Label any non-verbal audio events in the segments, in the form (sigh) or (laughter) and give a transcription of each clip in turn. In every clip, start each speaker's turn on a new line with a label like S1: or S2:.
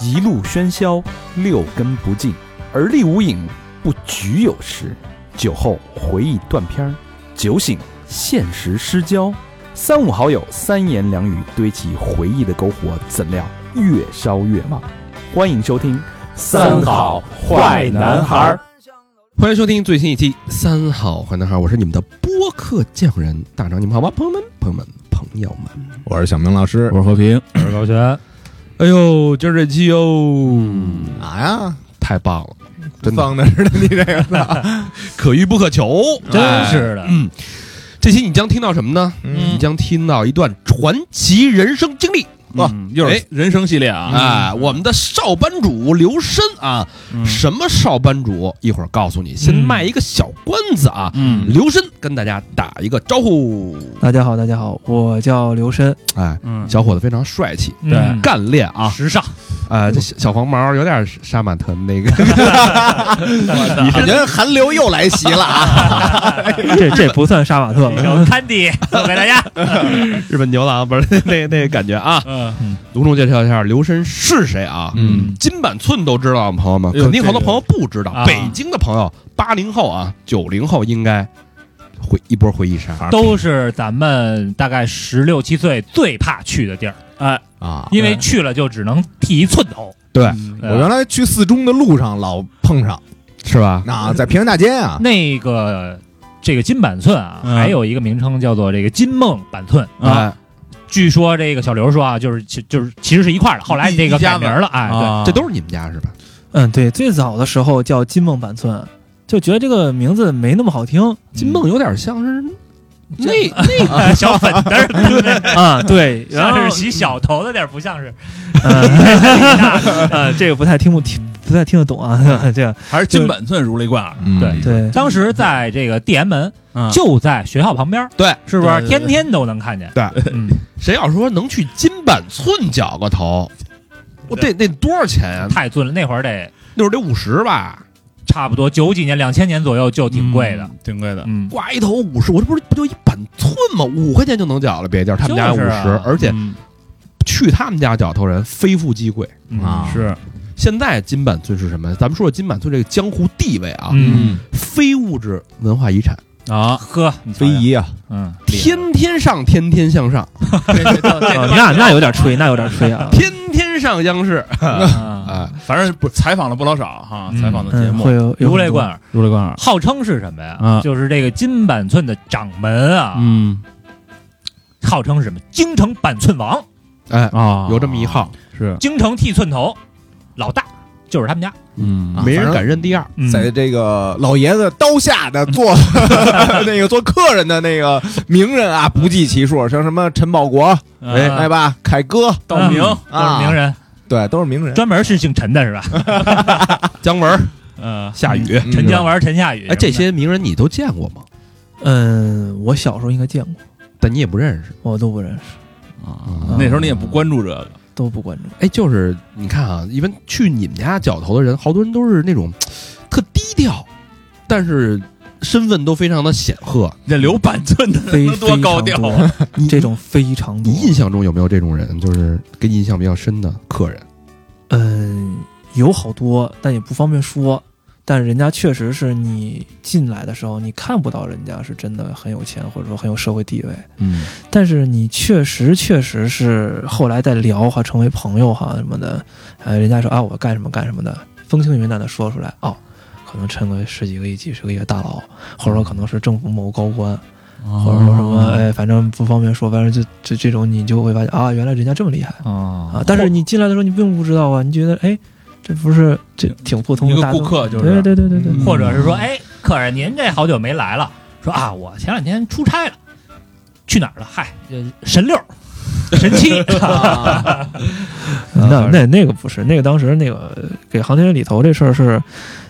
S1: 一路喧嚣，六根不净，而立无影，不局有时。酒后回忆断片儿，酒醒现实失焦。三五好友，三言两语堆起回忆的篝火，怎料越烧越旺。欢迎收听《
S2: 。欢迎收听最新一期《三好坏男孩》，我是你们的播客匠人大张，你们好吗？朋友们，朋友们，朋友们，
S3: 我是小明老师
S4: 我。是和平，我是高泉。
S2: 哎呦，今儿这期哟，
S3: 啊
S2: 哎
S3: 呀？
S2: 太棒了，真的
S3: 放的是你这个，
S2: (laughs) 可遇不可求，
S4: 真是的
S2: 哎嗯，这期你将听到什么呢？
S3: 嗯
S2: 你将听到一段传奇人生经历。
S4: 嗯，又
S2: 哎
S4: 是人生系列啊！
S2: 哎，我们的少班主刘深啊，
S4: 嗯
S2: 什么少班主？一会儿告诉你，先
S5: 嗯
S2: 卖一个小关子啊。
S4: 嗯，
S2: 刘深跟大家打一个招呼，
S5: 大家好，大家好，我叫刘深，
S2: 哎，
S4: 嗯
S2: 小伙子非常帅气，
S4: 对
S5: 嗯
S2: 干练啊，
S4: 时尚，
S2: 啊，这小小黄毛有点杀马特
S4: (laughs)
S2: 那个，
S3: 你感觉韩流又来袭了啊！
S5: 这这不算杀马特吧？
S4: 有 Candy 送给大家。
S2: (laughs) 日本牛郎，不是那那个感觉啊。
S4: 嗯
S2: 隆重介绍一下刘深是谁啊？
S4: 嗯，
S2: 金板寸都知道，朋友们，
S4: 哎呦
S2: 肯定好多
S4: 这个
S2: 朋友不知道。
S4: 啊
S2: 北京的朋友，八零后啊，九零后应该回一波回忆杀，
S6: 都是咱们大概十六七岁最怕去的地儿，
S4: 哎，
S3: 啊，
S6: 因为去了就只能剃一寸头。
S2: 对，
S3: 我
S6: (laughs) 对吧
S3: 原来去四中的路上老碰上
S2: 是吧？
S3: 啊，在平原大街啊，
S6: 那个这个金板寸啊，
S4: 嗯
S6: 还有一个名称叫做这个金梦板寸。
S2: 哎，
S6: 据说这个小刘说啊，就是其就是其实是一块儿的，后来这个改名了，哎，对，
S4: 啊
S2: 这都是你们家是吧？
S5: 嗯，对，最早的时候叫金梦板寸，就觉得这个名字没那么
S6: (laughs)
S5: 好听
S2: 金
S6: 嗯
S2: 梦有点像是那那个
S4: 嗯
S6: 哎小粉灯儿，
S5: 啊。对，然
S6: 像
S5: 后
S6: 是
S5: (laughs)
S6: 洗小头的地儿，不像是
S5: 呃
S6: (laughs)
S5: 呃，这个不太听不听不太听得懂
S6: 嗯
S5: 啊。这样
S4: 还是金本寸如雷贯耳。
S3: 嗯
S6: 对 (laughs)
S5: 对，
S6: 当时在这个地安门，
S4: 嗯
S6: 就在学校旁边，
S2: 对，
S6: 是不
S5: 对
S6: 是
S5: 对对
S6: 天天都能看见？
S2: 对
S6: 嗯，
S2: 谁要说能去金板寸绞个头，我得得多少钱呀？
S6: 太尊了，那会儿得
S2: 那会儿得五十吧，
S6: 差不多九几年、两千年左右就挺贵的，，
S4: 挺贵的。
S6: 嗯，
S2: 挂一头五十，我这不是不就一板寸吗？五块钱就能绞了，别地儿他们家五
S6: 就是
S2: 十、
S6: 啊
S2: 而且
S4: 嗯
S2: 去他们家绞头人非富即贵。
S6: 嗯
S3: 啊
S4: 是，
S2: 现在金板寸是什么？咱们说说金板寸这个江湖地位啊，
S4: 嗯
S2: 非物质文化遗产，
S4: 啊，
S6: 嗯呵，你瞧
S3: 非
S6: 瞧，
S3: 遗啊，
S6: 嗯，
S2: 天天上，天天向
S4: (laughs)
S2: 上，
S5: 啊那那有点吹，那有点吹啊。
S2: 天天上央视
S6: 啊
S2: 啊！
S4: 反正不采访了不老少哈，
S6: 嗯
S4: 采访的节
S5: 嗯，
S4: 目啊
S5: 会有
S6: (laughs) 如雷贯，耳，
S2: 嗯
S4: 如雷贯耳。
S6: 号称是什么呀？
S4: 啊
S6: 就是这个金板寸的掌门啊，
S2: 嗯，
S6: 号称是什么？京城板寸王，
S2: 哎，
S4: 啊
S2: 有这么一号，
S4: 是，
S6: 京城剃寸头老大，就是他们家。
S4: 嗯
S3: 啊
S2: 没人敢认第二。
S6: 嗯
S3: 在这个老爷子刀下的
S2: (laughs)
S3: 做 (laughs) 那个做客人的那个名人啊，不计其数，像什么陈宝国，
S4: 哎，
S3: 对吧？凯歌，
S4: 道明
S6: 嗯都
S3: 啊
S6: 是名人，
S3: 对，都是名人。
S6: 专门是姓陈的是吧？
S2: 姜文、
S6: 嗯，
S2: 夏雨，
S3: 嗯
S6: 陈姜文、陈夏雨，
S2: 哎，这些名人你都见过吗？
S5: 嗯，我小时候应该见过，
S2: 但你也不认识。
S5: 我都不认识，
S3: 嗯
S4: 啊那时候你也不关注这个，
S5: 都不
S4: (laughs)
S5: 关注。
S2: 哎，就是你看啊，一般去你们家绞头的人，好多人都是那种特低调，但是身份都非常的显赫。
S4: 这留板寸的
S5: 非
S4: 能多高调啊？
S5: 非常多这种非常多
S2: 你。印象中有没有这种人，就是给你印象比较深的客人？
S5: 嗯，有好多，但也不方便说。但人家确实是你进来的时候，你看不到人家是真的很有钱，或者说很有社会地位。
S4: 嗯，
S5: 但是你确实确实是后来在聊哈，成为朋友哈什么的，呃，人家说啊，我干什么干什么的，风轻云淡的说出来，哦，可能趁个十几个亿、几十个亿的大佬，或者说可能是政府某高官，或
S4: 或
S5: 者说
S1: 哦
S5: 什么，哎，反正不方便说，反正就就这种，你就会发现啊，原来人家这么厉害。啊
S6: 哦
S4: 啊，
S5: 但是你进来的时候你并不知道啊，你觉得哎，这不是这挺普通的
S4: 一个
S5: 大众
S4: 顾客就是
S5: 对对对对对，
S3: 嗯
S6: 或者是说，哎，客人您这好久没来了，说啊，我前两天出差了，去哪儿了？嗨，呃神六。神七，
S3: 啊
S5: 那那那个不是，那个当时那个给航天员里头这事儿是，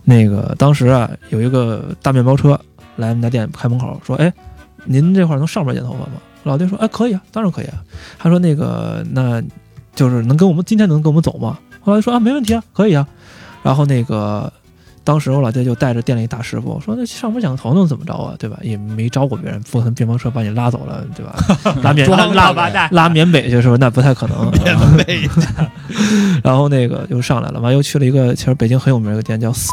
S5: 那个当时啊有一个大面包车来我们家店开门口说，哎，您这块儿能上边剪头发吗？老爹说，哎，可以啊，当然可以啊。他说那个那就是能跟我们今天能跟我们走吗？后来说啊，没问题啊，可以啊。然后那个当时我老爹就带着店里大师傅说：“那上不想头疼怎么着啊？对吧？也没招过别人，不可能乒乓车把你拉走了，对吧？拉棉
S6: (laughs)
S5: 拉
S6: 装
S5: 拉
S6: 大八蛋，
S5: 拉缅北去是吧？那不太可能。缅北，然后那个又上来了，完又去了一个其实北京很有名的一个店叫四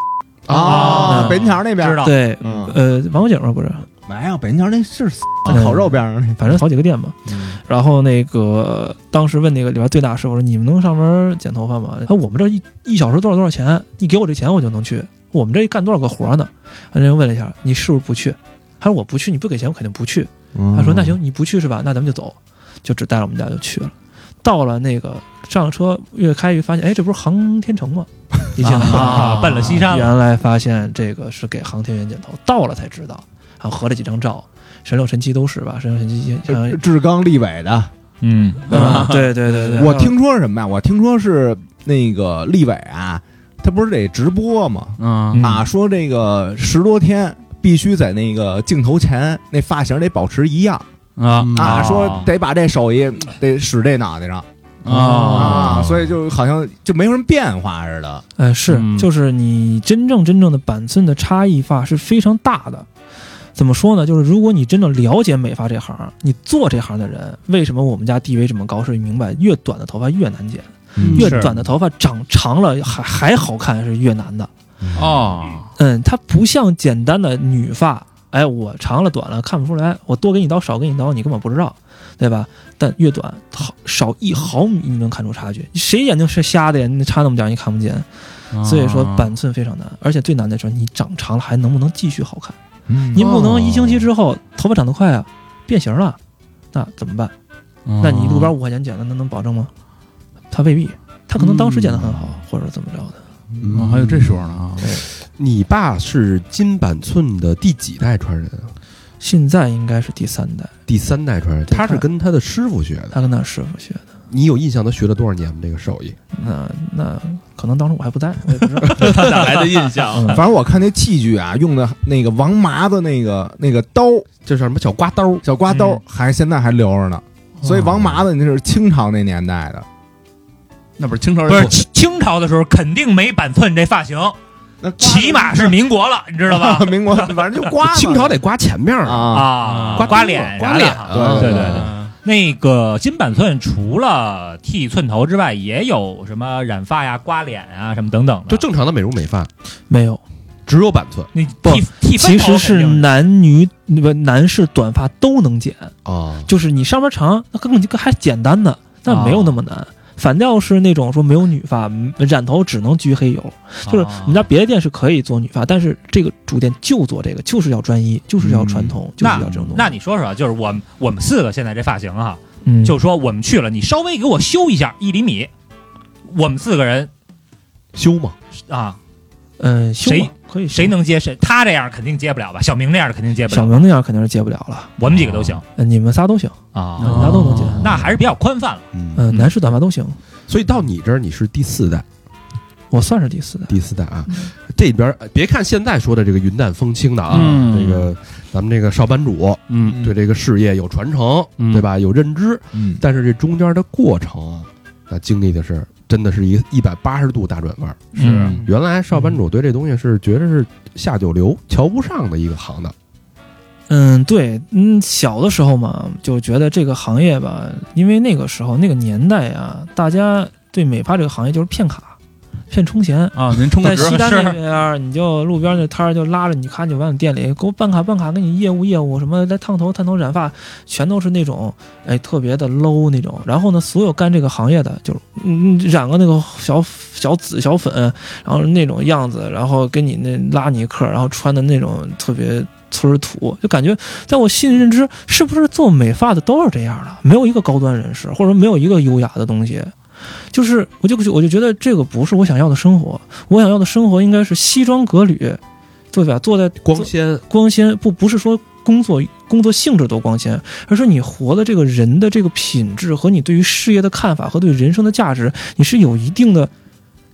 S6: (laughs)
S2: 嗯
S3: 啊
S6: 啊，
S3: 北京桥那边
S6: 知道
S5: 对，
S3: 嗯，
S5: 呃，王府井吗？不是，
S3: 没有，北京桥那是死
S5: 嗯
S3: 烤肉边上那
S5: 反正好几个店嘛。
S3: 嗯
S5: 然后那个当时问那个里边最大师傅说：“你们能上门剪头发吗？”他说：“我们这一一小时多少多少钱？你给我这钱我就能去。我们这干多少个活呢？”那人问了一下：“你是不是不去？”他说：“我不去，你不给钱我肯定不去。”他说：“那，行，你不去是吧？那咱们就走。”就只带着我们家就去了。到了那个上车越开越发现，哎，这不是航天城吗？一进门
S6: 啊，奔了西山了，
S5: 原来发现这个是给航天员剪头，到了才知道，然后合了几张照，神六神七都是吧？神六神七也好像
S3: 嗯志刚立伟的，
S4: 嗯，
S5: 啊，对对对对，
S3: 我听说是什么呀？我听说是那个立伟啊，他不是得直播吗？
S4: 嗯
S3: 啊，说这个十多天必须在那个镜头前那发型得保持一样
S4: 啊
S3: 啊，
S6: 哦
S3: 说得把这手艺得使这脑袋上啊，所以就好像就没有什么变化似的。
S5: 哎是，
S4: 嗯
S5: 就是你真正真正的板寸的差异化是非常大的。怎么说呢？就是如果你真正了解美发这行，你做这行的人，为什么我们家地位这么高？是你明白，越短的头发越难剪，
S3: 嗯
S5: 越
S6: 是
S5: 短的头发长长了还还好看是越难的。
S4: 哦，
S5: 嗯，它不像简单的女发，哎，我长了短了看不出来，我多给你刀少给你刀你根本不知道，对吧？但越短好少一毫米你能看出差距，谁眼睛是瞎的呀？你差那么点儿你看不见，
S6: 哦
S5: 所以说板寸非常难，而且最难的是你长长了还能不能继续好看？
S6: 嗯
S5: 你不能一星期之后头发长得快啊，变形了，那怎么办？
S6: 哦
S4: 嗯
S5: 那你路边五块钱剪的，那能保证吗？他未必，他可能当时剪得很
S6: 嗯
S5: 好，或者怎么着的。
S4: 哦还有
S5: 嗯
S4: 这说呢啊，
S2: 你爸是金板寸的第几代传人啊？
S5: 现在应该是第三代，
S2: 第三代传人，
S5: 对
S2: 他是跟他的师傅学的。
S5: 他跟他师傅学的。
S2: 你有印象他学了多少年吗？这个手艺？
S5: 那那可能当时我还不在，我也不知道。
S4: 他哪来的印象？
S5: (laughs) 嗯
S6: (laughs)
S3: 反正我看那器具啊，用的那个王麻子那个那个刀，
S2: 这叫什么小刮刀？
S3: 小刮刀
S6: 嗯，
S3: 还现在还留着呢。所以王麻子那是清朝那年代的，
S4: 那不是清朝人
S6: 不是清清朝的时候肯定没板寸这发型，
S3: 那？
S6: 起码是民国了，你知道 (laughs) 吧
S3: (laughs) 民国，反正就刮嘛
S2: 清朝得刮前面啊，
S3: 啊，
S6: 啊，
S2: 刮
S6: 刮脸
S2: 刮
S6: 啥的
S2: 脸
S6: 哈
S2: 啊
S6: 对对对。那个金板寸除了剃寸头之外，也有什么染发呀、刮脸啊什么等等的。
S2: 就正常的美容美发，
S5: 没有，
S2: 只有板寸
S6: 你
S5: 不
S6: 剃剃分
S5: 其
S6: 头
S5: 实
S6: 肯
S5: 是
S6: 定
S5: 男女不男士短发都能剪，
S2: 啊。
S5: 就是你上边长，那更更还简单呢，但没有那么难。
S6: 哦
S5: 反倒是那种说没有女发，嗯染头只能焗黑油，就是
S6: 啊
S5: 我们家别的店是可以做女发，但是这个主店就做这个，就是要专一，就是要传统，就是要这种东西。
S6: 嗯那你说说，就是我们我们四个现在这发型哈、
S5: 嗯
S6: 就说我们去了，你稍微给我修一下一厘米，我们四个人
S2: 修嘛，
S6: 啊，
S5: 嗯，修
S6: 谁
S5: 嘛可以修
S6: 谁能接谁？他这样肯定接不了吧？小明这样肯定接不
S5: 小
S6: 了，
S5: 明那样肯定是接不了了，
S6: 我们几个都行
S5: 呃你们仨都行，
S6: 啊
S5: 你
S1: 哦
S5: 们
S4: 嗯
S5: 仨都能接。
S6: 那还是比较宽泛了。
S2: 嗯，
S5: 嗯，男士短发都行，
S2: 所以到你这儿你是第四代，
S5: 我算是第四代。
S2: 第四代啊，这里边儿别看现在说的这个云淡风轻的啊，
S4: 嗯
S2: 这个咱们这个少班主
S4: 嗯
S2: 对这个事业有传承，
S4: 嗯
S2: 对吧？有认知，
S3: 嗯，
S2: 但是这中间的过程啊，那经历的是真的是一一百八十度大转弯儿。
S4: 是
S2: 原来少班主对这东西是觉得是下九流、瞧不上的一个行当，
S5: 嗯，对，嗯，小的时候嘛，就觉得这个行业吧，因为那个时候那个年代啊，大家对美发这个行业就是骗卡、骗充钱。
S4: 啊，您充
S5: 在
S4: 个值
S5: 西单那
S4: 是
S5: 边儿，你就路边那摊儿就拉着你，咔，你就往你店里给我办卡办卡，给你业务业务什么来烫头烫头染发，全都是那种哎特别的 low 那种。然后呢，所有干这个行业的，就是嗯染个那个小小紫小粉，然后那种样子，然后给你那拉你一客，然后穿的那种特别村儿土，就感觉在我心里认知，是不是做美发的都是这样的？没有一个高端人士，或者没有一个优雅的东西。就是，我就我就觉得这个不是我想要的生活。我想要的生活应该是西装革履，对吧？坐在
S2: 光鲜
S5: 光鲜不不是说工作工作性质多光鲜，而是你活的这个人的这个品质和你对于事业的看法和对人生的价值，你是有一定的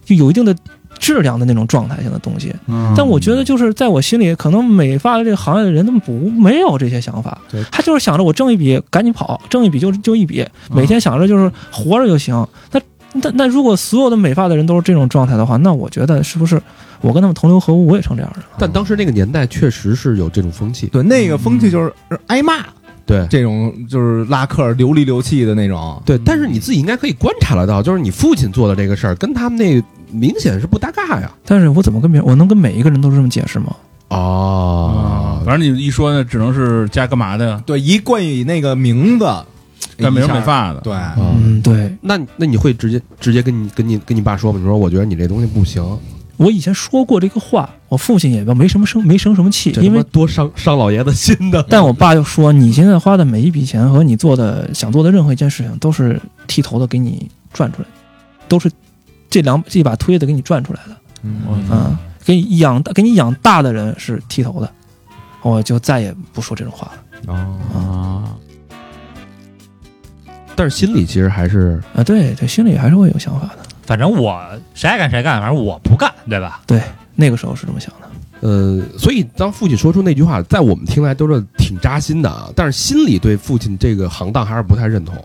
S5: 就有一定的质量的那种状态下的东西。
S2: 嗯
S5: 但我觉得就是在我心里，可能美发的这个行业的人他们不没有这些想法
S2: 对，
S5: 他就是想着我挣一笔赶紧跑，挣一笔就就一笔，每天想着就是活着就行。那那那如果所有的美发的人都是这种状态的话，那我觉得是不是我跟他们同流合污，我也成这样的？
S2: 但当时那个年代确实是有这种风气，
S3: 对，那个风气就是挨骂，
S2: 对
S3: 这种就是拉客流里流气的那种。
S2: 对。但是你自己应该可以观察得到，就是你父亲做的这个事儿跟他们那明显是不搭嘎呀。
S5: 但是我怎么跟别人，我能跟每一个人都这么解释吗？
S2: 哦
S4: 反正你一说呢，只能是加干嘛的呀？
S3: 对，一冠以那个名字，
S4: 干美容美
S3: 一下，
S4: 发的，
S3: 对，
S5: 嗯，对
S2: 那你那你会直接直接跟你跟你跟你爸说吗？你说我觉得你这东西不行，
S5: 我以前说过这个话，我父亲也没什么生没生什么气，
S2: 这他
S5: 因
S2: 妈
S5: 为
S2: 多伤伤老爷子心的。
S5: 但我爸就说，你现在花的每一笔钱和你做的想做的任何一件事情，都是剃头的给你赚出来，都是这两这把推的给你赚出来的。
S4: 嗯
S5: 嗯，给你养大，给你养大的人是剃头的，我就再也不说这种话了
S4: 啊，
S2: 但是心里其实还是
S5: 啊。对对，心里还是会有想法的。
S6: 反正我谁爱干谁干，反正我不干，对吧？
S5: 对，那个时候是这么想的。
S2: 呃，所以当父亲说出那句话，在我们听来都是挺扎心的啊，但是心里对父亲这个行当还是不太认同。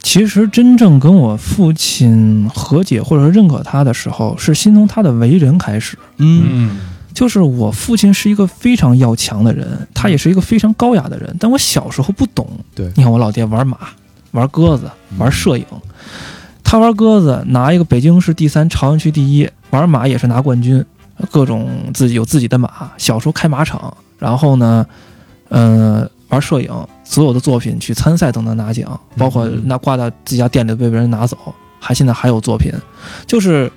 S5: 其实真正跟我父亲和解或者说认可他的时候，是先从他的为人开始。
S4: 嗯
S5: 就是我父亲是一个非常要强的人，他也是一个非常高雅的人，但我小时候不懂。
S2: 对
S5: 你看我老爹玩马、玩鸽子、玩摄影，他玩鸽子拿一个北京市第三、朝阳区第一，玩马也是拿冠军，各种自己有自己的马，小时候开马场，然后呢，呃，玩摄影，所有的作品去参赛都能拿奖，包括那挂到自己家店里被别人拿走，还现在还有作品，就是。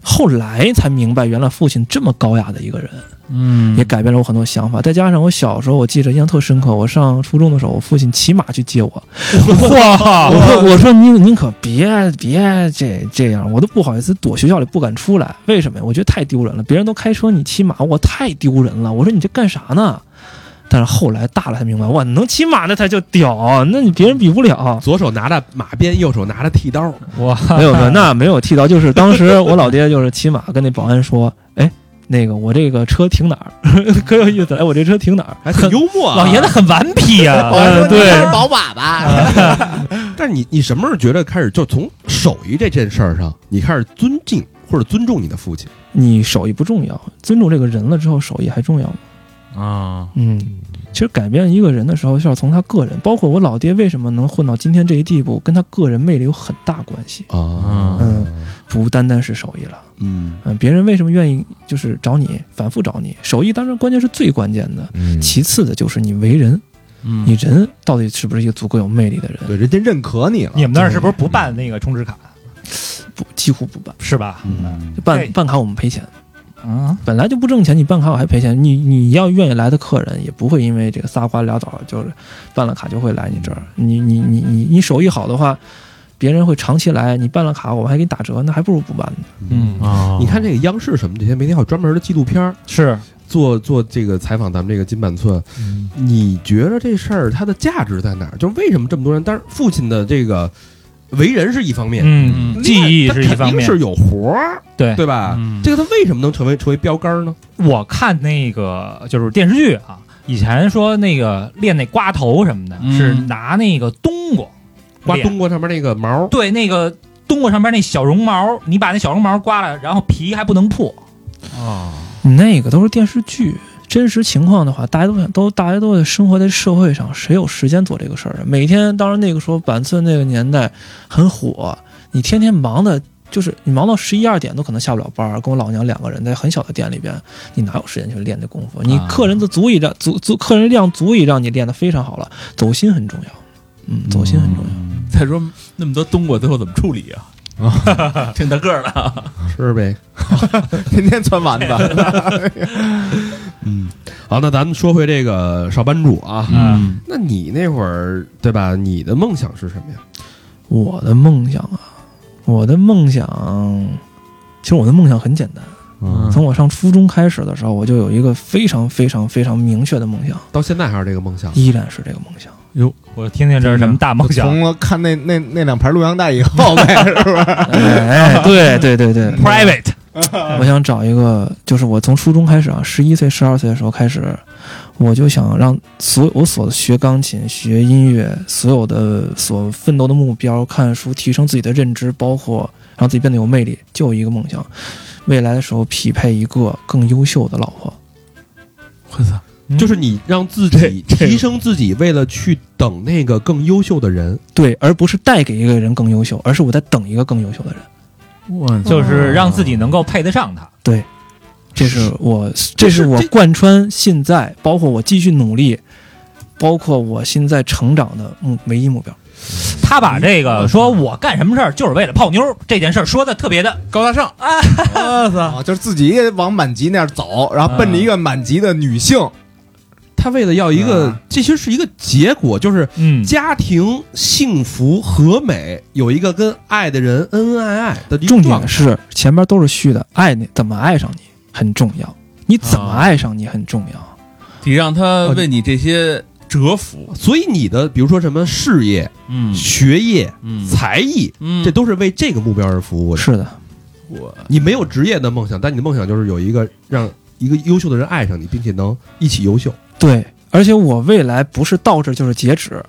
S5: 后来才明白，原来父亲这么高雅的一个人，
S4: 嗯
S5: 也改变了我很多想法。再加上我小时候，我记着印象特深刻，我上初中的时候，我父亲骑马去接我。 (laughs)
S2: 啊
S5: 哇！我说我说您您可别别这这样，我都不好意思躲学校里不敢出来。为什么呀？我觉得太丢人了，别人都开车，你骑马，我太丢人了。我说你这干啥呢？但是后来大了才明白，哇，你能骑马那才叫屌，啊那你别人比不
S2: (laughs)
S5: 了。
S2: 左手拿着马鞭，右手拿着剃刀，
S6: 我
S5: 没有没有，那没有剃刀，就是当时我老爹就是骑马跟那保安说，哎，那个我这个车停哪儿？ (laughs) 可有意思了，哎，我这车停哪儿？
S2: 还挺幽默、啊。
S6: 老爷子，很顽皮 (laughs) 呀、
S3: 我说
S5: 嗯对
S3: 你还是宝马吧，
S2: 但是你你什么时候觉得开始就从手艺这件事儿上，你开始尊敬或者尊重你的父亲？
S5: 你手艺不重要，尊重这个人了之后，手艺还重要吗？
S4: 啊，
S5: 嗯，其实改变一个人的时候，是要从他个人，包括我老爹为什么能混到今天这一地步，跟他个人魅力有很大关系，
S2: 啊
S5: 嗯不单单是手艺了。
S2: 嗯
S5: 嗯，别人为什么愿意就是找你，反复找你？手艺当然关键是最关键的，
S3: 嗯
S5: 其次的就是你为人，
S4: 嗯
S5: 你人到底是不是一个足够有魅力的人？
S3: 对，人家认可你了。
S6: 你们那儿是不是不办那个充值卡？
S5: 不，几乎不办，
S6: 是吧？
S2: 嗯，
S5: 就办
S6: 对
S5: 办卡我们赔钱，
S4: 啊，
S5: 本来就不挣钱，你办卡我还赔钱，你你要愿意来的客人也不会因为这个仨瓜俩枣就是办了卡就会来你这儿，你你你你你手艺好的话，别人会长期来，你办了卡我们还给你打折，那还不如不办呢。
S4: 嗯
S6: 啊
S2: 你看这个央视什么这些媒体还有专门的纪录片儿
S6: 是
S2: 做做这个采访咱们这个金板寸，
S4: 嗯
S2: 你觉得这事儿它的价值在哪儿？就是为什么这么多人？当然，父亲的这个为人是一方面，
S6: 嗯
S2: 另外
S6: 记忆是一方
S2: 他肯定
S6: 面。
S2: 是有活儿，
S6: 对
S2: 对吧？
S4: 嗯
S2: 这个他为什么能成为成为标杆呢？
S6: 我看那个就是电视剧啊，以前说那个练那刮头什么的，
S4: 嗯
S6: 是拿那个冬瓜
S2: 刮
S6: 练
S2: 冬瓜上面那个毛，
S6: 对，那个冬瓜上边那小绒毛，你把那小绒毛刮了，然后皮还不能破。
S5: 那个都是电视剧，真实情况的话，大家都想都大家都得生活在社会上，谁有时间做这个事儿啊？每天，当然那个时候板寸那个年代很火，你天天忙的，就是你忙到十一二点都可能下不了班儿。跟我老娘两个人在很小的店里边，你哪有时间去练这功夫？你客人的足以让足足客人量足以让你练得非常好了，走心很重要，嗯，走心很重要。
S4: 再说那么多冬瓜，最后怎么处理啊？挺大个儿的，
S2: 吃呗。
S3: (laughs) 天天穿丸子， (laughs)
S2: 嗯，好，那咱们说回这个少班主啊，
S4: 嗯
S2: 那你那会儿对吧？你的梦想是什么呀？
S5: 我的梦想啊，我的梦想，其实我的梦想很简单。
S4: 嗯
S5: 从我上初中开始的时候，我就有一个非常非常非常明确的梦想，
S2: 到现在还是这个梦想？
S5: 依然是这个梦想。
S6: 我听听这是什么大梦想
S3: 从了看那那那两盘录像带以后呗，是不是？
S5: 哎，对对对对
S6: 嗯？Private，
S2: 嗯
S5: 我想找一个，就是我从初中开始啊，十一岁、十二岁的时候开始，我就想让所我所学钢琴、学音乐，所有的所奋斗的目标，看书提升自己的认知，包括让自己变得有魅力，就一个梦想，未来的时候匹配一个更优秀的老婆。
S4: 我操，
S6: 嗯
S2: 就是你让自己提升自己，为了去等那个更优秀的人。
S5: 对，而不是带给一个人更优秀，而是我在等一个更优秀的人。
S6: 嗯
S4: 我
S6: 就是让自己能够配得上他。
S5: 这是我，这
S2: 是
S5: 是我
S2: 这
S5: 贯穿现在，包括我继续努力，包括我现在成长的目唯一目标。
S6: 他把这个说我干什么事儿就是为了泡妞儿这件事儿说的特别的
S3: 高大上
S6: 我操，
S3: (laughs) 啊，就是自己也往满级那样走，然后奔着一个满级的女性，
S2: 他为了要一个，
S3: 啊
S2: 这其实是一个结果，就是
S6: 嗯，
S2: 家庭幸福和美，有一个跟爱的人恩恩爱爱的一个
S5: 重
S2: 状态
S5: 点是前面都是虚的，爱你怎么爱上你很重要，你怎
S6: 啊
S5: 么爱上你很重要。
S4: 得让他为你这些折服。
S2: 所以你的比如说什么事业、
S4: 嗯
S2: 学业、
S4: 嗯
S2: 才艺，
S4: 嗯
S2: 这都是为这个目标而服务的。
S5: 是的，
S4: 我
S2: 你没有职业的梦想，但你的梦想就是有一个让一个优秀的人爱上你，并且能一起优秀。
S5: 对，而且我未来不是到这就是截止，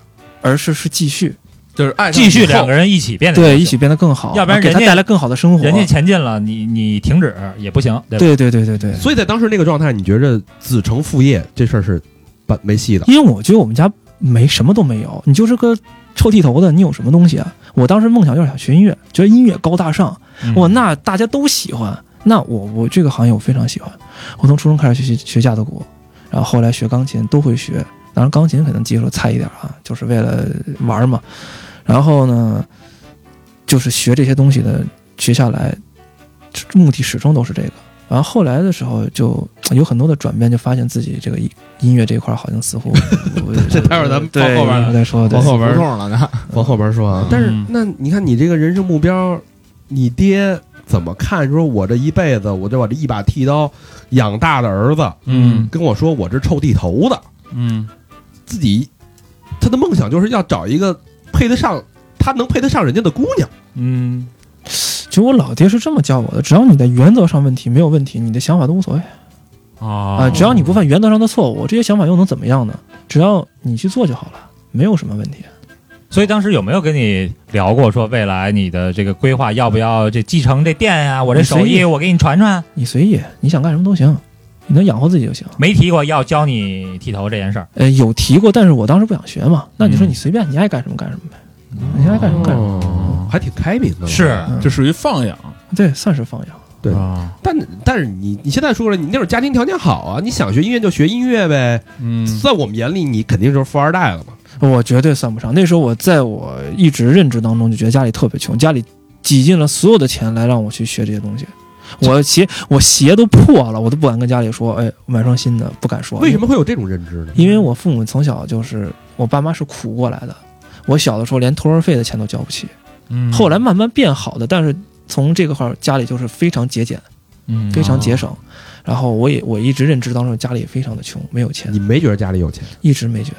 S5: 而是是继续，
S4: 就是爱上
S6: 继续
S4: 以后
S6: 两个，人一起变得
S5: 对，
S6: 优
S5: 一
S6: 秀
S5: 起变得更好，
S6: 要不然
S5: 给他
S6: 人家
S5: 带来更好的生活。
S6: 人家前进了，你你停止也不行，对吧？
S5: 对对对对对，
S2: 所以在当时那个状态，你觉着子承父业这事儿是办没戏的。
S5: 因为我觉得我们家没什么都没有，你就是个臭剃头的，你有什么东西啊？我当时梦想就是想学音乐，觉得音乐高大上，
S6: 嗯
S5: 我那大家都喜欢，那我我这个行业我非常喜欢。我从初中开始学习学架子鼓，然后后来学钢琴都会学，当然钢琴可能技术菜一点啊，就是为了玩嘛。然后呢，就是学这些东西的，学下来目的始终都是这个。然后后来的时候就有很多的转变，就发现自己这个音音乐这一块好像
S2: (laughs)
S5: 似乎
S2: 这待会儿咱们放后边儿
S5: 再说，对
S2: 往后边儿
S3: 胡同了呢，
S2: (laughs) 往后边说啊
S4: 嗯。
S2: 但是那你看你这个人生目标，你爹怎么看？说我这一辈子，我就把这一把剃刀养大的儿子，
S4: 嗯
S2: 跟我说我这臭剃头的，
S4: 嗯，
S2: 自己他的梦想就是要找一个配得上他能配得上人家的姑娘。
S4: 嗯，
S5: 其实我老爹是这么教我的：只要你在原则上问题没有问题，你的想法都无所谓。
S4: 啊
S5: 啊，只要你不犯原则上的错误，这些想法又能怎么样呢？只要你去做就好了，没有什么问题。
S6: 所以当时有没有跟你聊过说未来你的这个规划要不要这继承这店呀、我这手
S5: 你随
S6: 艺
S5: 意
S6: 我给你传传，
S5: 你随意，你想干什么都行，你能养活自己就行。
S6: 没提过要教你剃头这件事儿。
S5: 呃，有提过，但是我当时不想学嘛。那你说
S6: 嗯
S5: 你随便，你爱干什么干什么呗，你爱干什么干什么。
S2: 哦，还挺开明的。
S6: 是
S5: 嗯
S4: 这属于放养
S5: 对，算是放养。
S2: 对
S4: 啊，
S2: 但但是你你现在说了，你那会儿家庭条件好啊，你想学音乐就学音乐呗。
S4: 嗯
S2: 在我们眼里，你肯定就是富二代了嘛。
S5: 我绝对算不上。那时候我在我一直认知当中就觉得家里特别穷，家里挤尽了所有的钱来让我去学这些东西。我鞋我鞋都破了，我都不敢跟家里说，哎，我买双新的，不敢说。
S2: 为什么会有这种认知呢？
S5: 因为我父母从小就是我爸妈是苦过来的，我小的时候连托儿费的钱都交不起，
S4: 嗯
S5: 后来慢慢变好的，但是从这个块儿家里就是非常节俭，
S4: 嗯
S5: 非
S6: 哦
S5: 常节省。然后我也我一直认知当中家里也非常的穷，没有钱
S2: 你，没觉得家里有钱？
S5: 一直没觉得。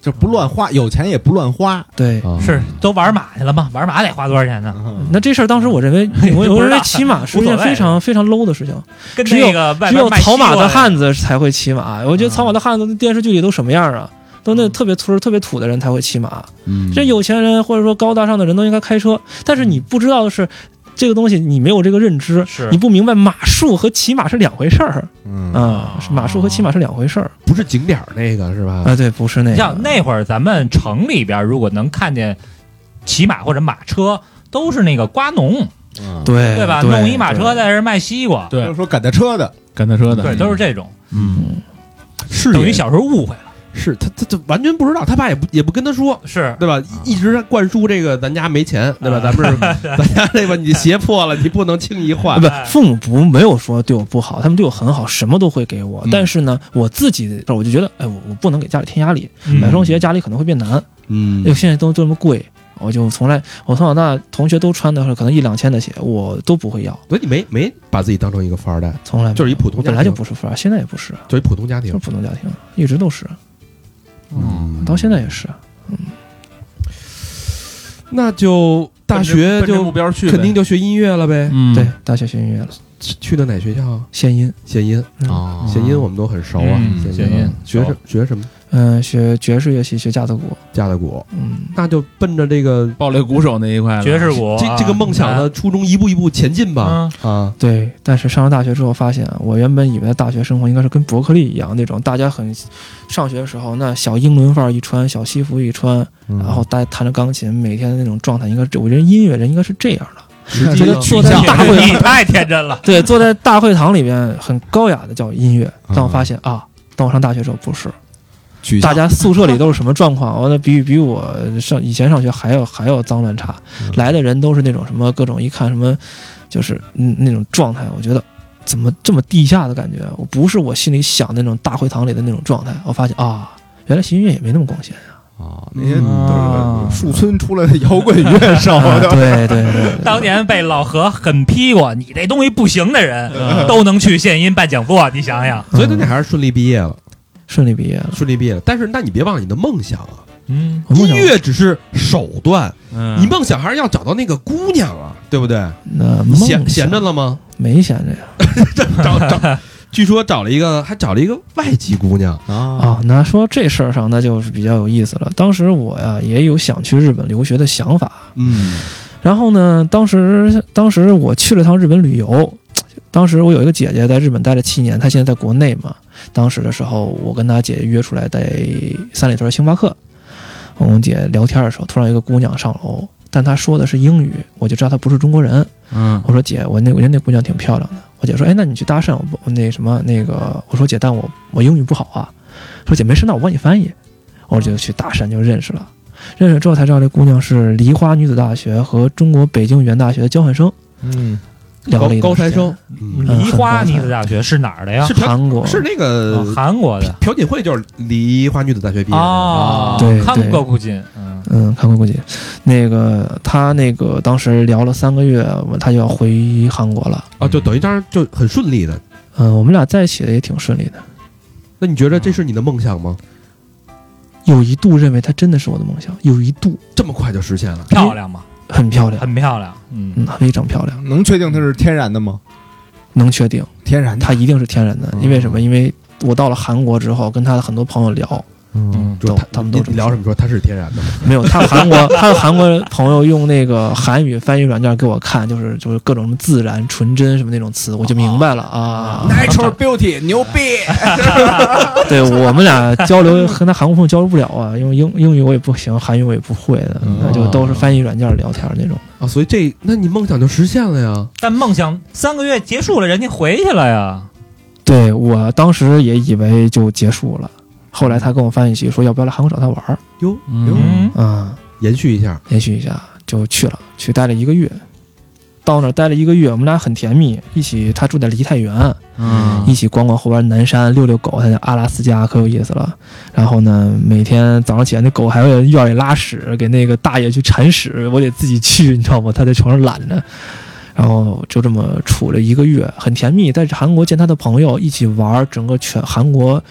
S3: 就不乱花，有钱也不乱花。
S5: 对，
S2: 啊
S6: 是都玩马去了吗？玩马得花多少钱呢？
S5: 那这事儿当时我认
S6: (laughs)
S5: 为，我我认为骑马是一件
S6: 无所谓
S5: 非常非常 low 的事情，
S6: 跟
S5: 只有
S6: 那个 (laughs) 外
S5: 只有
S6: 边卖西
S5: 草
S6: 瓜嗯
S5: 马的汉子才会骑马。我觉得草马的汉子电视剧里都什么样啊？都那特别村儿、特别土的人才会骑马。
S2: 嗯
S5: 这有钱人或者说高大上的人都应该开车，但是你不知道的是，这个东西你没有这个认知，
S6: 是
S5: 你不明白马术和骑马是两回事儿
S3: 嗯，
S5: 啊，是马术和骑马是两回事儿
S2: 不是景点儿那个是吧？
S4: 呃
S5: 啊，对，不是那
S6: 像
S5: 个，
S6: 那会儿咱们城里边如果能看见骑马或者马车，都是那个瓜农，
S5: 哎对
S6: 对吧？弄一马车，在这儿卖西瓜，
S4: 对
S3: 嗯就是说赶在车的，
S4: 赶他车的，
S6: 对，都是这种，
S4: 嗯
S2: 是
S6: 等于小时候误会了，
S2: 是他他他完全不知道，他爸也不也不跟他说，
S6: 是
S2: 对吧？
S4: 啊
S2: 一一直在灌输这个咱家没钱，对吧？咱们
S4: (laughs)
S2: 是咱家这个你鞋破了，你不能轻易换
S5: 啊，。不，父母不没有说对我不好，他们对我很好，什么都会给我。
S4: 嗯
S5: 但是呢，我自己的事儿，我就觉得，哎，我我不能给家里添压力，
S6: 嗯
S5: 买双鞋家里可能会变难，
S2: 嗯
S5: 哎呦，现在都这么贵，我就从来，我从小到大同学都穿的可能一两千的鞋，我都不会要，
S2: 所以你没没把自己当成一个富二代，
S5: 从来没有
S2: 就是一普通
S5: 我
S2: 家庭，哎
S5: 本来就不是富二代，现在也不是，
S2: 就是一普通家
S5: 就
S2: 庭
S5: 是。普通家庭，一直都是。
S2: 嗯
S5: 啊到现在也是，
S2: 那就大学
S4: 奔着
S2: 就
S4: 目标去呗，
S2: 肯定就学音乐了呗。
S4: 嗯
S5: 对，大学学音乐了，
S2: 去的哪学校啊？
S5: 献音，
S2: 献音，
S3: 哦
S2: 献音我们都很熟啊
S4: 嗯。
S2: 献
S4: 献音
S2: 学什
S4: 熟
S2: 学什么？
S5: 嗯、学爵士乐器，学架子鼓，
S2: 架子鼓，
S5: 嗯，
S2: 那就奔着这个
S4: 暴力鼓手那一块了，
S6: 爵士鼓
S2: 这
S6: 啊，
S2: 这个梦想的初衷一步一步前进吧。
S4: 啊，
S2: 啊，
S5: 对。但是上了大学之后，发现啊我原本以为的大学生活应该是跟伯克利一样那种，大家很上学的时候那小英伦范儿一穿，小西服一穿，然后大家弹着钢琴，每天的那种状态应该是，我觉得音乐人应该是这样的。
S2: 实
S5: 觉
S2: 际
S5: 得
S2: 上
S5: 坐在大会
S6: 你太天真了。 (laughs)
S5: 对，坐在大会堂里边很高雅的叫音乐，但我发现啊，当我上大学之后不是，
S3: 取
S5: 大家宿舍里都是什么状
S2: (laughs)
S5: 况？完了，比比我上以前上学还要还要脏乱差，
S2: 嗯
S5: 来的人都是那种什么各种一看什么，就是嗯那种状态，我觉得。怎么这么地下的感觉？啊我不是我心里想的那种大会堂里的那种状态。我发现啊，原来学音乐也没那么光鲜。
S3: 啊，那些
S1: 啊
S3: 都是树村出来的摇滚乐
S2: 哦
S3: (laughs) 手
S5: 啊、
S3: 的，
S5: 对对对，
S6: 当年被老何狠批过，你这东西不行的人， (laughs) 都能去献音办讲座，你想想，
S2: 所以那你还是顺利毕业了，
S5: 顺利毕业了。
S2: 顺利毕业了。但是那你别忘了你的梦想啊，
S4: 嗯
S5: 我梦
S2: 音
S5: 想
S2: 乐只是手段，
S4: 嗯，
S2: 你梦想还是要找到那个姑娘啊，对不对？你
S5: 那呃梦
S2: 闲
S5: 想
S2: 闲着了吗？
S5: 没闲着呀？
S2: 找找， (laughs) 据说找了一个，还找了一个外籍姑娘，
S5: 啊，那说这事儿上，那就是比较有意思了。当时我呀也有想去日本留学的想法，
S2: 嗯，
S5: 然后呢，当时当时我去了趟日本旅游，当时我有一个姐姐在日本待了七年，她现在在国内嘛。当时的时候，我跟她姐约出来在三里屯星巴克，我跟姐聊天的时候，突然有一个姑娘上楼，但她说的是英语，我就知道她不是中国人。
S4: 嗯
S5: 我说姐，我那我觉得那姑娘挺漂亮的。我姐说，哎，那你去搭讪我不我那什么那个？我说姐，但我我英语不好啊。说姐没事，那我帮你翻译。我就去搭讪就认识了，认识之后才知道这姑娘是梨花女子大学和中国北京语言大学的交换生，
S3: 嗯，
S5: 聊
S2: 高
S5: 了一
S2: 高
S5: 段时
S2: 材
S5: 间
S2: 生，
S5: 嗯
S6: 梨花女子大学是哪儿的呀
S2: 是？朴
S5: 韩国
S2: 是那
S6: 哦
S2: 个
S6: 韩国的
S2: 朴槿惠就是梨花女子大学毕业的啊
S6: 哦，
S5: 对对
S6: 看过古今，嗯，
S5: 嗯，看过估计，那个她那个当时聊了三个月，我她就要回韩国了。
S2: 啊，就等于当然就很顺利的。
S5: 嗯，我们俩在一起的也挺顺利的，
S2: 那你觉得这是你的梦想
S5: 嗯
S2: 吗？
S5: 有一度认为她真的是我的梦想，有一度
S2: 这么快就实现了？
S6: 漂亮吗？
S5: 很漂亮，
S6: 很漂亮，嗯，
S5: 嗯，非常漂亮，
S3: 能确定它是天然的吗？
S5: 能确定。
S3: 天然的，
S5: 它一定是天然的，因为什么？因为我到了韩国之后，跟他的很多朋友聊，
S2: 嗯，说
S5: 都
S2: 他
S5: 他们
S2: 你
S5: 都
S2: 你聊什么？说他是天然的吗？
S5: 没有他韩国他的韩国朋友用那个韩语翻译软件给我看，就是就是各种什么自然、纯真什么那种词，我就明白了啊。
S3: (laughs) Natural Beauty，牛逼！
S5: 对我们俩交流，和他韩国朋友交流不了啊，因为英英语我也不行，韩语我也不会的，那就都是翻译软件聊天那种。
S2: 啊，所以这那你梦想就实现了呀？
S6: 但梦想三个月结束了，人家回去了呀，
S5: 对我当时也以为就结束了，后来他跟我翻译起说要不要来韩国找他玩儿
S2: 哟，
S6: 嗯，
S5: 啊。
S2: 延续一下，
S5: 连续一下就去了，去待了一个月。到那儿待了一个月，我们俩很甜蜜，一起他住在梨泰院，
S4: 嗯
S5: 一起逛逛后边南山，遛遛狗，他叫阿拉斯加，可有意思了。然后呢，每天早上起来，那狗还会在院里拉屎，给那个大爷去铲屎，我得自己去，你知道吗？他在床上懒着。然后就这么处了一个月，很甜蜜。在韩国见他的朋友，一起玩整个全韩国，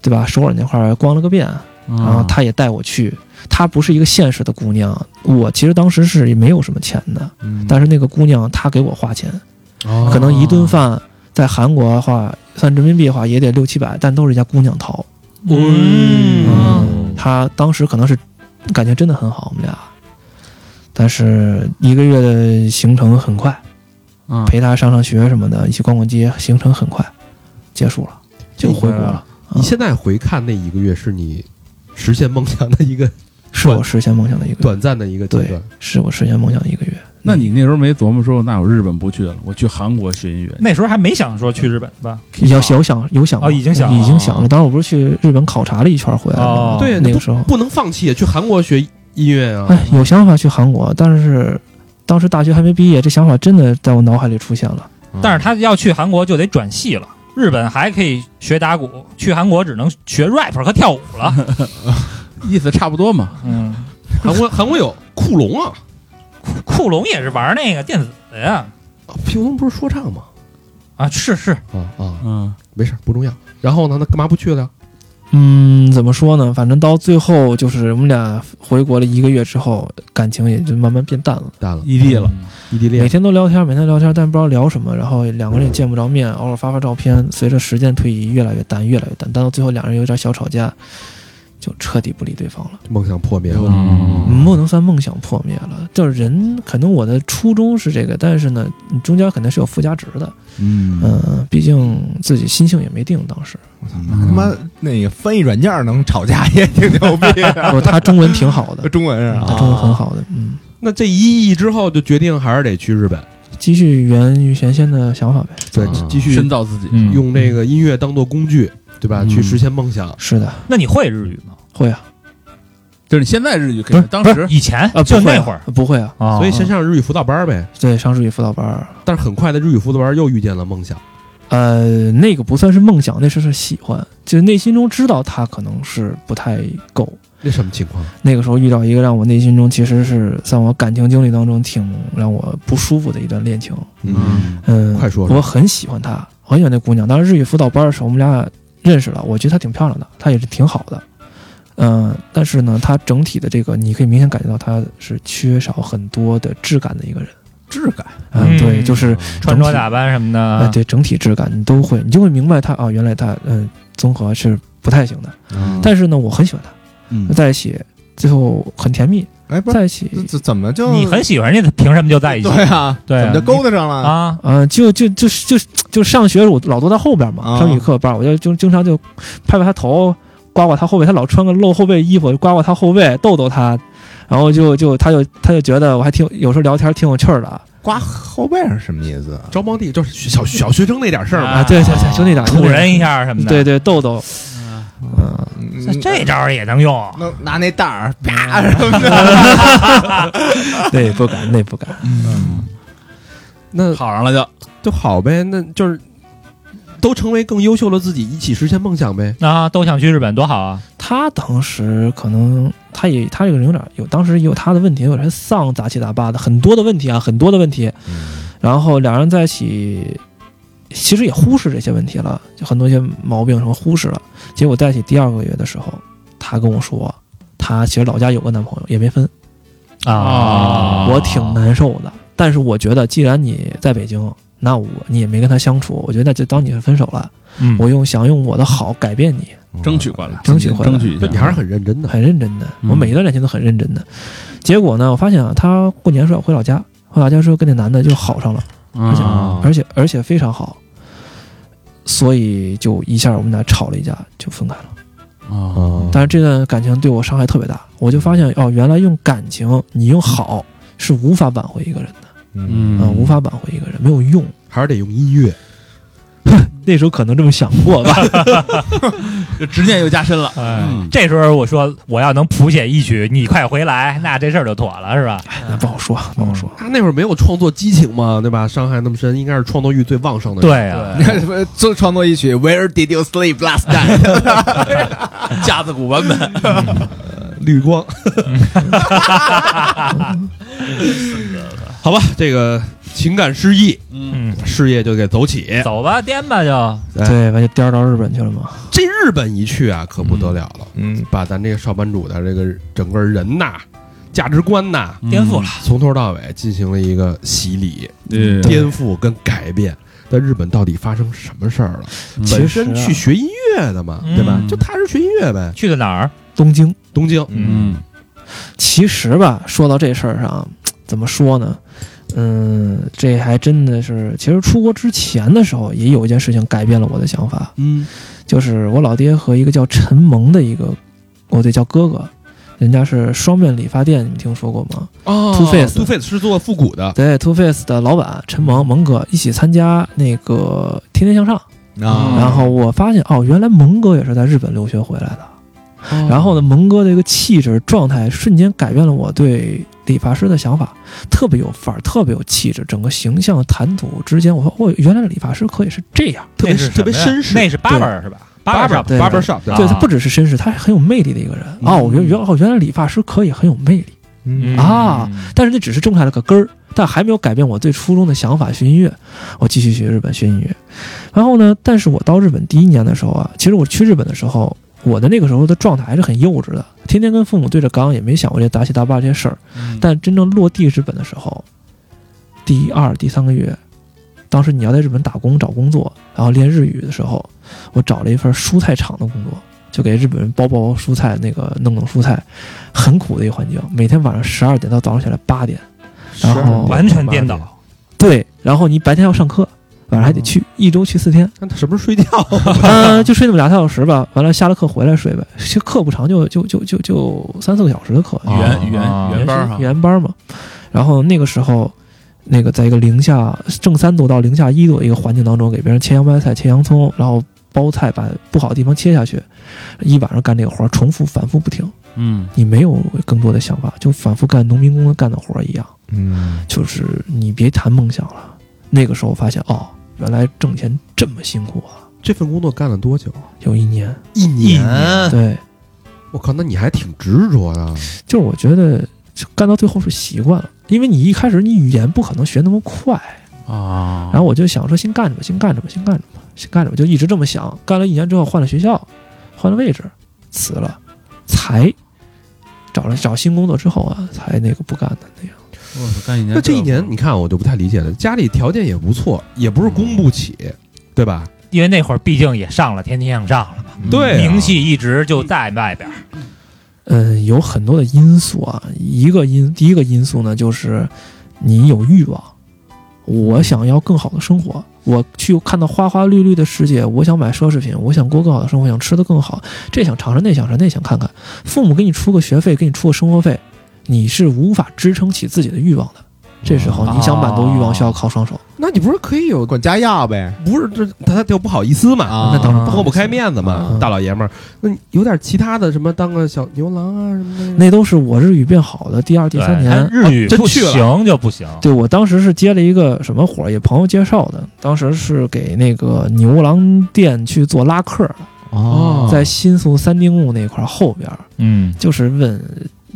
S5: 对吧？首尔那块儿逛了个遍，然
S1: 啊
S2: 嗯
S5: 后她也带我去。她不是一个现实的姑娘，我其实当时是没有什么钱的，
S3: 嗯
S5: 但是那个姑娘她给我花钱，
S2: 哦
S5: 可能一顿饭在韩国的话，算人民币的话也得六七百，但都是人家姑娘掏。
S6: 嗯，
S5: 她当时可能是感情真的很好，我们俩，但是一个月的行程很快，
S4: 嗯
S5: 陪她上上学什么的，一起逛逛街，行程很快结束了，就回国了。
S2: 你现在回看那一个月是你实现梦想的一个
S5: 是我实现梦想的一个月，
S2: 短暂的一个阶
S5: 对
S2: 段。，
S5: 是我实现梦想的一个月。
S4: 那你那时候没琢磨说，那我日本不去了，我去韩国学音乐，
S6: 那时候还没想说去日本吧？
S5: 有有想有想
S6: 哦已经想了
S5: 已经想了。当时我不是去日本考察了一圈回来了吗
S6: 哦
S2: 对
S5: 那个时候，
S2: 不能放弃，啊去韩国学音乐啊！
S5: 哎，有想法去韩国，但是当时大学还没毕业，这想法真的在我脑海里出现了。
S6: 但是他要去韩国就得转系了。日本还可以学打鼓，去韩国只能学 rap 和跳舞了。
S4: 意思差不多嘛。
S6: 嗯，
S2: (laughs) 韩国韩国有 (laughs) 库龙啊，
S6: 库龙也是玩那个电子的呀。
S2: 啊库龙不是说唱吗？
S6: 啊，是是，
S2: 啊啊，
S4: 嗯，
S2: 没事儿不重要。然后呢，那干嘛不去了呀？
S5: 嗯，怎么说呢？反正到最后就是我们俩回国了一个月之后，感情也就慢慢变淡了。
S2: 淡了，嗯
S4: 异地了，
S2: 异地
S5: 每
S2: 恋，
S5: 天都聊天，每天聊天，但不知道聊什么，然后两个人也见不着面，偶尔发发照片。随着时间推移，越来越淡，越来越淡，淡到最后两人有点小吵架，就彻底不理对方了。
S2: 梦想破灭了。
S1: 嗯
S5: 嗯不能算梦想破灭了，就是人可能我的初衷是这个，但是呢，中间肯定是有附加值的。
S1: 嗯，
S5: 嗯，毕竟自己心性也没定，当时
S3: 他妈那个翻译软件能吵架也挺牛逼的，
S5: 不是他中文挺好
S3: (laughs)
S5: 的，
S3: 中文是
S5: 他
S3: 啊，
S5: 中文很好的，嗯，
S2: 那这一亿之后就决定还是得去日本，
S5: 继续源于原先的想法呗。
S2: 对，继续
S4: 深造自己。
S1: 嗯
S2: 用这个音乐当做工具，对吧？
S1: 嗯
S2: 去实现梦想。
S5: 是的，
S6: 那你会日语吗？
S5: 会啊，
S4: 就是你现在日语
S5: 不
S4: 肯定
S5: 是
S4: 当
S6: 不
S4: 时
S6: 是以前
S5: 啊，
S6: 就
S5: 不会啊
S6: 那会儿
S5: 不会
S4: 嗯
S5: 啊，
S6: 啊
S2: 所以先上日语辅导班呗，
S5: 对，上日语辅导班儿，
S2: 但是很快的日语辅导班又遇见了梦想，
S5: 呃，那个不算是梦想，那是是喜欢，就是内心中知道他可能是不太够。
S2: 那什么情况？
S5: 那个时候遇到一个让我内心中其实是在我感情经历当中挺让我不舒服的一段恋情，
S1: 嗯
S5: 嗯，
S2: 快说说
S5: 我很喜欢她，我很喜欢那姑娘。当时日语辅导班的时候，我们俩认识了，我觉得她挺漂亮的，她也是挺好的，嗯、但是呢，她整体的这个，你可以明显感觉到她是缺少很多的质感的一个人。
S3: 质感
S5: 嗯，
S6: 嗯
S5: 对，就是
S6: 穿着打扮什啊么
S5: 哎、
S6: 的，
S5: 对，整体质感你都会，你就会明白她啊，原来她嗯、综合是不太行的。
S2: 嗯
S4: 嗯
S5: 但是呢，我很喜欢她，
S1: 嗯
S5: 在一起最后很甜蜜，
S3: 哎，不是
S5: 在一起
S3: 这这怎么就
S6: 你很喜欢人家，凭什么就在一起？
S3: 对啊，
S6: 对啊
S3: 怎么就勾搭上了？
S6: 啊，
S5: 呃，就就就是就是就上学我老坐在后边嘛，
S3: 啊
S5: 上语课班，我就就经常就拍拍他头，刮刮他后背，他老穿个露后背衣服，刮刮他后背，逗逗他，然后就就他就他就觉得我还挺有时候聊天挺有趣儿的啊
S3: 刮后背是什么意思？
S2: 招帮地就是小小学生那点事儿嘛。
S5: 啊，对对对，兄弟俩
S6: 土人一下什么的，
S5: 对对逗逗，嗯，
S3: 嗯
S6: 这这招儿也能用。啊
S3: 能拿那袋儿啪什么的，
S5: (laughs) 那不敢那不敢，
S2: 那
S4: 考上了就
S2: 就好呗，那就是都成为更优秀的自己，一起实现梦想呗。
S6: 啊，都想去日本，多好啊！
S5: 他当时可能他也他这个人有点有，当时也有他的问题，有点丧杂七杂八的，很多的问题啊，很多的问题。然后两人在一起，其实也忽视这些问题了，就很多一些毛病什么忽视了。结果在一起第二个月的时候，他跟我说，他其实老家有个男朋友，也没分，
S6: 啊，
S5: 我挺难受的。但是我觉得，既然你在北京，那我你也没跟他相处，我觉得那就当你是分手了。
S6: 嗯
S5: 我用想用我的好改变你，
S4: 争取过来，
S5: 争取回来
S4: 争取一
S2: 那
S4: 下。
S2: 你还是很认真的，
S5: 很认真的，
S4: 嗯
S5: 我每一段恋情都很认真的。结果呢，我发现啊，她过年说要回老家，回老家之后跟那男的就好上了，而且、
S4: 啊
S5: 而且而且非常好，所以就一下我们俩吵了一架，就分开了。
S4: 啊，
S5: 但是这段感情对我伤害特别大，我就发现哦，原来用感情，你用好是无法挽回一个人的，
S4: 嗯
S5: 啊、无法挽回一个人，没有用。
S2: 还是得用音乐。
S5: 那时候可能这么想过吧，
S4: 就执念又加深了。
S6: 哎，这时候我说我要能谱写一曲《你快回来》，那这事儿就妥了，是吧？
S5: 哎不好说，不
S4: 嗯
S5: 好说。
S2: 他那会儿没有创作激情嘛，对吧？伤害那么深，应该是创作欲最旺盛的。，
S6: 对啊，
S3: (laughs) 做创作一曲《Where Did You Sleep Last Night》，
S4: 架子鼓版本，
S2: 绿光。好吧，这个情感失意，
S6: 嗯，
S2: 事业就给走起。
S6: 走吧，颠吧就。
S2: 哎
S5: 对，完就颠儿到日本去了嘛。
S2: 这日本一去啊，可不得了了，
S3: 嗯，
S2: 把咱这个少班主的这个整个人呐、价值观呐，
S1: 嗯
S6: 颠覆了
S2: 从头到尾进行了一个洗礼。
S4: 嗯。对，
S2: 颠覆跟改变。在日本到底发生什么事儿了？
S4: 嗯
S5: 其
S2: 本
S5: 实啊
S2: 身去学音乐的嘛，
S6: 嗯
S2: 对吧？就他是学音乐呗。
S6: 去的哪儿？
S5: 东京，
S2: 东京，
S4: 嗯，
S5: 其实吧，说到这事儿上，怎么说呢？嗯，这还真的是，其实出国之前的时候，也有一件事情改变了我的想法，
S2: 嗯，
S5: 就是我老爹和一个叫陈萌的一个，我得叫哥哥，人家是双面理发店，你们听说过吗？
S2: 哦
S5: Two-Face
S2: Two Face 是做复古
S3: 啊
S2: 的，
S5: 对，Two Face 的老板陈萌萌哥一起参加那个《天天向上》，
S3: 啊
S5: 然后我发现哦，原来萌哥也是在日本留学回来的。然后呢，蒙哥的一个气质状态瞬间改变了我对理发师的想法，特别有范儿，特别有气质，整个形象谈吐之间，我说哦，原来理发师可以是这样，特别
S6: 那是什么
S5: 是
S6: 呀
S2: 特别绅士
S6: 那是八本儿是吧？八本儿
S5: Barber，对
S2: Barber Shop
S6: 啊
S5: 对他不只是绅士，他是很有魅力的一个人啊。我原原哦，原来理发师可以很有魅力，
S3: 嗯
S5: 啊，但是那只是种下了个根儿，但还没有改变我最初衷的想法。学音乐，我继续学日本学音乐。然后呢，但是我到日本第一年的时候啊，其实我去日本的时候，我的那个时候的状态还是很幼稚的，天天跟父母对着刚，也没想过这大起大败这些事儿。但真正落地日本的时候，第二、第三个月，当时你要在日本打工找工作，然后练日语的时候，我找了一份蔬菜厂的工作，就给日本人包包蔬菜，那个弄弄蔬菜，很苦的一个环境。每天晚上十二点到早上起来八点，然后
S6: 完全颠倒，
S5: 对，然后你白天要上课，晚上还得去，一周去四天。
S2: 那他什么时候睡觉？
S5: 嗯，就睡那么俩仨小时吧，完了下了课回来睡呗。其实课不长，就就就就就三四个小时的课，
S4: 语言语言
S6: 啊
S4: 语言班儿
S5: 是
S4: 哈
S5: 语，言班儿嘛。然后那个时候，那个在一个零下正三度到零下一度的一个环境当中，给别人切洋白菜、切洋葱，然后包菜，把不好的地方切下去，一晚上干这个活儿，重复反复不停。
S4: 嗯，
S5: 你没有更多的想法，就反复干农民工干的活儿一样。
S3: 嗯，
S5: 就是你别谈梦想了。那个时候发现，哦，原来挣钱这么辛苦啊！
S2: 这份工作干了多久？
S5: 有一年，
S2: 一年。
S5: 对，
S2: 我靠，那你还挺执着的。
S5: 就是我觉得干到最后是习惯了，因为你一开始你语言不可能学那么快，
S2: 嗯
S4: 啊，
S5: 然后我就想说先干着吧，先干着吧，先干着吧，先干着吧，就一直这么想。干了一年之后，换了学校，换了位置，辞了，才找了找新工作之后啊，才那个不干的那样。
S4: 我操干一年，
S2: 那这一年你看，我就不太理解了。家里条件也不错，也不是供不起，对吧？
S6: 因为那会儿毕竟也上了《天天向上》了嘛，
S2: 对啊
S6: 名气一直就在外边儿。
S5: 嗯，有很多的因素啊。一个因，第一个因素呢，就是你有欲望，我想要更好的生活，我去看到花花绿绿的世界，我想买奢侈品，我想过更好的生活，想吃得更好，这想尝尝，那想尝，那想看看。父母给你出个学费，给你出个生活费，你是无法支撑起自己的欲望的。这时候你想满足欲望，需要靠双手。
S2: 啊那你不是可以有？
S3: 管家要呗，
S2: 不是这他他就不好意思嘛，
S3: 啊
S5: 那当然不
S2: 抹
S5: 好
S2: 不
S5: 意思
S2: 开面子嘛
S5: 啊，
S2: 大老爷们儿。那你有点其他的什么，当个小牛郎啊什么的。
S5: 那都是我日语变好的第二、第
S6: 对
S5: 三年，
S6: 他日语
S2: 真
S6: 不
S2: 去了
S6: 行就不行，
S5: 对我当时是接了一个什么活儿，也朋友介绍的，当时是给那个牛郎店去做拉客的，
S2: 哦
S5: 在新宿三丁目那块儿后边儿，
S6: 嗯，
S5: 就是问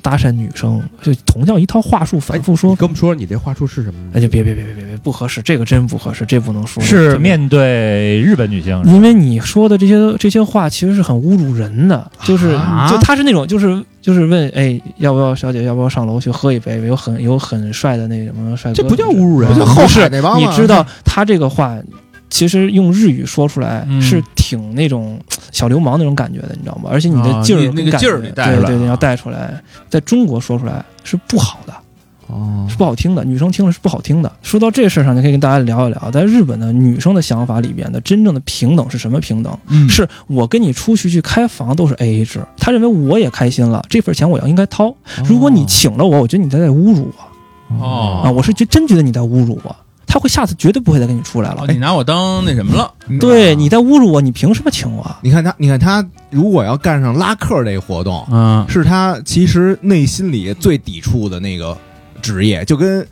S5: 搭讪女生，就同样一套话术反复
S2: 你
S5: 说，
S2: 跟我们说说你这话术是什么？
S5: 哎，就别别别别别别不合适，这个真不合适，这不能说，
S6: 是
S5: 这
S6: 面对日本女性是吧，
S5: 因为你说的这些这些话其实是很侮辱人的，就是、
S3: 啊
S5: 就他是那种就是就是问哎要不要小姐要不要上楼去喝一杯，有很有很帅的那什么帅哥，
S2: 这不叫侮辱人
S3: 不，就后海那帮
S5: 嗯
S3: 啊
S5: 你
S3: 吗
S5: 知道他这个话，其实用日语说出来
S4: 嗯
S5: 是挺那种小流氓那种感觉的，你知道吗？而且你
S4: 啊
S5: 的劲儿
S4: 你
S5: 跟感觉、
S4: 那个劲儿得带出
S5: 对
S4: 来
S5: 对对，
S4: 啊
S5: 要带出来。在中国说出来是不好的，
S4: 哦
S5: 是不好听的，女生听了是不好听的。说到这事儿上，就可以跟大家聊一聊，在日本的女生的想法里边的真正的平等是什么平等？
S4: 嗯
S5: 是我跟你出去去开房都是 A A 制，他认为我也开心了，这份钱我要应该掏。如果你请了我，我觉得你在在侮辱我
S4: 哦
S5: 啊，我是觉真觉得你在侮辱我。他会下次绝对不会再跟你出来了哎
S4: 哦，。你拿我当那什么了？
S5: 对，你在侮辱我，你凭什么请我？
S3: 嗯你看他，你看他，如果要干上拉客这活动，
S4: 嗯，
S3: 是他其实内心里最抵触的那个职业，就跟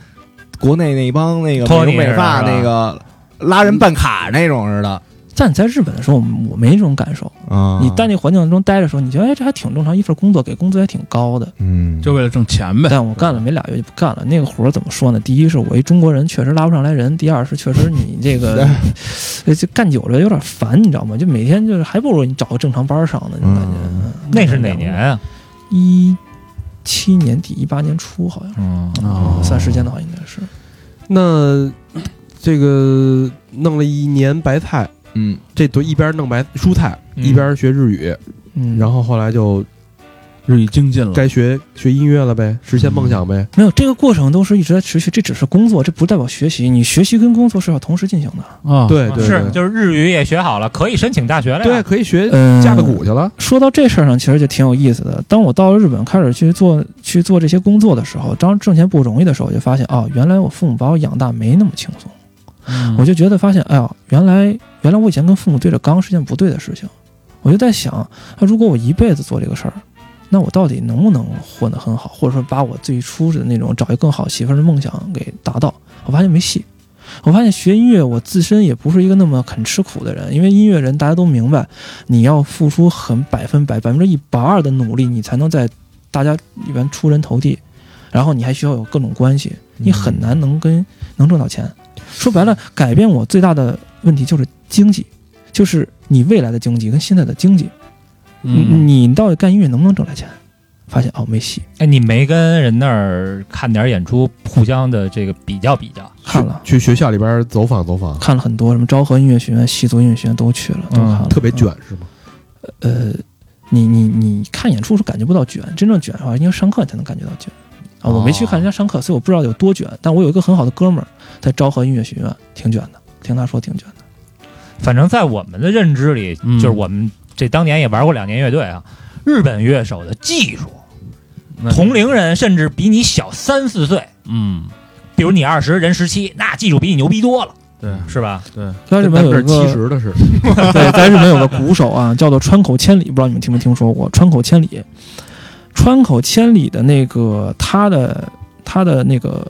S3: 国内那帮那个
S6: 托
S3: 美
S6: 尼
S3: 容美发
S6: 似的
S3: 那个拉人办卡那种似的。
S5: 但你在日本的时候，我没这种感受。
S6: 嗯
S3: 啊
S5: 你在那环境当中待着的时候，你觉得哎，这还挺正常，一份工作给工资还挺高的。
S3: 嗯，
S4: 就为了挣钱呗。
S5: 但我干了没俩月就不干了。那个活儿怎么说呢？第一是我一中国人确实拉不上来人，第二是确实你这个呃就干久了有点烦，你知道吗？就每天就是还不如你找个正常班儿上的那种感觉。
S3: 嗯
S5: 嗯
S6: 那是哪年？啊？
S5: 一七年底，一八年初好像。
S4: 嗯
S5: 哦，算时间的话应该是，
S2: 那这个弄了一年白菜，
S3: 嗯，
S2: 这都一边弄白蔬菜，
S6: 嗯
S2: 一边学日语，
S5: 嗯，
S2: 然后后来就
S4: 日语精进了，
S2: 该学学音乐了呗，实现梦想呗。
S5: 没有这个过程都是一直在持续，这只是工作，这不代表学习。你学习跟工作是要同时进行的。
S4: 啊，
S2: 对对
S6: 是
S2: 对
S6: 就是日语也学好了，可以申请大学了呀。
S2: 对，可以学
S5: 嗯
S2: 架子鼓去了。
S5: 说到这事儿上，其实就挺有意思的。当我到了日本开始去做去做这些工作的时候，当挣钱不容易的时候，我就发现哦，原来我父母把我养大没那么轻松。
S4: 嗯
S5: 我就觉得发现，哎呀，原来原来我以前跟父母对着刚是件不对的事情。我就在想，那如果我一辈子做这个事儿，那我到底能不能混得很好，或者说把我最初的那种找一个更好媳妇儿的梦想给达到？我发现没戏。我发现学音乐，我自身也不是一个那么肯吃苦的人，因为音乐人大家都明白，你要付出很百分百、百分之一百二的努力，你才能在大家里边出人头地，然后你还需要有各种关系，你很难能跟能挣到钱。说白了，改变我最大的问题就是经济，就是你未来的经济跟现在的经济。
S6: 嗯，
S5: 你你到底干音乐能不能挣来钱？发现哦没戏，
S6: 哎，你没跟人那儿看点演出，互相的这个比较比较，
S5: 看了
S2: 去学校里边走访走访，
S5: 看了很多，什么昭和音乐学院、西族音乐学院都去了，都看了，
S2: 特别
S5: 嗯
S2: 卷是吗？
S5: 呃，你你你看演出是感觉不到卷，真正卷的话，因为上课你才能感觉到卷啊。我没去看人家上课，所以我不知道有多卷。但我有一个很好的哥们儿在昭和音乐学院，挺卷的，听他说挺卷的。
S6: 反正在我们的认知里，
S4: 嗯
S6: 就是我们这当年也玩过两年乐队啊，日本乐手的技术，
S4: 那
S6: 同龄人甚至比你小三四岁，
S4: 嗯，
S6: 比如你二十，人十七，那技术比你牛逼多了，
S4: 对
S6: 是吧？
S4: 对，
S5: 在日本有一
S2: 是七
S5: 个
S2: 十的是，
S5: 对，在日本有个鼓手啊，叫做川口千里，不知道你们听没听说过川口千里。川口千里的那个他的他的那个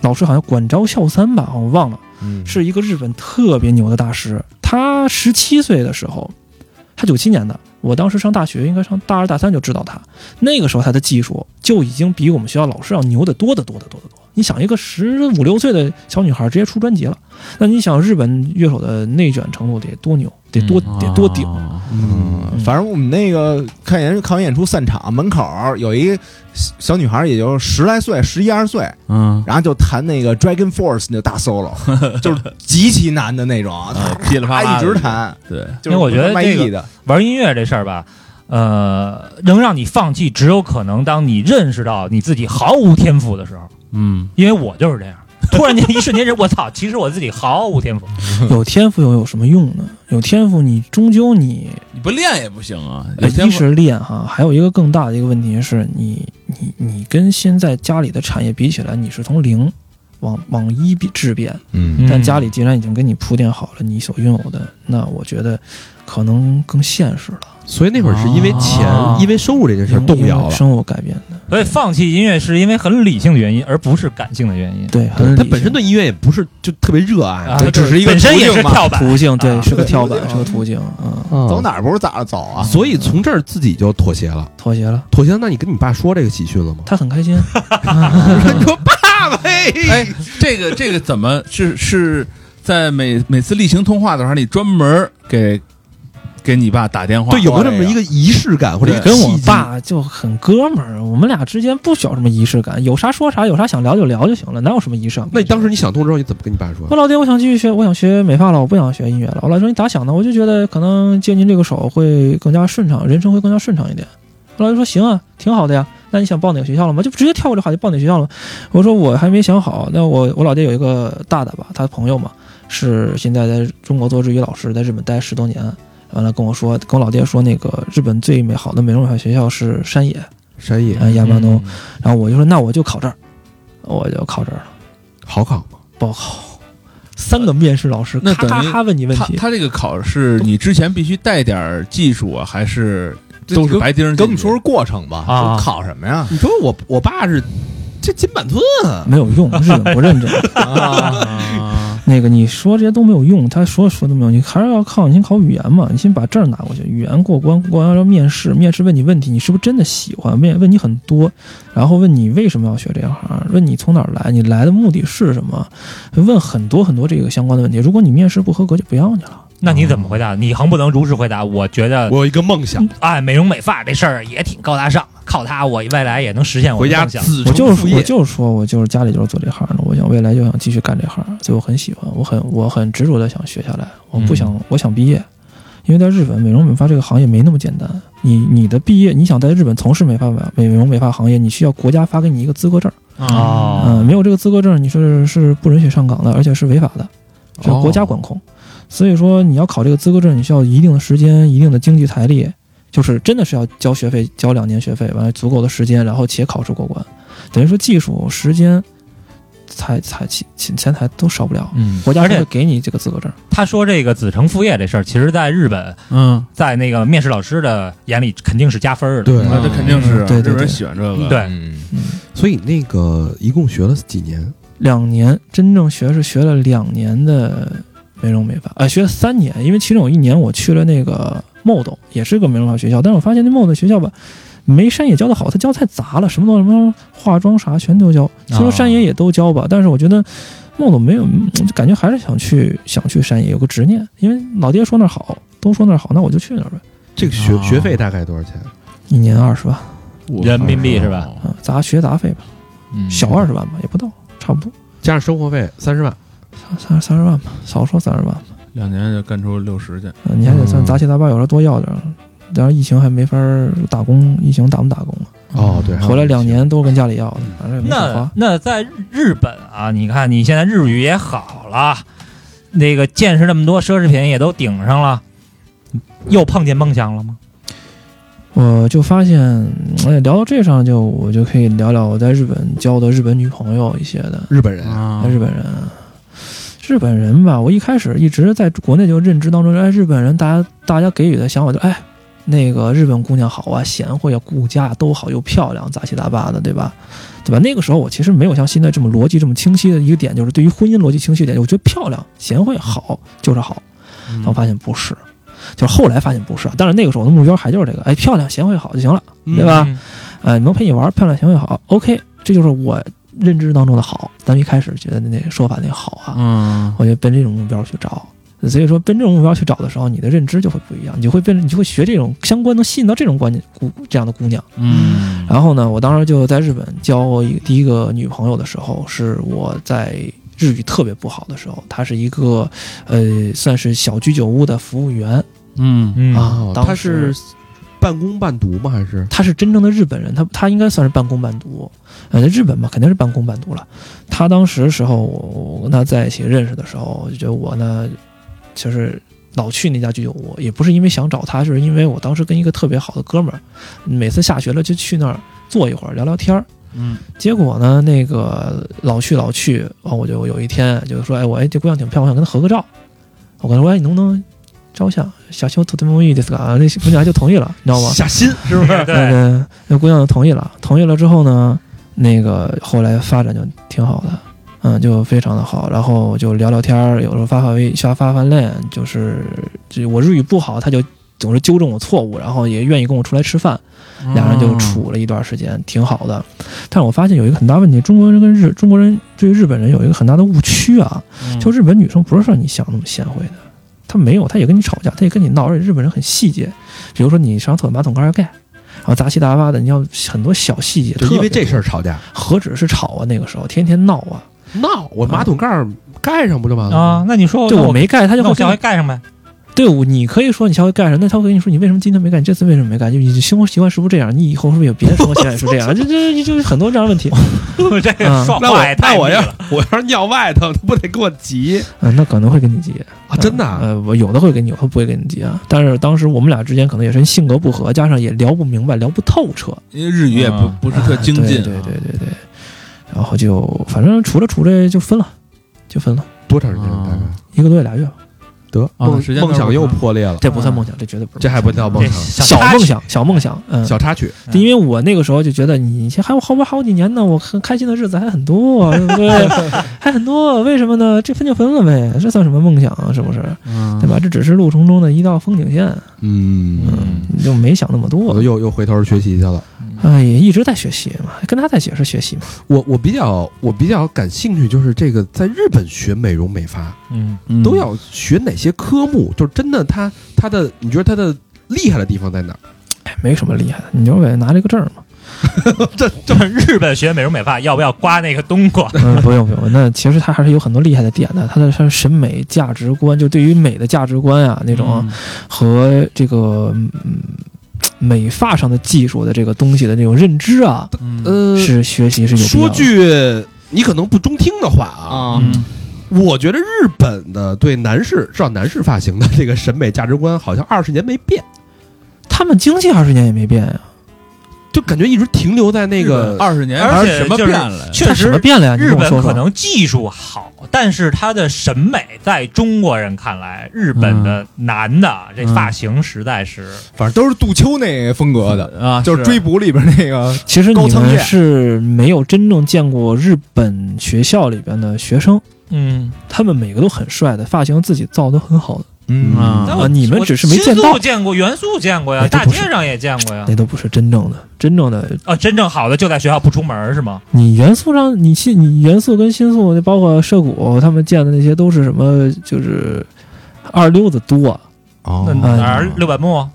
S5: 老师好像管昭孝三吧，我忘了。
S2: 嗯
S5: 是一个日本特别牛的大师。他十七岁的时候，他九七年的，我当时上大学，应该上大二大三就知道他。那个时候他的技术就已经比我们学校老师要牛得多得多得多得多。你想一个十五六岁的小女孩直接出专辑了，那你想日本乐手的内卷程度得多牛，得多得多
S1: (laughs)
S5: 顶。
S4: 哦
S2: 嗯
S3: 反正我们那个看演看完演出散场，门口儿有一小小女孩，也就十来岁，十一二岁，
S4: 嗯，
S3: 然后就弹那个 Dragon Force 那
S6: (laughs)
S3: 大 solo，就是极其难的那种，
S4: 啊噼里
S3: 她
S4: 啪啦
S3: 一
S4: 的
S3: 直弹，
S4: 对，
S3: 就是
S6: 因为我觉得
S3: 卖
S6: 这个
S3: 艺的，
S6: 玩音乐这事儿吧，呃，能让你放弃，只有可能当你认识到你自己毫无天赋的时候，
S4: 嗯
S6: 因为我就是这样。 (laughs) 突然间，一瞬间人，我操！其实我自己毫无天赋。
S5: 有天赋又有什么用呢？有天赋你终究你
S4: 你不练也不行啊，
S5: 呃
S4: 有天
S5: 一
S4: 赋
S5: 是练哈，还有一个更大的一个问题是你你你跟现在家里的产业比起来，你是从零往往一变质变，
S2: 嗯
S5: 但家里既然已经给你铺垫好了你所拥有的，那我觉得可能更现实了，
S2: 所以那会儿是因为
S4: 啊
S2: 钱，因为收入这件事儿
S5: 因为
S2: 动摇
S5: 因为
S2: 了。
S5: 生活改变的，
S6: 所以放弃音乐是因为很理性的原因，而不是感性的原因。
S5: 对，很
S2: 对他
S5: 理
S2: 本身
S5: 性
S2: 对音乐也不是就特别热爱
S6: 啊，
S3: 对只是一个
S6: 本身也是
S3: 途径嘛
S6: 跳板，
S5: 途径，对，
S6: 啊
S5: 是个跳
S3: 途
S5: 板，
S3: 径
S5: 是个途径，嗯，
S3: 走
S2: 走？
S3: 哪儿不是咋走啊？
S2: 所以从这儿自己就妥协了，
S5: 妥协了，
S2: 妥协。那你跟你爸说这个喜讯了吗？
S5: 他很
S2: (laughs)
S5: 开心，
S2: 你说爸爸，嘿，
S4: 哎，这个这个怎么是是在每每次例行通话的时候，你专门给给你爸打电话？
S2: 对，有没有这么一个仪式感或者一个
S5: 跟我
S2: 契机
S5: 爸就很哥们儿，我们俩之间不需要什么仪式感，有啥说啥，有啥想聊就聊就行了，哪有什么仪式感？
S2: 那你当时你想通之后，你怎么跟你爸说
S5: 我？老爹，我想继续学，我想学美发了，我不想学音乐了。我老爹说你咋想的？我就觉得可能接您这个手会更加顺畅，人生会更加顺畅一点。我老爹说行啊，挺好的呀。那你想报哪个学校了吗？就直接跳过这话题，报哪个学校了？我说我还没想好。那我我老爹有一个大大吧，他朋友嘛，是现在在中国做日语老师，在日本待十多年。完了跟我说，跟我老爹说，那个日本最美好的美容美发学校是山野，
S2: 山野
S5: 嗯，亚麻东
S6: 嗯。
S5: 然后我就说那我就考这儿，我就考这儿了，
S2: 好考吗？
S5: 不好考。三个面试老师
S4: 那
S5: 咔
S4: 等
S5: 咔
S4: 于
S5: 咔问你问
S4: 他
S5: 题，
S4: 他这个考试，你之前必须带点儿技术啊，还是
S3: 这
S4: 都是白丁儿进去？
S3: 给我们说说过程吧，
S6: 啊
S3: 就考什么呀？
S2: 你说我我爸是这金板寸啊，
S5: 没有用，日本不认
S4: (laughs)
S5: 真。 (laughs)
S4: 啊，
S5: 那个你说这些都没有用，他说说都没有，你还是要靠你先考语言嘛，你先把证儿拿过去，语言过关，过完要面试，面试问你问题，你是不是真的喜欢？问问你很多，然后问你为什么要学这行，问你从哪儿来，你来的目的是什么，问很多很多这个相关的问题。如果你面试不合格，就不要你了。
S6: 那你怎么回答？你横不能如实回答。我觉得，
S2: 我有一个梦想，
S6: 哎，美容美发这事儿也挺高大上，靠它我未来也能实现我
S2: 回
S6: 的
S2: 家
S6: 梦想。
S2: 子
S5: 我就
S2: 承父
S5: 是我
S2: 业。
S5: 就是说我就是家里就是做这行的，我想未来就想继续干这行，所以我很喜欢，我很我很执着的想学下来，我不想、我想毕业，因为在日本美容美发这个行业没那么简单，你你的毕业你想在日本从事美发美美容美发行业，你需要国家发给你一个资格证，
S6: 哦
S5: 嗯、没有这个资格证你是是不允许上岗的，而且是违法的，是
S6: 哦
S5: 国家管控，所以说你要考这个资格证，你需要一定的时间、一定的经济财力，就是真的是要交学费，交两年学费，完了足够的时间，然后且考试过关，等于说技术、时间、财财钱钱钱财都少不了。
S4: 嗯
S5: 国家
S6: 而
S5: 是
S6: 且
S5: 会给你这个资格证，
S6: 他说这个子承父业这事儿，其实在日本，
S4: 嗯，
S6: 在那个面试老师的眼里肯定是加分儿的。
S2: 对
S4: 那这肯定是
S5: 嗯对对对
S4: 日本人喜欢这个。
S6: 对
S3: 嗯
S2: 所以那个一共学了几年？
S5: 两年真正学是学了两年的美容美发，呃，学了三年，因为其中有一年我去了那个 MOD，也是个美容美发学校，但是我发现那 MOD 学校吧，没山野教的好，他教太杂了，什么都什么化妆啥全都教，虽说山野也都教吧，但是我觉得 MOD 没有，嗯就感觉还是想去想去山野，有个执念，因为老爹说那儿好，都说那儿好，那我就去那儿呗。
S2: 这个学
S6: 啊
S2: 学费大概多少钱？
S5: 一年二十万
S6: 人民币是吧？
S5: 啊，砸学杂费吧，
S6: 嗯
S5: 小二十万吧，也不到，差不多
S2: 加上生活费三十万，
S5: 三三三十万吧，少说三十万吧，
S4: 两年就干出六十去，
S5: 呃你还得算
S2: 嗯
S5: 杂七杂八，有时候多要点儿。当然，疫情还没法儿打工，疫情打不打工啊？
S2: 哦，对，
S5: 回来两年都跟家里要
S2: 嗯
S5: 的，反正也没少
S6: 那
S5: 花。
S6: 那在日本啊，你看你现在日语也好了，那个见识那么多奢侈品也都顶上了，又碰见梦想了吗？
S5: 我就发现，哎，聊到这上就我就可以聊聊我在日本交的日本女朋友一些的
S2: 日本人
S4: 啊
S5: 日本人。日本人吧，我一开始一直在国内就认知当中，哎，日本人大家大家给予的想法就哎，那个日本姑娘好啊，贤惠啊，顾家都好，又漂亮，杂七杂八的，对吧？对吧？那个时候我其实没有像现在这么逻辑这么清晰的一个点，就是对于婚姻逻辑清晰一点，我觉得漂亮、贤惠、好就是好。但我发现不是，就是后来发现不是。但是那个时候我的目标还就是这个，哎，漂亮、贤惠、好就行了，对吧？呃，能陪你玩儿，漂亮行为好，OK，这就是我认知当中的好。咱们一开始觉得那说法那好啊，
S4: 嗯，
S5: 我就奔这种目标去找。所以说，奔这种目标去找的时候，你的认知就会不一样，你就会变，你就会学这种相关，能吸引到这种观念姑这样的姑娘。
S4: 嗯，
S5: 然后呢，我当时就在日本交一第一个女朋友的时候，是我在日语特别不好的时候，她是一个呃，算是小居酒屋的服务员
S4: 嗯
S6: 嗯
S2: 啊
S5: 啊，，当
S2: 他
S5: 时
S2: 是半工半读吗？还是
S5: 他是真正的日本人，他他应该算是半工半读，呃，日本嘛肯定是半工半读了。他当时时候我我跟他在一起认识的时候，我就觉得我呢，就是老去那家居酒屋，也不是因为想找他，就是因为我当时跟一个特别好的哥们儿，每次下学了就去那儿坐一会儿聊聊天儿。
S4: 嗯
S5: 结果呢，那个老去老去，完我就有一天就说，哎，我哎这姑娘挺漂亮，我想跟她合个照。我跟她说，哎，你能不能照相？小修图特莫伊ですか？那姑娘就同意了，你知道吗？
S2: 下心是不是？
S5: 对
S6: 对，
S5: 对，那姑娘同意了，同意了之后呢，那个后来发展就挺好的，嗯，就非常的好，然后就聊聊天儿，有时候发发微发发发烂，就是就我日语不好，他就总是纠正我错误，然后也愿意跟我出来吃饭，俩人就处了一段时间，挺好的。但是我发现有一个很大问题，中国人跟日中国人对于日本人有一个很大的误区啊，
S6: 嗯
S5: 就日本女生不是像你想那么贤惠的，她没有，她也跟你吵架，她也跟你闹，而且日本人很细节，比如说你上厕所马桶盖儿盖，然后杂七杂八的，你要很多小细节，
S2: 就因为
S5: 特别
S2: 这事儿吵架
S5: 多，何止是吵啊，那个时候天天闹啊，
S2: 闹，我马桶盖儿盖上不就完了
S6: 啊
S2: 吗？，
S6: 那你说
S5: 就我没盖，他
S6: 那
S5: 就
S6: 我
S5: 会
S6: 下回
S5: 跟
S6: 盖上
S5: (laughs)
S6: 呗。
S5: 对我，你可以说你下回盖上，那他会跟你说你为什么今天没盖，你这次为什么没盖，就你的生活习惯是不是这样，你以后是不是有别的生活习惯也是这样，就就就很多这样的问题，
S6: 这
S5: 嗯
S6: 个说
S2: 那
S6: 话
S2: 我
S6: 也太
S2: 那我
S6: 密
S2: 要
S6: 了
S2: 我要是尿外头，他不得跟我急
S5: 嗯，那可能会跟你急。
S2: 啊？真的啊，
S5: 呃，我有的会跟你，有的不会跟你急啊。但是当时我们俩之间可能也是性格不合，加上也聊不明白，聊不透彻，
S4: 因为日语也不
S6: 啊
S4: 不是特精进，
S5: 啊对对对对对。然后就反正除了除了就分了，就分了
S2: 多长时间大概？
S5: 一个多月俩月吧，
S2: 得
S4: 啊
S2: 梦
S4: 时间
S2: 梦
S4: 倒
S2: 想
S4: 是
S2: 又
S4: 不长
S2: 破裂了，
S5: 这不算梦想，这嗯绝对不是
S2: 这还不叫梦
S6: 这
S2: 想，
S5: 小
S6: 插曲
S5: 梦想，小梦想，嗯。
S2: 小插曲。
S5: 对因为我那个时候就觉得你还有后边好几年呢，我很开心的日子还
S2: (laughs)
S5: 很多，对不对？还很多，为什么呢？这分就分了呗，这算什么梦想啊？是不是？
S4: 嗯
S5: 对吧？这只是路程中的一道风景线，
S2: 嗯，
S4: 嗯
S5: 你就没想那么多。
S2: 我都又又回头学习去了。
S5: 哎，也一直在学习嘛，跟他在一起也是学习嘛。
S2: 我我比较我比较感兴趣，就是这个在日本学美容美发
S6: 嗯， (laughs)
S4: 嗯
S2: 都要学哪些科目？就是真的他他的，你觉得他的厉害的地方在哪儿？
S5: 哎，没什么厉害的，你就是为了拿这个证儿嘛。
S6: 就是日本学美容美发，要不要刮那个冬瓜？
S5: (laughs) 嗯，不用不用，那其实他还是有很多厉害的点的。他的他的审美价值观，就对于美的价值观啊，那种
S6: 嗯
S5: 和这个嗯美发上的技术的这个东西的那种认知啊，
S4: 嗯
S2: 呃，
S5: 是学习是有必要
S2: 说
S5: 的。
S2: 句你可能不中听的话啊，
S3: 啊，
S4: 嗯
S2: 我觉得日本的对男士至少男士发型的这个审美价值观好像二十年没变，
S5: 他们经济二十年也没变啊呀、
S2: 就感觉一直停留在那
S4: 日
S2: 个
S4: 本二十年，
S6: 而且
S4: 什么
S6: 就
S4: 变
S6: 是
S4: 了？
S6: 确
S5: 他
S6: 实
S5: 什么变了呀？啊你
S6: 日
S5: 跟我
S6: 本
S5: 说
S6: 可
S5: 说。
S6: 能技术好，但是他的审美在中国人看来，日本的
S5: 嗯
S6: 男的、这发型实在是，
S3: 反正都是杜秋那风格的，
S4: 啊，
S3: 就是追捕里边那个
S5: 其实
S3: 高
S5: 你
S3: 仓
S5: 们
S3: 健
S5: 是没有真正见过日本学校里边的学生，
S6: 嗯
S5: 他们每个都很帅的，发型自己造的很好的。
S4: 嗯啊
S6: 但
S5: 啊
S6: 我
S5: 你们
S6: 我
S5: 只是没见到
S6: 新宿见过，元素见过呀，
S5: 哎这
S6: 大
S5: 不是
S6: 街上也见过呀。
S5: 那都不是真正的，真正的
S6: 啊，真正好的就在学校不出门儿是吗？
S5: 你元素上，你新你元素跟新宿，包括涉谷他们建的那些，都是什么？就是二溜子多，
S6: 那
S5: 哎
S6: 哪儿六本木？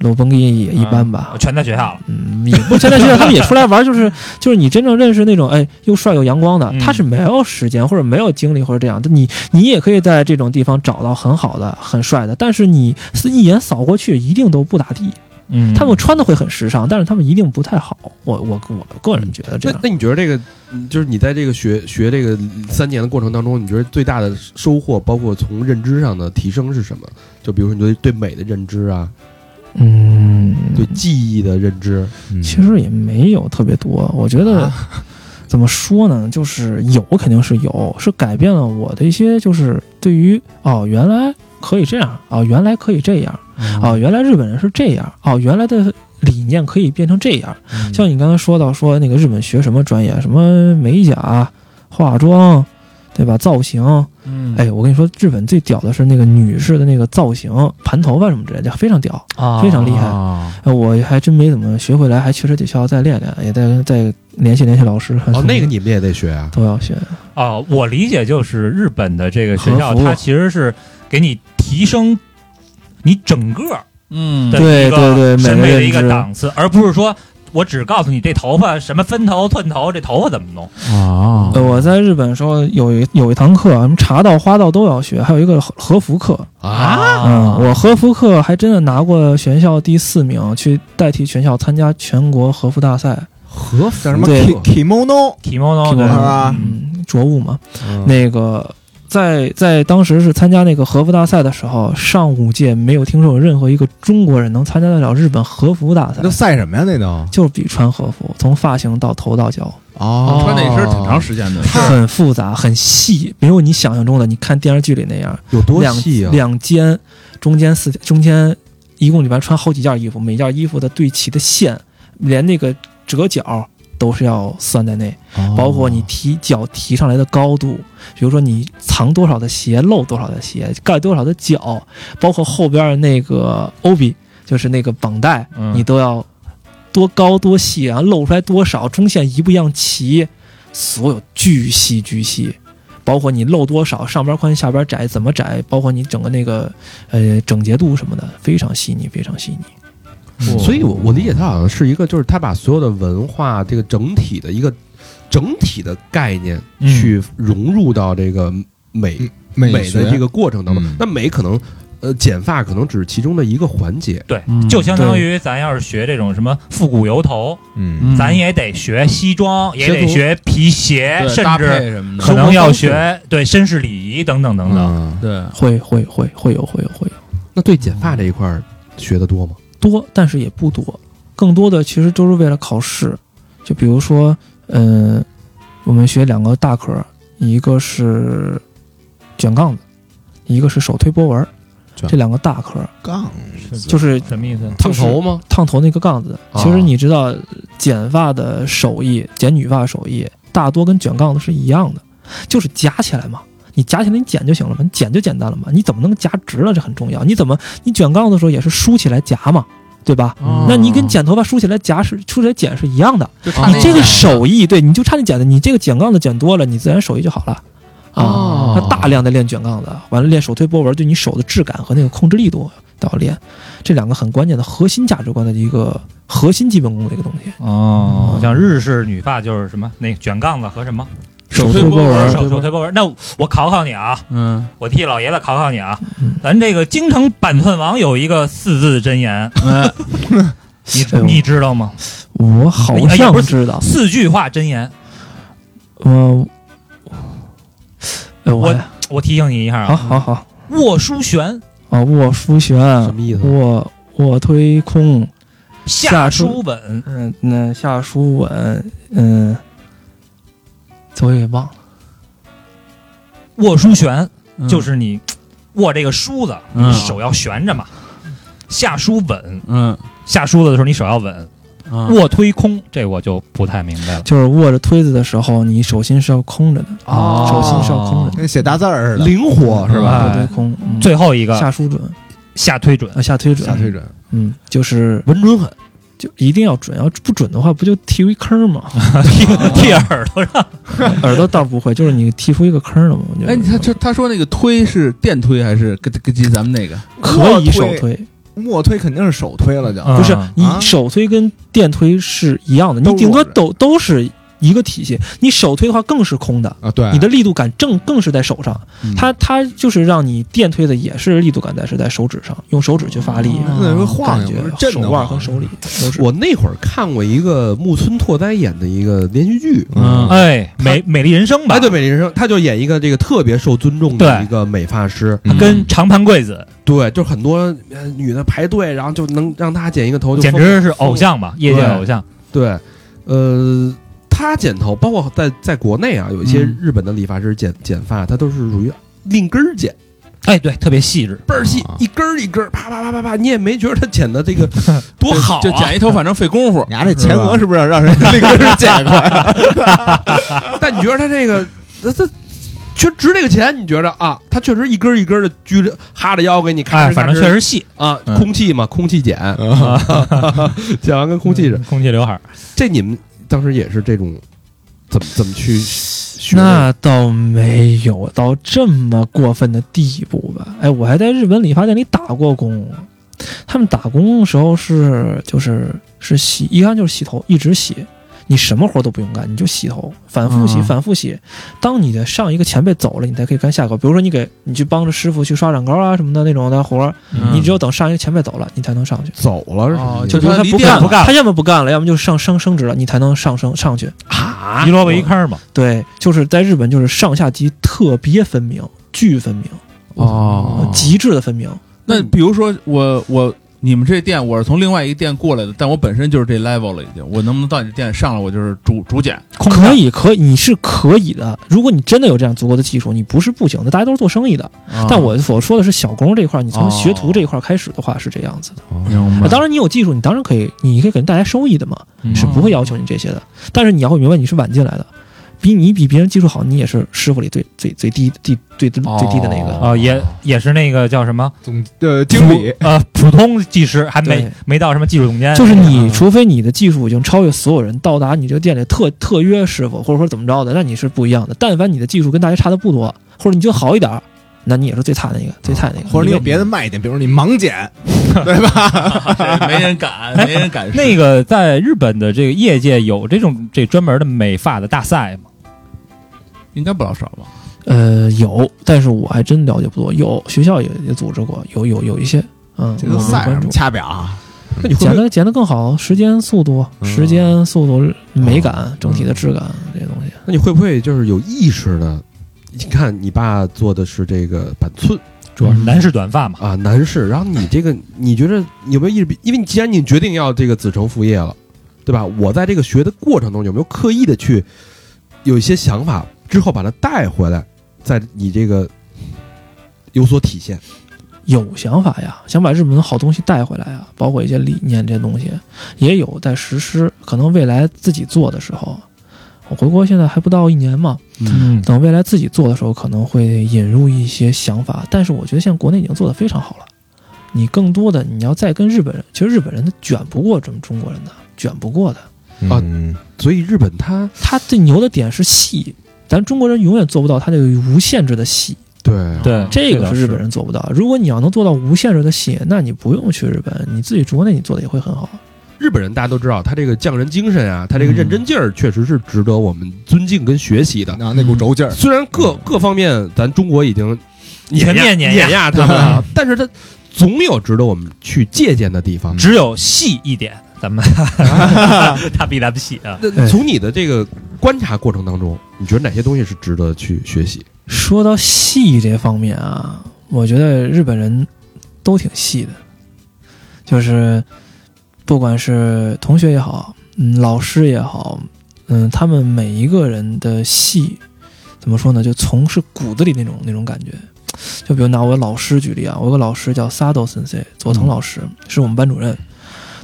S5: 楼崩一也一般吧
S6: 嗯，全在学校了。
S5: 嗯，也不现在现在他们也出来玩儿，就是就是你真正认识那种哎又帅又阳光的
S6: 嗯，
S5: 他是没有时间或者没有精力或者这样，你你也可以在这种地方找到很好的、很帅的，但是你是一眼扫过去一定都不咋地。
S6: 嗯，
S5: 他们穿的会很时尚，但是他们一定不太好。我我我个人觉得这
S2: 那
S5: 样。
S2: 那你觉得这个，嗯就是你在这个学学这个三年的过程当中，你觉得最大的收获，包括从认知上的提升是什么？就比如说你对对美的认知啊，
S5: 嗯，
S2: 对记忆的认知，
S5: 其实也没有特别多，我觉得。 (laughs) 怎么说呢？就是有肯定是有，是改变了我的一些，就是对于哦，原来可以这样，哦，原来可以这样，
S4: 嗯
S1: 嗯
S2: 啊
S5: 哦，原来日本人是这样，哦，原来的理念可以变成这样。像你刚才说到说那个日本学什么专业，什么美甲、化妆，对吧？造型，
S4: 嗯，
S5: 哎，我跟你说，日本最屌的是那个女士的那个造型、盘头发什么之类的，非常屌。
S6: 啊
S5: 非常厉害
S4: 啊，
S5: 哎我还真没怎么学回来，还确实得需要再练练，也再再联系联系老师。 (laughs)
S2: 哦，那个你们也得学啊。
S5: 都要学，
S6: 啊！我理解就是日本的这个学校，
S5: 和服
S6: 它其实是给你提升你整个
S4: 嗯，
S6: 的
S5: 对
S6: 一个
S5: 对对
S6: 审美的一
S5: 每个
S6: 个
S5: 认知
S6: 档次，而不是说我只告诉你这头发什么分头、寸头，这头发怎么弄。
S2: 嗯
S4: 啊
S5: 呃，我在日本的时候有一有一堂课，什么茶道、花道都要学，还有一个和和服课。
S6: 啊
S5: 嗯，我和服课还真的拿过全校第四名，去代替全校参加全国和服大赛。
S2: 和服
S3: 叫什么
S5: 对
S3: ki- kimono
S6: ，kimono
S5: 是
S6: 对
S3: 吧
S5: 嗯，着物嘛。
S2: 嗯
S5: 那个在在当时是参加那个和服大赛的时候，上五届没有听说有任何一个中国人能参加得了日本和服大赛
S3: 那，赛什么呀？那都
S5: 就是比穿和服，从发型到头到脚，
S3: 哦
S4: 穿那身挺长时间的，
S5: 很复杂很细，没有你想象中的，你看电视剧里那样，
S2: 有多
S5: 两
S2: 细啊？
S5: 两肩，中间四中间一共里边穿好几件衣服，每件衣服的对齐的线，连那个折角都是要算在内。包括
S6: 哦
S5: 你提脚提上来的高度，比如说你藏多少的鞋，露多少的鞋，盖多少的脚，包括后边那个欧比，就是那个绑带，
S4: 嗯
S5: 你都要多高多细，然后露出来多少，中线一不一样齐，所有巨细巨细。包括你露多少，上边宽下边窄，怎么窄，包括你整个那个呃整洁度什么的，非常细腻，非常细腻。
S6: 嗯
S2: 所以我，我理解它好像是一个，就是它把所有的文化这个整体的一个整体的概念
S6: 嗯
S2: 去融入到这个美、
S3: 美
S2: 美的这
S3: 个
S2: 个过程当中
S4: 嗯。
S2: 那美可能，呃，剪发可能只是其中的一个环节。
S6: 对
S4: 嗯，
S6: 就相当于咱要是学这种什么复古油头，
S3: 嗯
S6: 咱也得学西装，也
S2: 学
S6: 得
S2: 徒
S6: 学皮鞋，
S4: 对
S6: 甚
S4: 搭
S6: 至
S4: 配什么
S6: 可
S4: 的，
S6: 能要学对绅士礼仪等等等等。
S3: 嗯
S4: 对，
S5: 会会会会有会有会有。
S2: 那对剪发这一块儿学的多吗？
S5: 多，但是也不多，更多的其实都是为了考试。就比如说，嗯、我们学两个大科，一个是卷杠子，一个是手推波纹儿，
S3: 卷
S5: 这两个大科
S3: 杠
S5: 就是
S6: 什么意思？
S2: 烫头吗？
S5: 烫头那个杠子。
S2: 啊
S5: 其实你知道，剪发的手艺，剪女发手艺大多跟卷杠子是一样的，就是夹起来嘛。你夹起来，你剪就行了嘛，你剪就简单了嘛。你怎么能夹直了？这很重要。你怎么，你卷杠子的时候也是梳起来夹嘛，对吧？
S4: 哦
S5: 那你跟剪头发梳起来夹是梳起来剪是一样的，
S4: 就差
S6: 啊
S5: 你
S4: 哦那
S5: 这个
S4: 一下
S5: 手艺对，你就差那剪子，你这个剪杠子剪多了，你自然手艺就好了。
S2: 哦
S5: 啊，他大量的练卷杠子，完了练手推波纹，对你手的质感和那个控制力度都要练，这两个很关键的核心价值观的一个核心基本功的一个东西。
S6: 哦，像日式女发就是什么那卷杠子和什么
S5: 手
S4: 推
S5: 推波
S4: 波
S5: 纹
S4: 纹
S5: 儿，
S6: 手
S5: 对
S6: 手
S5: 吧
S6: 推波纹。那我考考你啊，
S4: 嗯
S6: 我替老爷子考考你啊
S5: 嗯，
S6: 咱这个京城板寸王有一个四字真言，
S4: 哎
S5: 哎
S6: (laughs) 你
S5: 呦
S6: 你知道吗？
S5: 我好
S6: 哎呀不
S5: 像
S6: 是
S5: 知道，
S6: 四句话真言，
S5: 嗯，哎我
S6: 我我提醒你一下
S5: 好
S6: 啊，
S5: 好好
S6: 握书旋，
S5: 啊，握书旋，
S2: 什么意思？啊
S5: 握握推空，
S6: 下
S5: 下
S6: 书稳，
S5: 嗯，那夏书文，嗯，这我也给忘了。
S6: 握书旋
S4: 嗯
S6: 就是你握这个梳子，
S4: 嗯
S6: 你手要悬着嘛。下梳稳，
S4: 嗯
S6: 下梳子的时候你手要
S5: 嗯
S6: 稳。
S4: 啊
S6: 握推空，这我就不太明白了。
S5: 就是握着推子的时候，你手心是要空着的，
S4: 哦
S5: 手心是要空着的，
S3: 跟写大字儿似的，
S2: 灵活是吧？
S5: 握
S6: 哎
S5: 推空。嗯、
S6: 最后一个
S5: 下书准
S6: 下推准， (laughs)
S5: 啊，下推准，
S3: 下推准
S5: 嗯，就是
S2: 稳准狠，
S5: 就一定要准，要不准的话，不就踢出一坑吗？ (laughs)
S6: 剃剃耳朵上。
S5: 耳朵倒不会，就是你踢出一个坑了嘛。我觉得
S4: 哎，你他他他说那个推是电推还是跟跟咱们那个
S5: 可以手推，
S3: 磨推肯定是手推了就，
S6: 嗯
S5: 不是
S6: 啊
S5: 你
S3: 啊
S5: 手推跟电推是一样的，
S3: 都
S5: 你
S3: 是
S5: 顶多
S3: 握着
S5: 都都是一个体系。你手推的话更是空的，
S3: 啊，对
S5: 你的力度感正更是在手上
S3: 嗯。
S5: 它它就是让你电推的也是力度感在是在手指上，用手指去发力，
S6: 哦
S3: 那会晃
S5: 感
S3: 悠，
S5: 觉
S3: 不是震
S5: 手
S3: 得
S5: 腕
S3: 慌
S5: 和手里手指。
S2: 我那会儿看过一个木村拓哉演的一个连续剧，
S3: 嗯
S5: 啊
S6: 哎，美美丽人生吧，
S2: 哎，对，美丽人生，他就演一个这个特别受尊重的
S6: 对
S2: 一个美发师，
S3: 嗯
S6: 跟长盘贵子
S2: 对，就很多呃女的排队，然后就能让他剪一个头，就
S6: 简
S2: 疯
S6: 直是偶像吧，业界偶像。
S2: 对，呃，他剪头，包括在在国内啊，有一些
S6: 嗯
S2: 日本的理发师剪剪发，他都是属于另根儿剪，
S6: 哎，对，特别细致。
S2: 倍儿细
S3: 啊，
S2: 一根儿一根儿，啪啪啪啪啪，你也没觉得他剪的这 (laughs) 个多好
S4: 就
S2: 啊，
S4: 剪一头，反正费功夫。
S3: 你家嗯这前额是不是让人那个人剪过来？
S2: 但你觉得他这个，他他。确值这个钱，你觉得啊？他确实一根儿一根的拘着，哈着腰给你看
S6: 哎，
S2: 着，
S6: 反正
S2: 咔哧
S6: 确实嗯细，
S2: 啊，
S4: 嗯
S2: 空气嘛，空气剪， (laughs) 剪完跟空气似的。
S6: 空气刘海儿。
S2: 这你们当时也是这种，怎么怎么去学的？
S5: 那倒没有到这么过分的地步吧？哎，我还在日本理发店里打过工，他们打工的时候是就是是洗，一看就是洗头，一直洗，你什么活都不用干，你就洗头，反复洗，
S6: 嗯
S5: 反复洗。当你的上一个前辈走了，你才可以干下个。比如说你给你去帮着师傅去刷染膏啊什么的那种的活儿，
S6: 嗯
S5: 你只有等上一个前辈走了，你才能上去。
S2: 走了
S6: 啊
S2: 是什么意思
S4: 就
S5: 比如
S4: 他
S5: 他
S4: 离
S5: 不
S4: 店
S5: 干
S4: 了
S5: 他要么不干了，要么就上升升职了，你才能上升上去。
S6: 一萝卜一坑嘛。
S5: 对，就是在日本，就是上下级特别分明，巨分明，呃
S2: 哦
S5: 极致的分明。
S4: 那比如说我我你们这店，我是从另外一个店过来的，但我本身就是这 level 了，已经。我能不能到你店上来，我就是主主 (laughs) 剪？
S6: 空
S5: 可
S6: 降，
S5: 以，可以，你是可以的。如果你真的有这样足够的技术，你不是不行的。大家都是做生意的，但我所说的是小工这一块，你从学徒这一块开始的话是这样子的。
S4: 明
S5: 当然，你有技术，你当然可以，你可以给人带来收益的嘛，是不会要求你这些的。但是你要会明白，你是晚进来的，比你比别人技术好，你也是师傅里最最最低最最最低的那个。
S6: 啊，也也是那个叫什么
S3: 总呃，经理
S6: 普呃，普通技师还没
S5: 对
S6: 没到什么技术总
S3: 哎
S6: 监，嗯
S5: 就是
S3: 嗯
S5: 你，除非你的技术已经超越所有人，到达你这个店里特特约师傅，或者说怎么着的，那你是不一样的。但凡你的技术跟大家差的不多，或者你就好一点儿，那你也是最差的那个，最差的那个。
S3: 啊或者你有
S5: 因为
S3: 别的卖点，比如你盲剪，对吧？
S4: 然没人敢，没人敢试。
S6: 那个在日本的这个业界有这种这专门的美发的大赛吗？
S4: 应该不老少吧？
S5: 呃有，但是我还真了解不多。有学校也也组织过，有有有一些，嗯，
S3: 这
S5: 我
S3: 都
S5: 们
S3: 赛
S5: 关
S3: 什么
S5: 注。
S3: 掐表啊？ (laughs)
S2: 那你会
S5: 剪
S2: 不会
S5: 的剪的更好，时间速度、
S3: 嗯
S5: 时间速度、美感、整体的质感这些东西。
S2: 那你会不会就是有意识的？你看你爸做的是这个板寸
S6: 主要是嗯男士短发嘛，
S2: 啊，男士，然后你这个你觉得你有没有意识？因为你既然你决定要这个子承父业了，对吧？我在这个学的过程中有没有刻意的去有一些想法，之后把它带回来，在你这个有所体现？
S5: 有想法呀，想把日本的好东西带回来呀，包括一些理念这些东西，也有在实施。可能未来自己做的时候，我回国现在还不到一年嘛，
S6: 嗯，
S5: 等未来自己做的时候，可能会引入一些想法。但是我觉得现在国内已经做得非常好了，你更多的你要再跟日本人，其实日本人他卷不过咱们中国人的，卷不过的。
S2: 啊所以日本它
S5: 他最牛的点是细，咱中国人永远做不到他这个无限制的细。
S2: 对
S6: 对，
S5: 这个
S6: 倒
S5: 是日本人做不到。如果你要能做到无限制的吸引，那你不用去日本，你自己国内你做的也会很好。
S2: 日本人大家都知道，他这个匠人精神啊，他这个认真劲儿，确实是值得我们尊敬跟学习的。
S3: 啊，那股轴劲儿，
S2: 虽然各各方面咱中国已经
S6: 全面
S2: 碾
S6: 碾压
S2: 压他们了，但是他总有值得我们去借鉴的地方。
S6: 只有细一点，咱们 (laughs) 他比咱们细啊。
S2: 那从你的这个观察过程当中，你觉得哪些东西是值得去学习？
S5: 说到细这方面啊，我觉得日本人都挺细的，就是不管是同学也好，嗯，老师也好，嗯，他们每一个人的细，怎么说呢？就从是骨子里那种那种感觉。就比如拿我老师举例啊，我有个老师叫 Sado Sensei，佐藤老师、是我们班主任，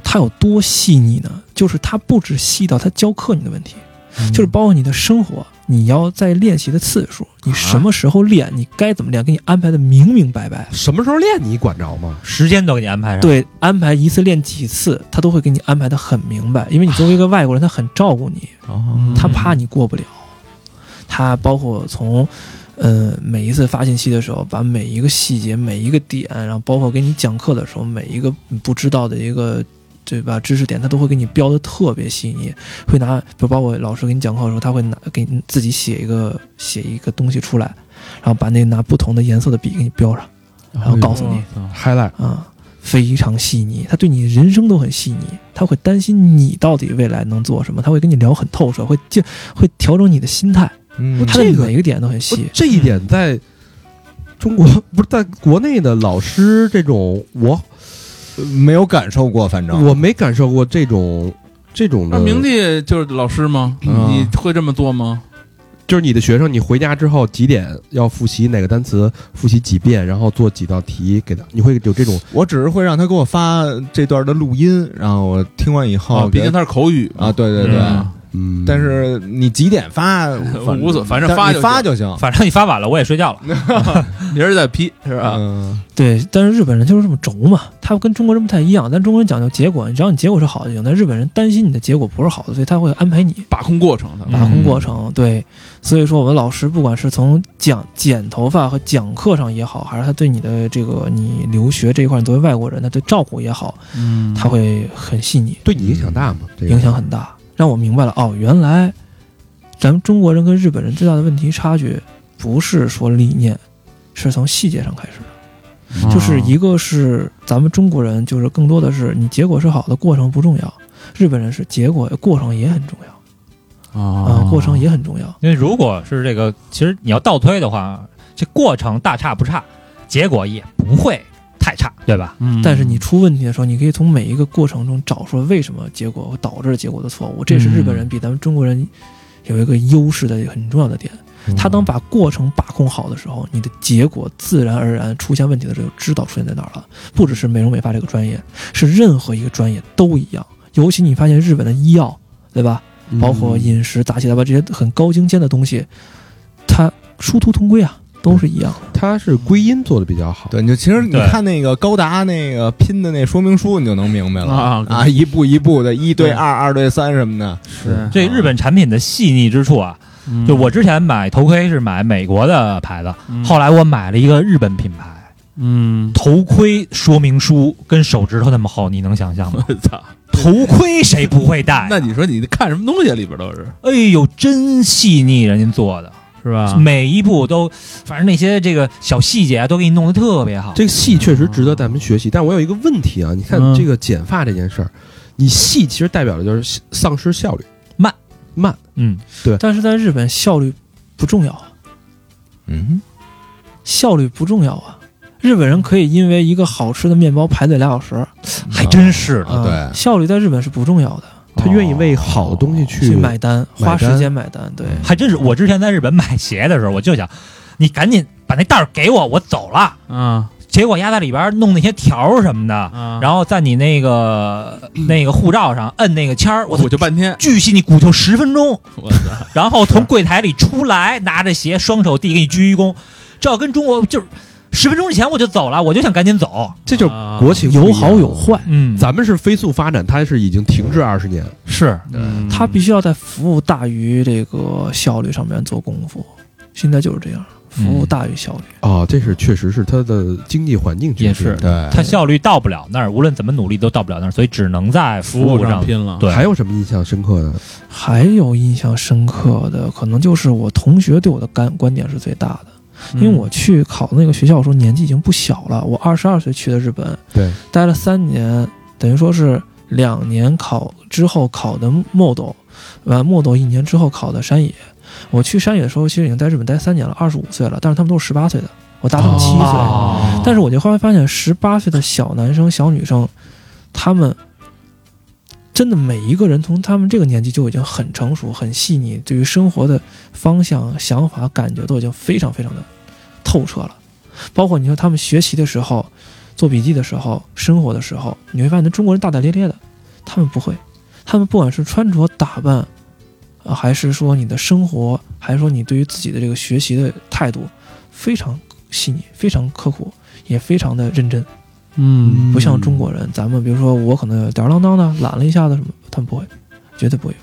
S5: 他有多细腻呢？就是他不止细到他教课你的问题，
S4: 嗯
S5: 就是包括你的生活，你要在练习的次数，你什么时候练，你该怎么练，给你安排的明明白白。
S2: 什么时候练你管着吗？
S6: 时间都给你安排上，，
S5: 对，安排一次练几次，他都会给你安排的
S6: 哦
S5: 很明白，因为你作为一个外国人，他很照顾你，他怕你过不了，它包括从。呃，每一次发信息的时候，把呃每一个细节、每一个点，然后包括给你讲课的时候，每一个你不知道的一个对吧知识点，他都会给你标的特别细腻，会拿就包括老师给你讲课的时候，他会拿给你自己写一个写一个东西出来，然后把那拿不同的颜色的笔给你标上然后告诉
S6: 哦
S5: 你
S2: ，highlight
S5: 啊。非常细腻，他对你人生都很细腻，他会担心你到底未来能做什么，他会跟你聊很透彻，会就会调整你的心态，
S3: 嗯
S5: 他的每个点都很细。
S2: 不这一点在中国不是在国内的老师这种，我
S3: 呃没有感受过，反正
S2: 我没感受过这种这种
S4: 那
S2: 的。
S4: 明帝就是老师吗？
S2: 嗯
S4: 你会这么做吗？
S2: 就是你的学生，你回家之后几点要复习哪个单词，复习几遍，然后做几道题给他，你会有这种
S3: 我只是会让他给我发这段的录音，然后我听完以
S4: 啊
S3: 后，
S4: 毕
S3: 给，
S4: 竟他是口语嘛
S3: 啊，，对对对，
S6: 嗯
S2: 嗯，
S3: 但是你几点发
S4: 无所反正
S3: 但
S4: 发
S3: 你
S4: 就
S3: 发
S4: 行
S3: 就行，
S6: 反正你发晚了，我也睡觉了。
S4: 别人在批是吧？
S3: 嗯，
S5: 对，但是日本人就是这么轴嘛，他跟中国人不太一样。咱中国人讲究结果，只要你结果是好的就行。但日本人担心你的结果不是好的，所以他会安排你
S4: 把控过程的，
S5: 打工过程。对，所以说我们老师不管是从讲剪头发和讲课上也好，还是他对你的这个你留学这一块，你作为外国人，他对照顾也好，
S4: 嗯
S5: 他会很细腻，
S2: 对你影响大吗？这个
S5: 影响很大，让我明白了哦，原来咱们中国人跟日本人最大的问题差距，不是说理念，是从细节上开始。就是一个是咱们中国人，就是更多的是你结果是好的，过程不重要；日本人是结果过程也很重要啊、
S4: 啊
S5: 过程也很重要。
S6: 因为如果是这个，其实你要倒推的话，这过程大差不差，结果也不会太差，对吧？
S4: 嗯
S5: 但是你出问题的时候，你可以从每一个过程中找出为什么结果会导致结果的错误，这是日本人比咱们中国人有一个优势的很重要的点。他当把过程把控好的时候，你的结果自然而然出现问题的时候，就知道出现在哪儿了。不只是美容美发这个专业，是任何一个专业都一样。尤其你发现日本的医药，对吧？包括饮食、杂七杂八这些很高精尖的东西，它殊途同归啊，都是一样的。
S2: 他是归因做的比较好，
S3: 对，你就其实你
S6: 对
S3: 看那个高达那个拼的那说明书，你就能明白了
S4: 啊
S3: 啊，一步一步的，一对二，二对三什么的，
S4: 是
S6: 这日本产品的细腻之处啊，
S4: 嗯
S6: 就我之前买头盔是买美国的牌子，后来我买了一个日本品牌
S4: 嗯，
S6: 头盔说明书，跟手指头那么厚，你能想象
S4: (laughs)
S6: 吗？
S4: 我操！
S6: 头盔谁不会戴啊？
S4: (laughs) 那你说你看什么东西啊里边都是
S6: 哎呦，真细腻，人家做的，
S4: 是吧？
S6: 每一步都，反正那些这个小细节啊，都给你弄得特别好。
S2: 这个戏确实值得咱们学习，但我有一个问题啊，你看
S4: 嗯
S2: 这个剪发这件事儿，你戏其实代表的就是丧失效率，
S6: 慢
S2: 慢，
S6: 嗯，
S5: 但是在日本，效率不重要啊，
S3: 嗯，
S5: 效率不重要啊。日本人可以因为一个好吃的面包排队俩小时，啊、
S6: 还真是的。
S3: 啊对
S5: 效率在日本是不重要的，
S2: 他愿
S4: 哦
S2: 意为好的东西去
S5: 去买单，
S2: 买
S5: 花
S2: 单
S5: 时间买单，对。
S6: 还真是，我之前在日本买鞋的时候，我就想，你赶紧把那袋儿给我，我走了。
S4: 啊
S6: 结果压在里边儿弄那些条儿什么的，
S4: 啊
S6: 然后在你那个那个护照上摁那个签儿，我
S4: 我
S6: 操，
S4: 就半天，
S6: 巨细腻鼓就十分钟，
S4: 我操！
S6: 然后从柜台里出来，拿着鞋，双手递给你鞠一躬，这要跟中国就是十分钟之前我就走了，我就想赶紧走。
S2: 这就是
S4: 啊
S2: 国情不一样
S5: 有好有，坏，
S6: 嗯
S2: 咱们是飞速发展，它是已经停滞二十年，
S6: 是
S4: 嗯
S5: 他必须要在服务大于这个效率上面做功夫。现在就是这样，服务大于效率。
S2: 哦，这是确实是它的经济环境决定的
S6: 也是
S3: 对，
S6: 他效率到不了那儿，无论怎么努力都到不了那儿，所以只能在服
S4: 服
S6: 务
S4: 务
S6: 上
S4: 上拼了，
S6: 对，
S2: 还有什么印象深刻的？
S5: 嗯还有印象深刻的，可能就是我同学对我的感观点是最大的。因为我去考那个学校的时候，年纪已经不小了。我二十二岁去的日本，
S2: 对，
S5: 待了三年，等于说是两年考之后考的墨斗，完墨斗一年之后考的山野。我去山野的时候，其实已经在日本待三年了，二十五岁了，但是他们都是十八岁的，我大他们七岁。
S6: 哦
S5: 但是我就后来发现，十八岁的小男生、小女生，他们真的每一个人从他们这个年纪就已经很成熟、很细腻，对于生活的方向、想法、感觉都已经非常非常的透彻了。包括你说他们学习的时候、做笔记的时候、生活的时候，你会发现中国人大大咧咧的，他们不会，他们不管是穿着打扮。啊，还是说你的生活，还是说你对于自己的这个学习的态度，非常细腻，非常刻苦，也非常的认真，
S4: 嗯
S5: 不像中国人，咱们比如说我可能吊儿郎当的，懒了一下子什么，他们不会，绝对不会有。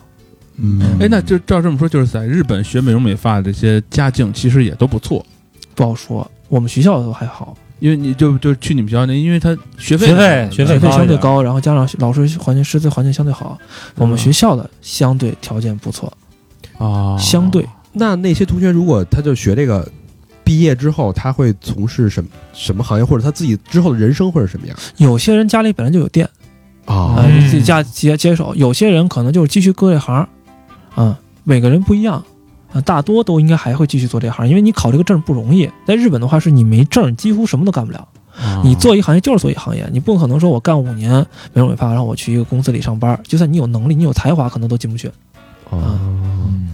S2: 嗯
S4: 哎，那就照这么说，就是在日本学美容美发的这些家境其实也都不错，
S5: 不好说。我们学校都还好，
S4: 因为你就就去你们学校那，因为他学费
S6: 学费学费
S5: 学费
S6: 高一
S5: 相对
S6: 点嗯
S5: 高，然后加上老师环境师资环境相对好，我们学校的相对条件不错，
S6: 哦
S4: 啊，
S5: 相对
S2: 那那些同学如果他就学这个，毕业之后他会从事什么什么行业，或者他自己之后的人生会是什么样
S5: 有些人家里本来就有店，啊，
S2: 啊？
S6: 嗯
S5: 自己家接接手。有些人可能就是继续搁这行，啊，每个人不一样，啊，大多都应该还会继续做这行，因为你考这个证不容易。在日本的话，是你没证几乎什么都干不了。
S6: 啊
S5: 你做一行业就是做一行业，你不可能说我干五年美容美发，然后我去一个公司里上班，就算你有能力、你有才华，可能都进不去。
S2: 啊，
S5: 嗯，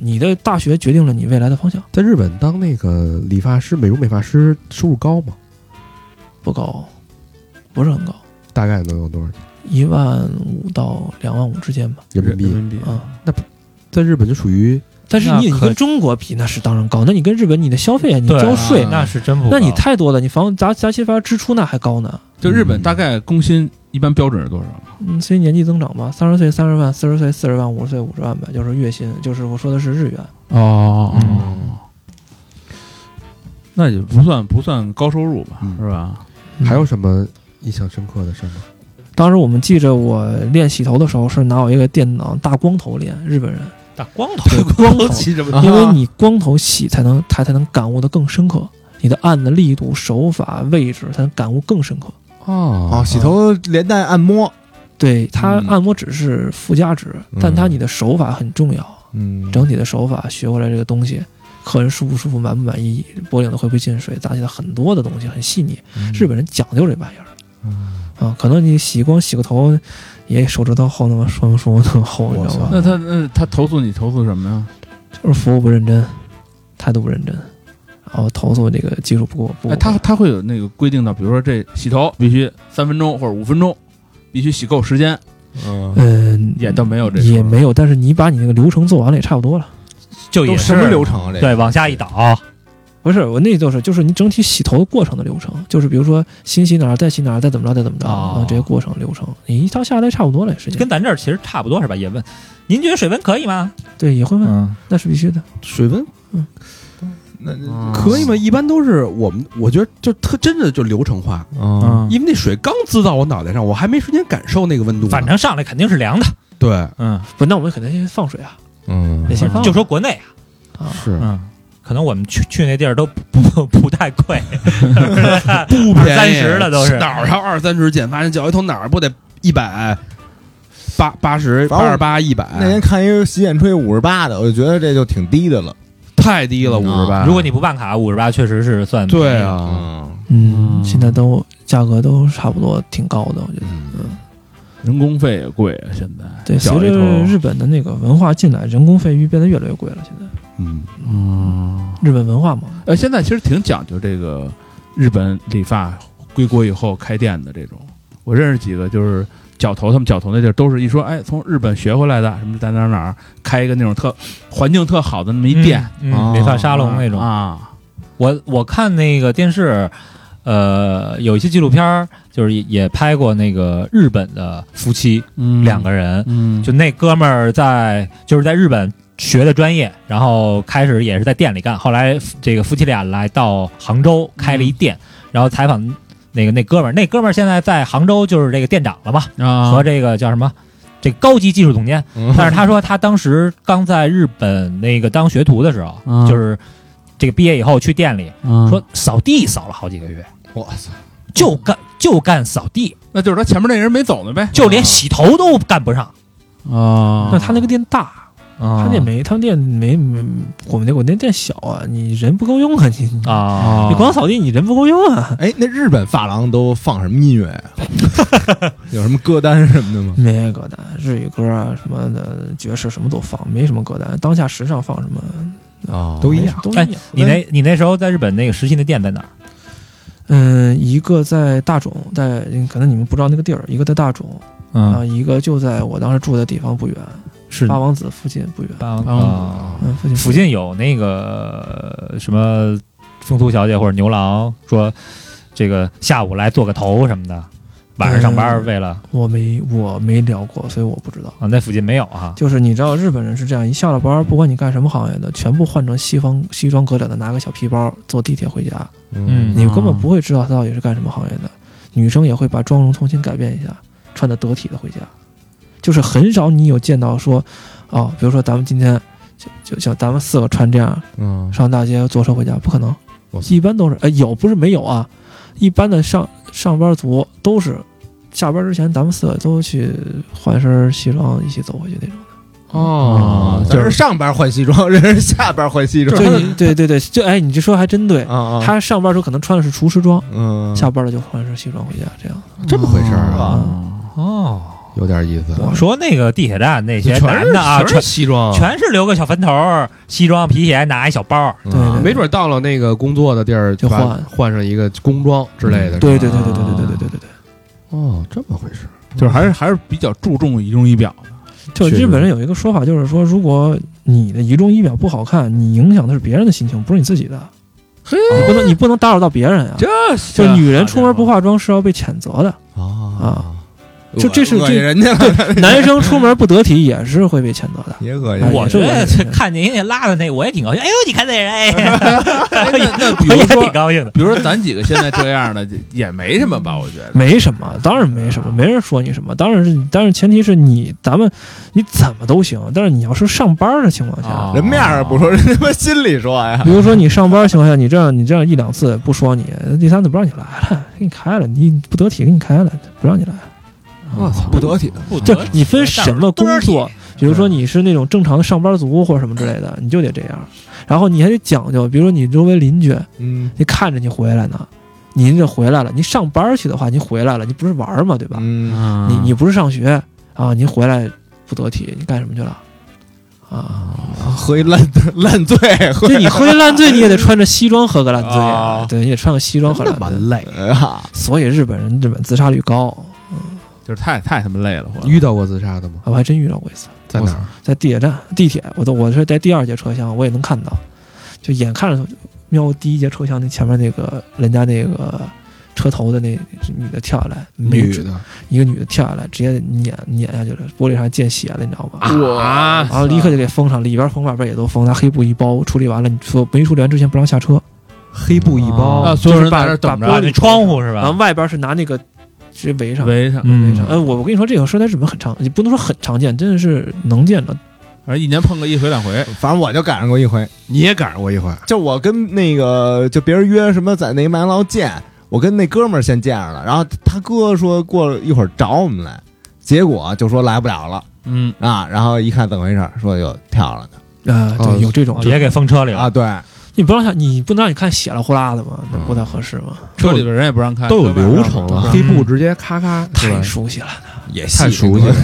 S5: 你的大学决定了你未来的方向，
S2: 在日本当那个理发师、美容美发师收入高吗？
S5: 不高，不是很高，
S2: 大概能有多少钱
S5: 一万五到两万五之间吧。
S2: 人民
S4: 人
S2: 币？
S4: 民币
S5: 啊，
S2: 在日本就属于
S5: 但是
S6: 嗯那
S5: 你你
S6: 可
S5: 跟中国比，那是当然高。那你跟日本，你的消费啊，你
S6: 对
S5: 交税
S6: 啊，那是真不高，
S5: 那你太多了，你房杂杂七八支出那还高呢。
S4: 就日
S2: 嗯
S4: 本大概工薪一般标准是多少？
S5: 嗯，随年纪增长吧，三十岁三十万，四十岁四十万，五十岁五十万呗，就是月薪，就是我说的是日元。
S4: 哦
S6: 嗯
S4: 那也不算不算高收入吧，
S2: 嗯
S4: 是吧？
S2: 还有什么印象深刻的事吗？
S5: 当时我们记着我练洗头的时候是拿我一个电脑大光头练，日本人，
S6: 大光头
S5: (laughs) 对光头，
S4: 什么？
S5: 因为你光头洗才能才才能感悟的更深刻，你的按的力度、手法、位置才能感悟更深刻。
S2: 哦
S3: 哦，洗头连带按摩，
S5: 对，它
S4: 嗯
S5: 按摩只是附加值，但它你的手法很重要。
S3: 嗯
S5: 整体的手法学回来这个东西，客人舒不舒服、满不满意，脖领子会不会进水，杂七杂很多的东西很细腻。
S4: 嗯
S5: 日本人讲究这玩意儿。啊，可能你洗光洗个头，也手指头厚那么双梳那么厚，你知道
S3: 我操
S5: 吧？
S4: 那他那他投诉你投诉什么呀？
S5: 就是服务不认真，态度不认真，然后投诉这个技术不过不
S4: 哎，
S5: 过
S4: 他
S5: 关。
S4: 他会有那个规定的，比如说这洗头必须三分钟或者五分钟，必须洗够时间，
S3: 嗯
S5: 嗯，
S4: 也倒没有这
S5: 也
S4: 说
S5: 没有，但是你把你那个流程做完了也差不多了。
S6: 就
S3: 都
S6: 也
S3: 什
S6: 是
S3: 么流程啊？这
S6: 对，往下一倒，
S5: 不是，我那就是就是你整体洗头的过程的流程，就是比如说先洗哪儿，再洗哪儿，再怎么着，再怎么着，
S6: 哦
S5: 啊，这些过程流程，你一套下来差不多了，时间
S6: 跟咱这儿其实差不多是吧？也问，您觉得水温可以吗？
S5: 对也会问，
S6: 嗯，
S5: 那是必须的。
S2: 水温
S3: 那
S2: 可以吗？一般都是我们，我觉得就特真的就流程化，
S6: 嗯
S4: 嗯
S3: 啊，
S2: 因为那水刚滋到我脑袋上，我还没瞬间感受那个温度呢。
S6: 反正上来肯定是凉的，
S2: 对，
S6: 嗯，
S5: 不，那我们肯定先放水啊，
S3: 嗯
S5: 得先放。
S6: 就说国内啊，
S5: 啊，
S2: 是
S6: 嗯。可能我们去去那地儿都不不不太贵，
S2: 不
S6: 二
S2: 便
S6: 三
S2: 宜
S6: 十了都是
S2: 哪儿还有二三十剪发？你绞一头哪儿不得一百八八十
S3: 反正
S2: 八十八一百？
S3: 那天看一个洗剪吹五十八的，我就觉得这就挺低的了。
S2: 太低了，五
S3: 嗯
S2: 十八。
S6: 如果你不办卡，五十八确实是算便宜
S2: 对，啊，
S3: 嗯
S5: 嗯，现在都价格都差不多，挺高的，我觉得。
S4: 人工费也贵啊，现在
S5: 对，随
S4: 绞一
S5: 着
S4: 头
S5: 日本的那个文化进来，人工费率变得越来越贵了。现在
S2: 嗯，
S4: 嗯，
S5: 日本文化嘛，
S4: 呃，现在其实挺讲究这个日本理发归国以后开店的这种，我认识几个就是。绞头，他们绞头那地儿都是一说，哎，从日本学回来的，什么在哪儿哪儿开一个那种特环境特好的那么一店，
S6: 嗯，
S3: 哦
S6: 嗯美发沙龙那种。
S4: 啊，
S6: 我我看那个电视，呃，有一些纪录片儿，就是也也拍过那个日本的夫妻
S4: 嗯
S6: 两个人，
S4: 嗯，
S6: 就那哥们儿在就是在日本学的专业，然后开始也是在店里干，后来这个夫妻俩来到杭州开了一店，然后采访那个那哥们儿，那哥们儿现在在杭州就是这个店长了嘛，
S4: 啊
S6: 和这个叫什么？这高级技术总监，但是他说他当时刚在日本那个当学徒的时候，
S4: 嗯
S6: 就是这个毕业以后去店里，说扫地扫了好几个月，
S3: 我操，
S6: 就干就干扫地，
S4: 那就是他前面那人没走呢呗。
S6: 就连洗头都干不上。
S4: 啊
S5: 那他那个店大，
S6: 他
S5: 他店没，他店没，没我们那我那店小啊，你人不够用啊，你你
S6: 啊，
S5: 你光扫地，你人不够用啊。
S3: 哎，那日本发廊都放什么音乐呀？有什么歌单什么的吗？
S5: 没歌单，日语歌啊什么的，爵士什么都放，没什么歌单。当下时尚放什么
S3: 啊
S2: 都一样
S5: 都一
S6: 哎
S5: 样。，
S6: 你那你那时候在日本那个实习的店在哪儿？
S5: 嗯，一个在大冢，在可能你们不知道那个地儿，一个在大冢，然后
S6: 嗯，
S5: 一个就在我当时住的地方不远，
S6: 是
S5: 八王子附近不远。
S6: 八王
S4: 八王子
S6: 啊
S5: 嗯，附近
S6: 附近有那个呃什么风俗小姐或者牛郎说这个下午来做个头什么的，晚上上班
S5: 嗯
S6: 为了
S5: 我没我没聊过，所以我不知道。
S6: 啊那附近没有啊，
S5: 就是你知道日本人是这样，一下了班儿，不管你干什么行业的，全部换成西方西装革履的，拿个小皮包坐地铁回家，
S6: 嗯
S5: 你根本不会知道他到底是干什么行业的。女生也会把妆容重新改变一下，穿的得体的回家，就是很少你有见到说，哦，比如说咱们今天就就像咱们四个穿这样
S2: 嗯
S5: 上大街坐车回家，不可能
S2: 我，操
S5: 一般都是哎有不是没有啊，一般的上上班族都是下班之前咱们四个都去换身西装一起走回去那种。
S2: 哦，
S3: 咱是上班换西装，人是下班换西装
S5: 就你对对对，就哎，你这说还真对。
S3: 啊啊！
S5: 他上班的时候可能穿的是厨师装，
S3: 嗯，
S5: 下班了就换身西装回家，这样。
S2: 这么回事儿啊，
S4: 啊？
S6: 哦，
S2: 有点意
S3: 嗯
S2: 思。
S6: 我说那个地铁站那些
S2: 全
S6: 男
S2: 是
S6: 的啊，
S2: 嗯全
S6: 全
S2: 是西装，
S6: 全是留个小分头儿，西装皮鞋，拿一小包儿，
S5: 对
S3: 嗯
S5: 对对
S2: 没准到了那个工作的地儿
S5: 就
S2: 把
S5: 换
S2: 换上一个工装之
S3: 嗯
S2: 类的。
S5: 对对对对对对对对对对对。
S2: 哦，这么回事儿。
S4: 就是还是还是比较注重仪容仪表的，
S5: 就
S2: 确实
S5: 日本人有一个说法，就是说，如果你的仪容仪表不好看，你影响的是别人的心情，不是你自己的。你不能你不能打扰到别人啊！
S4: 这
S5: 就女人出门不化妆是要被谴责的，
S2: 哦
S5: 就这是
S3: 恶心
S5: 这
S3: 人家了，
S5: 男生出门不得体也是会被谴责的。
S3: 也恶
S5: 哎
S3: 心。
S6: 我觉
S5: 这个
S6: 得
S5: 也是
S6: 看见人家拉的那，我也挺高兴。哎呦，你看那人，哎，
S4: 啊那比
S6: 我
S4: 如
S6: 也
S4: 说
S6: 挺，高兴的。
S4: 比如说咱几个现在这样的也没什么吧，我觉得。
S5: 没什么，当然没什么，没人说你什么。当然是，当然前提是你咱们你怎么都行，但是你要是上班的情况下，
S6: 啊
S3: 人面上不说，人他妈心里说呀
S5: (laughs) 比。如说你上班情况下，你这样你这样一两次不说你，第三次不让你来了，给你开了，你不得体给你开了，不让你来。
S2: 我操，
S3: 不得体，
S6: 啊
S5: 就你分什么工作，比如说你是那种正常的上班族或者什么之类的，你就得这样。然后你还得讲究，比如说你周围邻居，
S3: 嗯
S5: 你看着你回来呢，您这回来了，你上班去的话，您回来了，你不是玩儿嘛，对吧？
S1: 啊
S3: 嗯，
S5: 你
S4: 你
S5: 你不是上学啊？您回来不得体，你干什么去了？啊，
S3: 喝一烂烂醉， (laughs) 喝
S5: 就你喝一烂醉，你也得穿着西装喝个烂醉
S3: 啊
S5: 呀，对，你得穿个西装喝
S2: 真
S5: 烂
S2: 他妈
S5: 醉。
S2: 累。
S3: 啊，
S5: 所以日本人日本自杀率高，
S4: 就是太太他妈累了，我
S2: 遇到过自杀的吗？
S5: 我还真遇到过一次，
S2: 在哪儿？
S5: 在地铁站、地铁，我都我是在第二节车厢，我也能看到，就眼看着瞄第一节车厢那前面那个人家那个车头的那女的跳下来，没
S2: 女
S5: 准
S2: 的
S5: 一个女的跳下来，直接碾碾下去了，玻璃上溅血了，你知道吗？
S2: 啊，
S5: 然后立刻就给封上，里边封外边也都封，拿黑布一包处理完了，你说没处理完之前不让下车，
S2: 黑布一
S1: 哦
S2: 包
S4: 啊，，所有人在那等
S5: 就是把
S6: 啊，
S5: 把玻
S4: 着
S5: 璃
S6: 那窗户是
S5: 然后
S6: 吧？
S5: 外边是拿那个直接围上。
S4: 围上，
S6: 嗯
S5: 围上。呃，我我跟你说，这个事在日本很常，也不能说很常见，真的是能见的。
S4: 反正一年碰个一回两回，
S3: 反正我就赶上过一回，
S2: 你也赶上过一回。
S3: 就我跟那个就别人约什么在那个麦当劳见，我跟那哥们儿先见着了，然后他哥说过一会儿找我们来，结果就说来不了了
S4: 嗯，
S3: 啊，然后一看怎么回事儿，说又跳了呢
S5: 呃，
S2: 哦
S5: 对，有这种，
S6: 也给封车里了。
S3: 啊，对，
S5: 你不让下，你不能让你看血了呼啦的嘛，那不太合适嘛。
S4: 车里边人也不让开，
S2: 都有流程
S4: 车外边也不让
S3: 嗯
S2: 了，
S4: 开
S2: 黑布直接咔咔，是
S5: 太
S2: 吧
S5: 熟悉了，
S3: 也
S2: 太
S3: 细 (laughs)
S2: 熟悉了。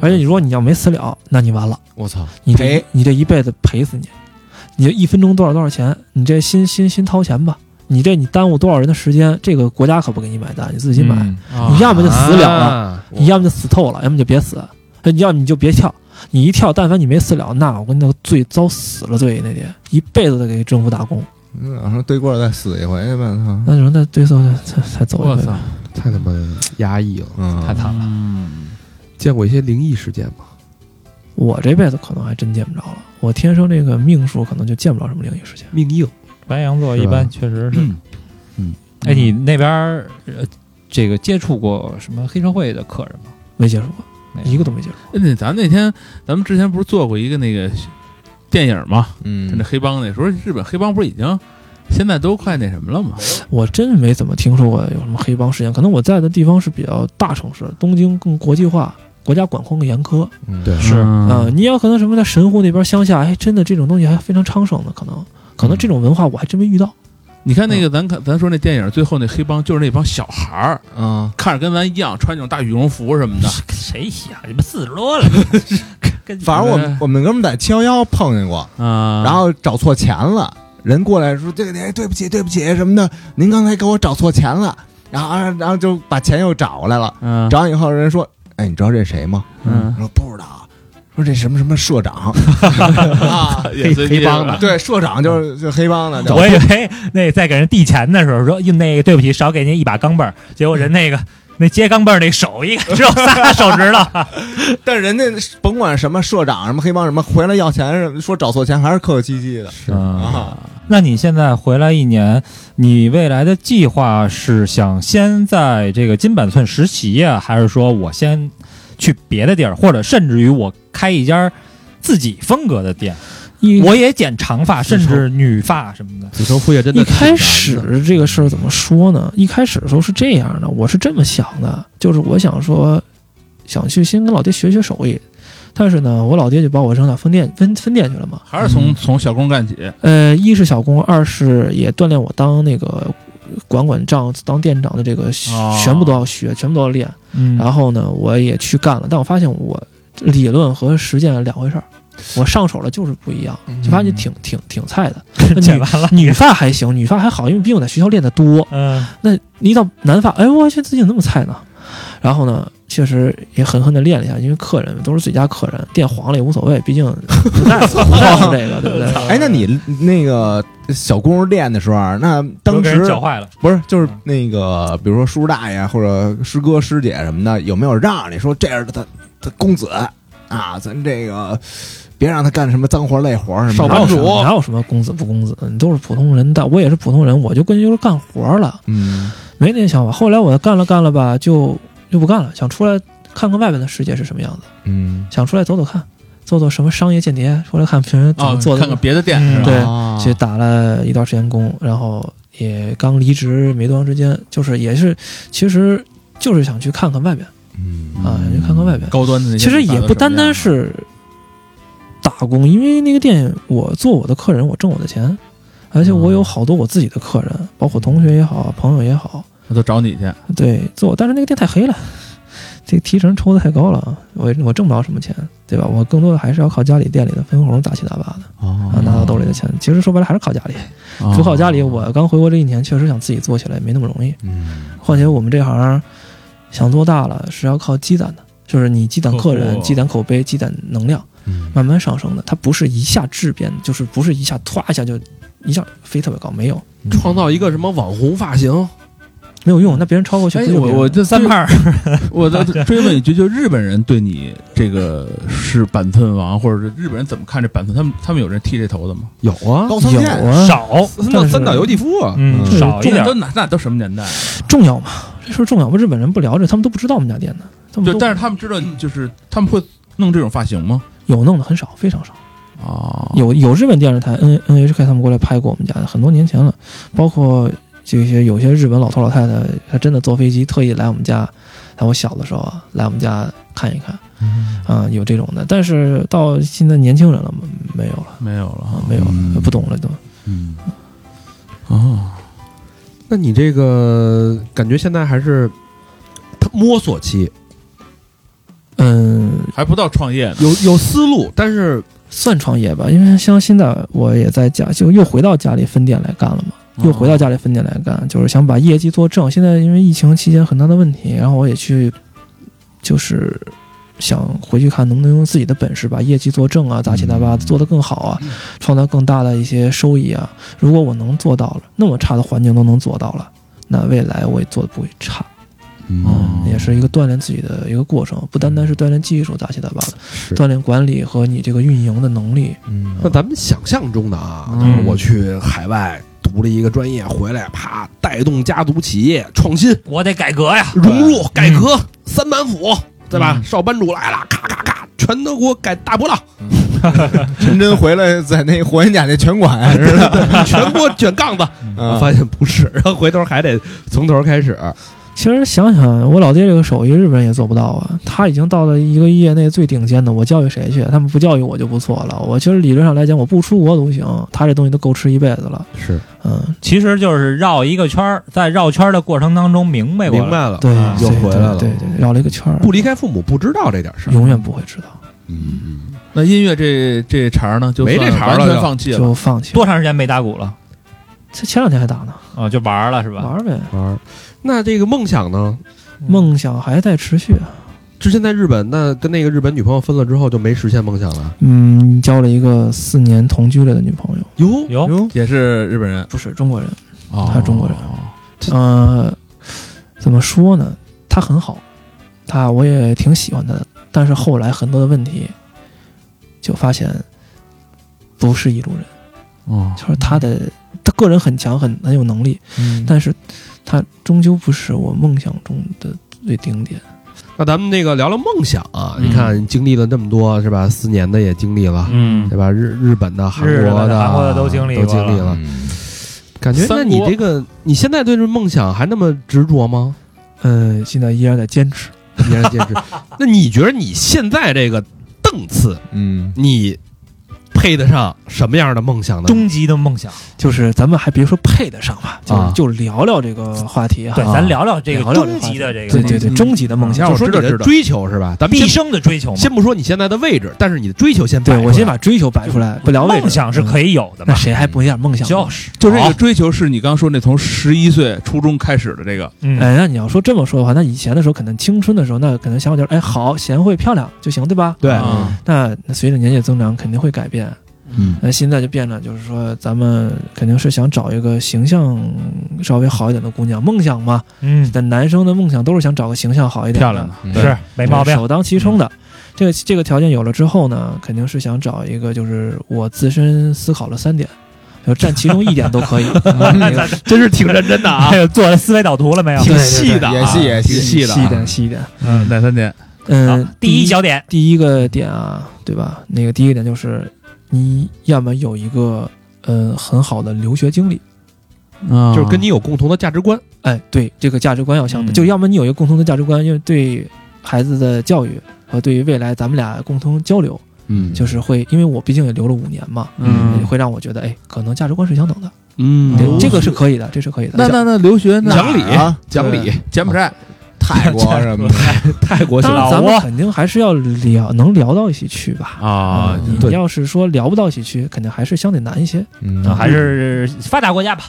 S5: 而且你说你要没死了，那你完了，
S2: 我操，
S5: 你
S3: 赔
S5: 这你这一辈子赔死你，你这一分钟多少多少钱，你这新新新掏钱吧，你这你耽误多少人的时间，这个国家可不给你买单，你自己买，
S4: 嗯
S6: 啊
S5: 你要么就死了了，
S2: 啊
S5: 你要么就死透了，要么就别死，呃要么你就别跳。你一跳，但凡你没死了，那我跟你那罪遭死了罪，那得一辈子都给政府打工。
S3: 嗯，然后对过儿再死一回吧，操
S5: 那你说那对策才才
S6: 哦
S5: 走一
S4: 我
S5: 回
S4: 操
S5: 吧，
S2: 太他妈压抑了。
S3: 嗯，
S6: 太惨了，
S4: 嗯，
S2: 见过一些灵异事件吗？
S5: 我这辈子可能还真见不着了，我天生这个命数可能就见不着什么灵异事件。
S2: 命硬，
S6: 白羊座一
S2: 是吧
S6: 般确实是。嗯哎，你那边儿呃这个接触过什么黑社会的客人吗？
S5: 没接触过，
S6: 没有
S5: 一个都没接触过。
S4: 哎那咱那天咱们之前不是做过一个那个电影嘛，就那
S3: 嗯，
S4: 黑帮那时候日本黑帮不是已经现在都快那什么了吗？
S5: 我真没怎么听说过有什么黑帮事件，可能我在的地方是比较大城市，东京更国际化，国家管控更严苛啊、
S2: 对，
S6: 是
S2: 嗯
S4: 啊，
S5: 呃你也有可能什么在神户那边乡下，哎，真的这种东西还非常昌盛的，可能可能这种文化我还真没遇到。
S4: 你看那个咱看咱说那电影最后那黑帮就是那帮小孩儿，
S3: 嗯，
S4: 看着跟咱一样，穿那种大羽绒服什么的，
S6: 谁呀？你们四十多了， (laughs) 跟
S3: 反正我们我们哥们儿在七幺幺碰见过，
S4: 啊，
S3: 然后找错钱了，人过来说这个哎对不起对不起什么的，您刚才给我找错钱了，然后啊然后就把钱又找过来了，
S4: 嗯
S3: 找完以后人说，哎你知道这谁吗？
S4: 嗯
S3: 我说不知道啊，说这什么什么社长 (laughs) 啊，
S4: 也随
S6: 黑
S4: 地
S6: 帮
S4: 了
S6: 的。
S3: 对，社长就是就黑帮
S4: 嗯
S3: 的，
S6: 我以为那在给人递钱的时候说，哟，那个对不起，少给您一把钢镚儿，结果人那个那接钢镚儿那手一看只有仨手指头，
S3: 但是人家甭管什么社长什么黑帮什么，回来要钱说找错钱还是客客气气的
S6: 啊。
S3: 啊。
S6: 那你现在回来一年，你未来的计划是想先在这个金板寸实习呀、还是说我先去别的地儿，或者甚至于我开一家自己风格的店，
S5: 一
S6: 我也剪长发，甚至女发什么的？
S2: 子承父业真的
S5: 一
S2: 挺
S5: 开
S2: 难的
S5: 始这个事儿怎么说呢？一开始的时候是这样的，我是这么想的，就是我想说，想去先跟老爹学学手艺，但是呢，我老爹就把我扔到分店分分店去了嘛。
S4: 还是从从小工干起，
S5: 呃，一是小工，二是也锻炼我当那个管管账、当店长的这个学，
S4: 哦
S5: 全部都要学，全部都要练。
S6: 嗯
S5: 然后呢，我也去干了，但我发现我理论和实践两回事儿，我上手了就是不一样，就发现挺挺挺
S6: (laughs)
S5: 菜的。
S6: (laughs)
S5: 那
S6: 剪
S5: 女
S6: 嗯完了，
S5: 女发还行，女发还好，因为毕竟我在学校练的多。
S6: 嗯，
S5: 那你一到南发，哎，我去，自己怎么那么菜呢？然后呢，确实也狠狠的练了一下，因为客人都是自己家客人，店黄了也无所谓，毕
S6: (laughs)
S5: 竟不在乎不在乎这个，对不对？
S3: 哎，那你那个小工练的时候，啊那当
S6: 嗯给
S3: 时
S6: 人搅嗯坏了，
S3: 不是就是那个，比如说叔叔大爷或者师哥师姐什么的，有没有让你说这是他他公子啊？咱这个别让他干什么脏活累活什么的。
S5: 哪有什么哪有什么公子不公子，你都是普通人，但我也是普通人，我就跟就是干活了，
S3: 嗯，
S5: 没那些想法。后来我干了干了吧，就就不干了，想出来看看外边的世界是什么样子，
S3: 嗯
S5: 想出来走走看，做做什么商业间谍，出来看平时怎么
S4: 哦，
S5: 啊做的。
S4: 看看别的店
S6: 嗯
S4: 是吧？
S5: 对
S3: 啊
S5: 去打了一段时间工，然后也刚离职没多长时间，就是也是其实就是想去看看外边
S3: 嗯
S5: 啊，想去看看外边。
S4: 高端的那些
S5: 其实也不单单
S4: 大的什么
S5: 是打工，因为那个店我做我的客人，我挣我的钱，而且
S4: 哦
S5: 我有好多我自己的客人，包括同学也好，朋友也好，
S4: 样的，都找你去。
S5: 对，做。但是那个店太黑了，这个提成抽的太高了，我我挣不着什么钱，对吧？我更多的还是要靠家里店里的分红打七打八的
S4: 哦
S5: 啊，拿到兜里的钱。其实说白了还是靠家里。不
S4: 啊
S5: 靠家里，我刚回国这一年，确实想自己做起来也没那么容易。
S3: 嗯
S5: 况且我们这行啊想做大了是要靠积攒的，就是你积攒客
S4: 客
S5: 人、
S4: 户
S5: 积攒口碑、积攒能量，
S3: 嗯
S5: 慢慢上升的。它不是一下质变，就是不是一下歘一下就一下飞特别高，没有
S1: 嗯
S2: 创造一个什么网红发型，
S5: 没有用。那别人超过去，
S4: 哎
S5: 不，就
S4: 我
S5: 别人
S4: 我就
S6: 三
S4: 追
S6: 胖儿，
S4: 我再追问一句，就日本人对你这个是板寸王，或者是日本人怎么看这板寸？他们他们有人剃这头的吗？
S2: 有啊，
S3: 高仓
S5: 有
S3: 健
S5: 啊，
S6: 少，
S2: 三
S5: 但
S2: 岛
S5: 是
S2: 三岛由纪夫啊，
S6: 嗯，
S3: 嗯
S6: 少一
S4: 中
S6: 点
S4: 国都
S6: 儿，
S4: 哪那都什么年代啊了？
S5: 重要吗？这事儿重要吗？日本人不聊这，他们都不知道我们家店的，他们
S4: 就
S5: 都
S4: 但是他们知道，就是他们会弄这种发型吗？
S5: 有弄的很少，非常少。
S4: 啊，
S5: 有有日本电视台嗯 N N H K 他们过来拍过我们家的，很多年前了。包括这些有些日本老头老太太，他真的坐飞机特意来我们家，在我小的时候啊，来我们家看一看，
S4: 嗯
S5: 啊、有这种的。但是到现在年轻人了没有了
S4: 没有了
S5: 啊
S4: 哈，，
S5: 没有了，
S4: 嗯
S5: 不懂了都。
S4: 嗯，哦，
S2: 那你这个感觉现在还是他摸索期，
S5: 嗯，
S4: 还不到创业呢。
S2: 有有思路，但是
S5: 算创业吧，因为像现在我也在家，就又回到家里分店来干了嘛。又回到
S4: 哦
S5: 家里分店来干，就是想把业绩做正。现在因为疫情期间很大的问题，然后我也去，就是想回去看能不能用自己的本事把业绩做正啊，杂七杂八做得更好啊，创造更大的一些收益啊。如果我能做到了，那么差的环境都能做到了，那未来我也做的不会差。
S1: 嗯
S4: 哦
S5: 嗯也是一个锻炼自己的一个过程，不单单是锻炼技术杂七杂八的，
S2: 是
S5: 锻炼管理和你这个运营的能力。
S3: 嗯
S2: 那咱们想象中的啊，
S5: 嗯
S2: 就是我去海外读了一个专业，回来啪带动家族企业创新、
S6: 我得改革呀，
S2: 融入、改革、三板斧，对
S3: 嗯
S2: 吧？少班主来了，咔咔咔，全都给我改大波浪，
S3: 陈真回来在那霍元甲那
S2: (laughs)
S3: 拳馆似的，
S2: 全给我卷杠子。我
S3: 啊
S2: 发现不是，然后回头还得从头开始。
S5: 其实想想，我老爹这个手艺，日本人也做不到啊。他已经到了一个业内最顶尖的，我教育谁去？他们不教育我就不错了。我其实理论上来讲，我不出国都行。他这东西都够吃一辈子了。
S2: 是，
S5: 嗯，
S6: 其实就是绕一个圈儿，在绕圈儿的过程当中明白过
S2: 明
S6: 来，
S2: 白了，
S5: 对，
S2: 又
S5: 所以
S2: 啊回来了
S5: 对对对，绕了一个圈儿，
S2: 不离开父母不知道这点事儿。
S5: 永远不会知道，
S2: 嗯，
S4: 那音乐这这茬儿呢，就
S2: 没这
S4: 算
S2: 茬儿了
S4: 完全
S2: 就
S4: 放弃了。
S5: 就放弃了。
S6: 多长时间没打鼓了？
S5: 这前两天还打呢，
S6: 啊，就玩儿了是吧？
S2: 啊
S5: 玩儿呗。
S2: 玩儿。那这个梦想呢？
S6: 嗯
S5: 梦想还在持续啊，
S2: 之前在日本，那跟那个日本女朋友分了之后就没实现梦想了。
S5: 嗯，交了一个四年同居了的女朋友，
S2: 哟，
S6: 哟，
S4: 也是日本人
S5: 不是中国人。
S4: 哦
S5: 他是中国人呃，怎么说呢？他很好，他我也挺喜欢他的，但是后来很多的问题，就发现不是一路人。
S4: 哦，
S5: 就是他的他个人很强，很很有能力，但是他终究不是我梦想中的最顶点。
S2: 那咱们那个聊聊梦想啊，
S4: 嗯
S2: 你看经历了这么多是吧？四年的也经历了，
S4: 嗯
S2: 对，吧？日日本的、韩
S6: 日
S2: 国
S6: 本的韩国的
S2: 都
S6: 都经历
S2: 都
S6: 过
S2: 经历
S6: 了
S2: 了。感觉那
S4: 三
S2: 你
S4: 国
S2: 这个你现在对这梦想还那么执着吗？
S5: 呃，现在依然在坚持。
S2: 依然坚持。那你觉得你现在这个档次，
S3: 嗯，
S2: 你配得上什么样的梦想呢？
S6: 终极的梦想。
S5: 就是咱们还别说配得上吧，就、
S2: 啊
S5: 就聊聊这个话题哈
S6: 对，。咱聊聊这个
S5: 聊聊这
S6: 终
S5: 话
S6: 极
S5: 题
S6: 的这个
S5: 对对对，
S4: 嗯
S5: 终极的梦想
S2: 就
S4: 我
S2: 说你
S4: 知道
S2: 的
S4: 知道
S2: 追求是吧？咱们
S6: 毕
S2: 先
S6: 生的追求嘛。
S2: 先不说你现在的位置，但是你的追求先摆
S5: 对
S2: 出
S5: 我先
S2: 来
S5: 把追求摆出来，不聊位置
S6: 梦想是可以有的嘛
S5: 嗯那，谁还不一样？梦想
S6: 就是，
S4: 就这个追求是你刚说那从十一岁初中开始的这个，
S6: 嗯，
S5: 哎，那你要说这么说的话，那以前的时候，可能青春的时候，那可能想法就是，哎，好，贤惠漂亮就行，对吧？
S2: 对
S4: 啊
S5: 那那随着年纪的增长，肯定会改变。
S1: 嗯，
S5: 那现在就变了，就是说，咱们肯定是想找一个形象稍微好一点的姑娘，梦想嘛。
S6: 嗯，
S5: 但男生的梦想都是想找个形象好一点的、
S4: 漂亮
S3: (laughs)
S4: 的，
S3: 对
S6: 是没毛病，
S5: 首当其冲的。这个这个条件有了之后呢，肯定是想找一个，就是我自身思考了三点，就占其中一点都可以。那个
S2: 真是挺认真的啊
S6: 哎，呦，做了思维导图了没有？
S2: 挺细的啊，
S3: 也细也
S2: 挺
S3: 哎细
S2: 细
S5: 细一
S2: 的
S5: 点，细一点。
S4: 嗯，哪三点？
S5: 嗯
S6: 好，第一小点，
S5: 第一个点啊，对吧？那个第一个点就是，你要么有一个呃很好的留学经历，
S2: 啊，
S4: 啊
S2: 就是跟你有共同的价值观。
S5: 哎，对这个价值观要相同，
S6: 嗯
S5: 就要么你有一个共同的价值观，因为对孩子的教育和对于未来咱们俩共同交流，
S2: 嗯
S5: 就是会，因为我毕竟也留了五年嘛，
S4: 嗯
S5: 会让我觉得，哎，可能价值观是相等的，
S2: 嗯
S5: 对
S4: 哦
S5: 这个是可以的，这是可以的。
S3: 那那那留学哪儿
S2: 讲理
S3: 啊，
S2: 讲理，
S4: 柬埔
S2: (laughs)
S4: 寨，
S3: 泰国什么的，
S2: 泰国行
S5: 当然，
S2: 了
S6: 老
S5: 咱们
S6: 挝
S5: 肯定还是要聊，能聊到一起去吧。
S4: 啊
S5: 嗯你
S2: 对
S5: 要是说聊不到一起去，肯定还是相对难一些，
S3: 嗯
S6: 啊还是发达国家吧，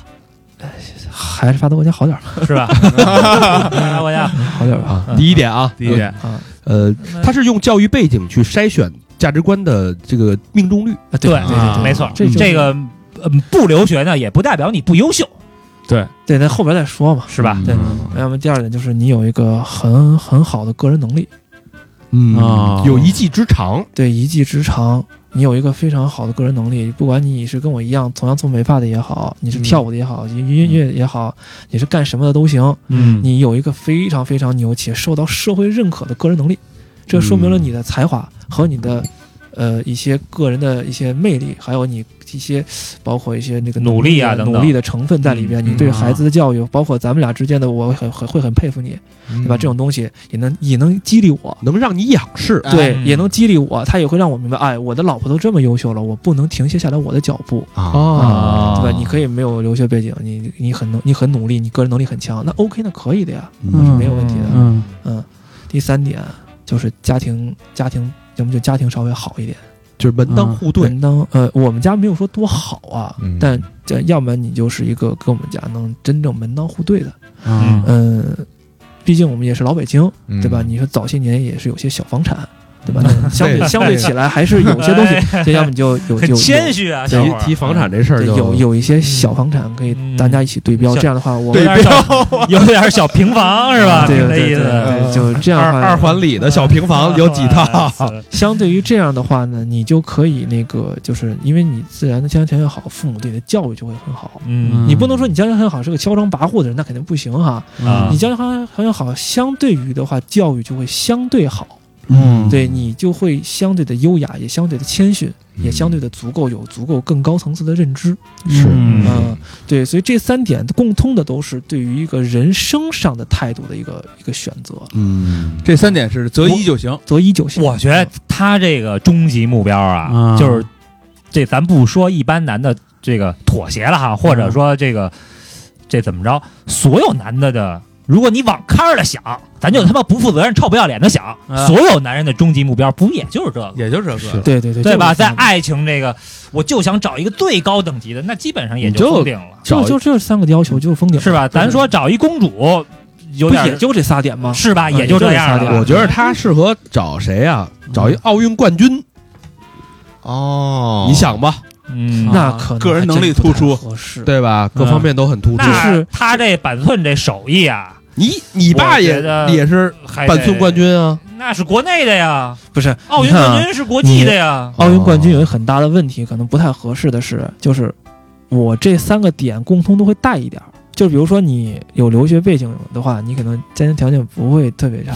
S5: 还是发达国家好点吧，
S6: 是
S5: (laughs)
S6: 吧？发达国家，
S5: 嗯好点吧。
S2: 啊。 (laughs) 第一点啊，
S4: 第一点，
S5: 啊，
S2: 呃，他是用教育背景去筛选价值观的这个命中率。
S5: 啊对
S6: 对
S5: 对对，对
S6: 没错，
S5: 这
S6: 这个嗯，不留学呢，也不代表你不优秀，
S4: 对，
S5: 对，咱后边再说嘛。
S6: 是吧？
S5: 对，要么第二点就是你有一个很很好的个人能力，
S2: 嗯
S4: 哦
S2: 有一技之长。
S5: 对一技之长，你有一个非常好的个人能力，不管你是跟我一样同样做美发的也好，你是
S2: 嗯
S5: 跳舞的也好，音音
S6: 嗯
S5: 乐也好，你是干什么的都行，
S4: 嗯
S5: 你有一个非常非常牛且受到社会认可的个人能力，这说
S6: 嗯
S5: 明了你的才华和你的。呃，一些个人的一些魅力，还有你一些，包括一些那个
S6: 努力啊
S5: 的
S6: 等等
S5: 努力的成分在里边。
S4: 嗯
S5: 你对
S4: 嗯
S5: 孩子的教育，包括咱们俩之间的，我很很会很佩服你，
S2: 嗯
S6: 嗯
S5: 对吧？这种东西也能也能激励我，
S2: 能让你仰视，
S3: 哎
S5: 对，
S6: 嗯
S5: 也能激励我，他也会让我明白，哎，我的老婆都这么优秀了，我不能停歇下来我的脚步，
S3: 啊，
S2: 啊
S5: 对吧？你可以没有留学背景，你你很能，你很努力，你个人能力很强，那 OK，那可以的呀，
S4: 嗯
S5: 没有问题的。嗯
S4: 嗯
S5: 第三点就是家庭，家庭要么就家庭稍微好一点，
S2: 就是门当户对，
S5: 门当呃，我们家没有说多好啊，
S3: 嗯
S5: 但这要么你就是一个跟我们家能真正门当户对的，
S4: 嗯
S5: 嗯、毕竟我们也是老北京，
S3: 嗯
S5: 对吧？？你说早些年也是有些小房产，对吧？那相比相对起来，还是有些东西，这要么你就有
S6: 很
S5: 有
S6: 谦虚啊，小
S2: 提
S6: 伙儿
S2: 提房产这事儿
S5: 有
S2: 就
S5: 嗯有有一些小房产可以
S6: 嗯
S5: 大家一起对标，这样的话我
S6: 有
S5: 们
S6: 点小，有点小平房是吧？
S5: 对
S6: 挺
S5: 对
S6: 那意
S5: 对
S6: 思。
S5: 对，就这样
S2: 二
S5: 的
S2: 二
S5: 话，
S2: 环里的小平房有几套？
S6: 啊
S2: (laughs)
S5: 相对于这样的话呢，你就可以那个，就是因为你自然的家庭条件好，父母对你的教育就会很好。
S6: 嗯
S5: 你不能说你家庭条件好是个嚣张跋扈的人，那肯定不行哈。
S6: 啊
S5: 嗯你家庭条件好，相对于的话，教育就会相对好。
S4: 嗯，
S5: 对你就会相对的优雅，也相对的谦逊，
S6: 嗯
S5: 也相对的足够有足够更高层次的认知。
S2: 是
S5: 嗯、
S6: 嗯
S5: 对，所以这三点共通的都是对于一个人生上的态度的一个一个选择，
S2: 嗯，
S4: 这三点是择一就行，
S5: 择一就行。
S6: 哦我觉得他这个终极目标啊，
S4: 嗯
S6: 就是这咱不说一般男的这个妥协了哈，或
S5: 嗯
S6: 者说这个这怎么着，所有男的的，如果你往开儿了想，咱就他妈不负责任、臭不要脸的想，
S5: 啊
S4: 嗯
S6: 所有男人的终极目标不也就是这个？
S4: 也就是这个，
S5: 对对对，
S6: 对吧？
S5: 就
S6: 在
S5: 是这样的
S6: 爱情这个，我就想找一个最高等级的，那基本上也
S2: 你就
S6: 封顶了，
S5: 就就这三个要求就是封顶了，
S6: 是吧？
S5: 对
S6: 咱说找一公主，有
S5: 不也
S6: 点
S5: 就这仨点吗？
S6: 是吧？啊
S5: 嗯
S6: 也就
S5: 也就
S6: 这
S5: 这
S6: 样
S5: 仨
S6: 了
S5: 点
S6: 吧。
S2: 我觉得他适合找谁啊？找一奥运冠军，
S3: 哦
S2: 你想吧，
S6: 嗯，
S5: 那可能
S4: 个人能力突
S5: 还真不
S4: 出
S5: 太合适。
S2: 对吧？各方面都很突出。
S5: 就
S6: 那
S5: 是
S6: 他这板寸这手艺啊，
S2: 你你爸
S6: 我觉
S2: 也
S6: 得哎
S2: 也是
S6: 还得
S2: 板寸冠，军啊，
S6: 那是国内的呀，
S5: 不是
S6: 奥运
S5: 你看啊
S6: 冠军是国际的呀。
S5: 奥运
S6: 哦
S5: 冠军有一个很大的问题，可能不太合适的是，就是我这三个点共通都会带一点儿。就比如说你有留学背景的话，你可能家庭条件不会特
S6: (laughs)
S5: 别差，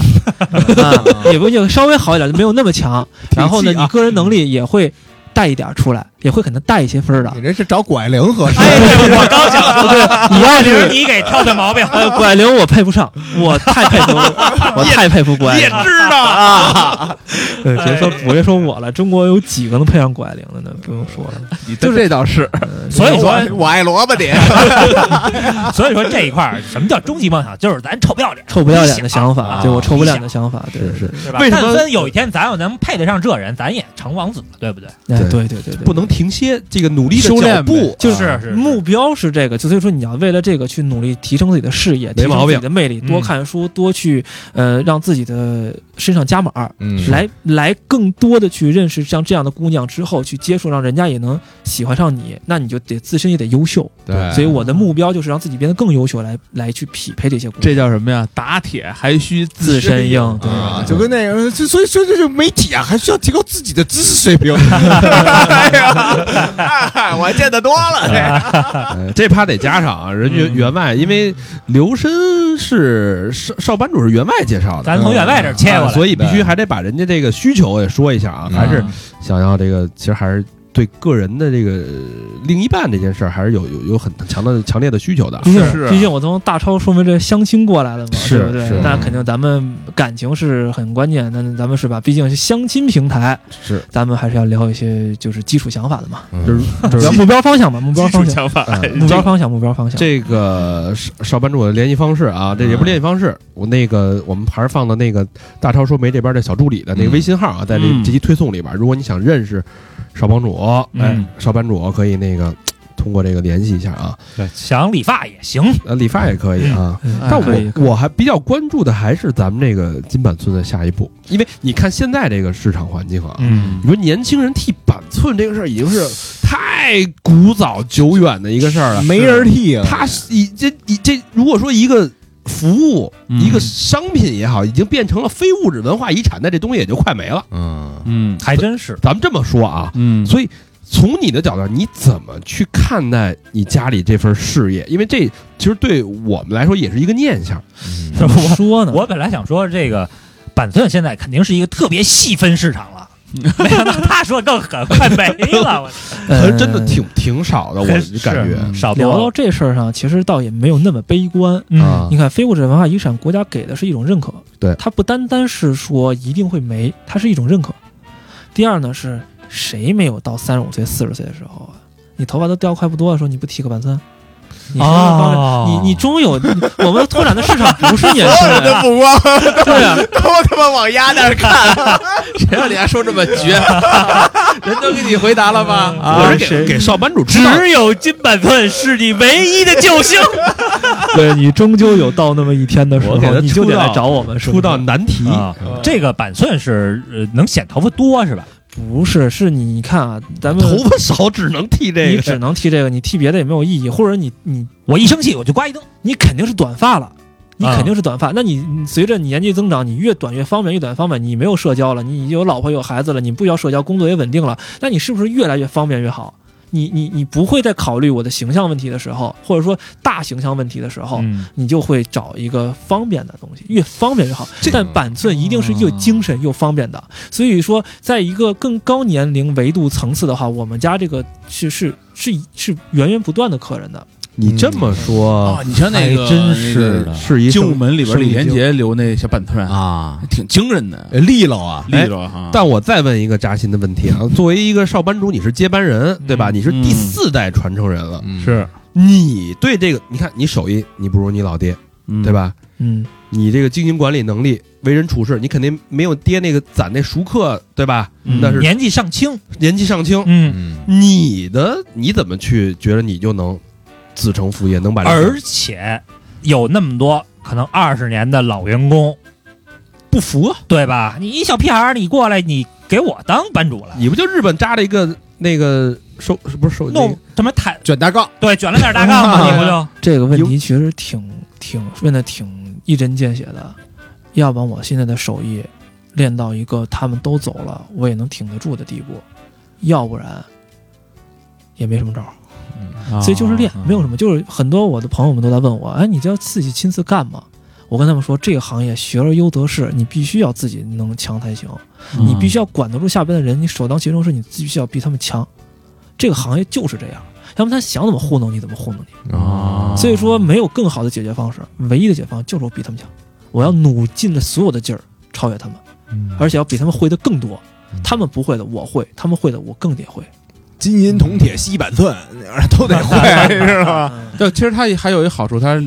S5: 啊、 (laughs) 也不也稍微好一点，就没有那
S6: (laughs)
S5: 么强。然后
S2: 挺
S5: 呢，
S2: 细啊
S5: 你个人能
S6: 嗯
S5: 力也会带一点儿出来，也会可能带一些分儿的。
S3: 你这是找谷爱凌合适？
S6: 哎，对我
S2: (laughs)
S6: 刚想说， (laughs)
S5: 你要
S6: 这是
S5: 是
S6: 你给挑的毛病。
S2: 哎
S5: 呃，谷爱凌我配不上，我太佩服，
S6: (laughs)
S5: 我太佩服谷爱凌了。
S6: 知道啊，哎
S5: 呃别说别说我了，中国有几个能配上谷爱凌的呢？不用说了，
S6: (laughs)
S5: 呃
S1: 就这倒是，
S6: 所
S3: (laughs)
S6: 以说，
S3: 哎我爱萝卜你，
S6: 所以说这一块儿，什么叫终极梦想？就是咱臭不要脸，
S5: 臭不要脸的想
S6: 你
S5: 法，
S6: 啊
S5: 对我臭不要脸的想法，对对对，
S6: 是吧？
S2: 为什么
S6: 但凡有一天咱要能配得上这人，咱也成王子了，对不对？
S5: 哎
S2: 对
S5: 对对对对，
S2: 不能停歇这个努力的
S4: 修炼
S2: 脚步
S4: 呗，
S5: 就是
S6: 啊是
S5: 目
S2: 嗯
S5: 标是这个，就所以说你要为了这个去努力提升自己的视野，提
S2: 没
S5: 升
S2: 毛
S5: 自
S2: 病
S5: 己的魅力，多看书，多去呃让自己的身上加码儿，
S3: 嗯
S5: 来来更多的去认识像这样的姑娘之后去接触，让人家也能喜欢上你，那你就得自身也得优秀。
S3: 对
S5: 所以我的目标就是让自己变得更优秀，来来去匹配这些姑娘。
S4: 这叫什么呀？打铁还需
S5: 自身硬，对
S3: 啊，就跟那个，就所以说这就媒体啊，还需要提高自己的知识水平。哎呀，哎我见得多了，这
S2: 哎这趴得加上啊，人家
S6: 嗯
S2: 员外，因为刘深是少少班主是员外介绍的，
S6: 咱从远外这儿切过
S2: 啊
S6: 来，
S2: 所以必须
S3: 对
S2: 还得把人家这个需求也说一下啊，
S3: 嗯
S2: 还是想要这个，其实还是对个人的这个呃另一半这件事儿，还是有有有很强的强烈的需求的。啊
S5: 毕竟
S4: 是
S5: 毕竟我从大超说明这相亲过来了嘛，
S2: 是
S5: 对不对
S2: 是？
S5: 那肯定咱们感情是很关键，那咱们是吧？毕竟是相亲平台，
S2: 是，
S5: 咱们还是要聊一些就是基础想法的
S2: (laughs)
S5: 嘛，
S2: 就是就是
S5: 聊目标方向吧，目标
S4: 基础
S5: 方向，
S4: 想法，
S2: 嗯
S5: 目 (laughs) 标方向，目标方向。
S2: 这个少少班主的联系方式啊，这也不是联系方式，我那个我们还是放到那个大超说媒这边的小助理的那个微信号啊，在这
S4: 嗯
S2: 这期推送里边，如果你想认识少帮主，哎
S6: 嗯，
S2: 少班主可以那个通过这个联系一下啊，
S6: 想理发也行，
S2: 呃，理发也可以啊。
S5: 哎
S2: 但
S5: 可以可
S2: 我
S5: 以
S2: 我还比较关注的还是咱们这个金板寸的下一步，因为你看现在这个市场环境啊，
S6: 嗯
S2: 你说年轻人剃板寸这个事儿已经是太古早久远的一个事儿了，
S3: 没人替啊了。
S2: 它是以这以这，如果说一个服务、
S4: 嗯
S2: 一个商品也好，已经变成了非物质文化遗产，那这东西也就快没了。
S3: 嗯，
S4: 嗯
S6: 还真是。
S2: 咱们这么说啊，
S4: 嗯，
S2: 所以从你的角度，你怎么去看待你家里这份事业？因为这其实对我们来说也是一个念想。嗯
S5: 怎么说呢？
S6: (laughs) 我本来想说这个板寸现在肯定是一个特别细分市场了，没想到他说更狠，快没了，我
S2: 可
S5: 呃
S2: 是真的挺挺少的，我感觉
S6: 是少
S5: 聊到
S6: 多
S5: 这事儿上，其实倒也没有那么悲观。
S2: 啊
S6: 嗯，
S5: 你看，非物质文化遗产，国家给的是一种认可，
S2: 对
S5: 它不单单是说一定会没，它是一种认可。第二呢，是谁没有到三十五岁、四十岁的时候啊？你头发都掉快不多的时候，你不剃个板寸？你
S2: 啊
S5: 是不是帮着
S6: 哦
S5: 你你终有，你我们拓展的市场不是年
S2: (laughs)
S5: 轻人，
S3: 不光
S5: 对啊，
S3: 都他妈往丫那儿看，
S2: 谁让你还说这么
S6: (laughs)
S2: 绝？人都给你回答了
S6: 嗯
S2: 吧？我是给给少班主指
S6: 只有金板寸是你唯一的救星。
S5: 对你终究有到那么一天的时候
S2: 我给他，
S5: 你就
S2: 出
S5: 得
S2: 道
S5: 来找我们，是不
S2: 出
S5: 是嗯
S2: 道难题。
S6: 啊，这个板寸是呃能显头发多是吧？
S5: 不是，是你看啊，咱们
S2: 头发少只能剃这
S6: 嗯
S5: 你
S2: 个，
S5: 只能剃这个，你剃别的也没有意义，或者你你
S6: 我一生气我就刮一灯，
S5: 你肯定是短发了，你
S6: 啊
S5: 肯定是短发。那你你随着你年纪增长，你越短越方便，越短方便，你没有社交了，你有老婆有孩子了，你不需要社交，工作也稳定了，那你是不是越来越方便越好？你你你不会在考虑我的形象问题的时候，或者说大形象问题的时候，
S6: 嗯，
S5: 你就会找一个方便的东西，越方便越好。但板寸一定是
S6: 啊
S5: 又精神又方便的，所以说，在一个更高年龄维度层次的话，我们家这个是是是是源源不断的客人的。
S2: 你这么说
S4: 啊，，你像那个
S6: 还真是
S4: 那个
S2: 是一
S4: 《精武
S2: 生
S4: 门》里边
S2: 生
S4: 李
S2: 意
S4: 连
S2: 经
S4: 杰留那小板寸，
S3: 啊，
S4: 挺惊人的，
S3: 利落啊，
S6: 嗯
S4: 利落哈。
S2: 哎但我再问一个扎心的问题啊，作为一个少班主，你是接班人对吧？
S6: 嗯
S2: 你是第四代传承人了，
S3: 嗯
S4: 是，
S2: 你对这个，你看你手艺，你不如你老爹对
S4: 吧？
S2: 吧？
S5: 嗯，
S2: 你这个经营管理能力、为人处事，你肯定没有爹那个攒那熟客对吧？
S4: 嗯
S2: 那是
S6: 年纪尚轻，
S2: 年纪尚轻，
S6: 嗯，
S3: 嗯，
S2: 你的你怎么去觉得你就能自成副业，能把这个
S6: 而且有那么多可能二十年的老员工，
S2: 不服啊！
S6: 对吧？你一小屁孩儿，你过来，你给我当班主了，
S2: 你不就日本扎了一个那个收不是收那
S6: 弄
S2: 个
S6: 什么太
S3: 卷大杠，
S6: 对卷了点大杠嘛，你不
S5: (laughs)
S6: 就
S5: 这个问题其实挺挺问的挺一针见血的，要不然我现在的手艺练到一个他们都走了，我也能挺得住的地步，要不然也没什么招儿。所以就是练，没有什么，就是很多我的朋友们都在问我，哎，你这要自己亲自干吗？我跟他们说，这个行业学而优则仕，你必须要自己能强才行，你必须要管得住下边的人，你首当其冲是你必须要比他们强。这个行业就是这样，要么他想怎么糊弄你怎么糊弄你。
S4: 啊，
S5: 所以说没有更好的解决方式，唯一的解决方式就是我比他们强，我要努尽了所有的劲儿超越他们，
S4: 嗯
S5: 而且要比他们会的更多。他们不会的我会，他们会的我更得会。
S3: 金银铜铁锡板寸，都得 (laughs) 会，知道吗？
S4: 对，其实他也还有一个好处，他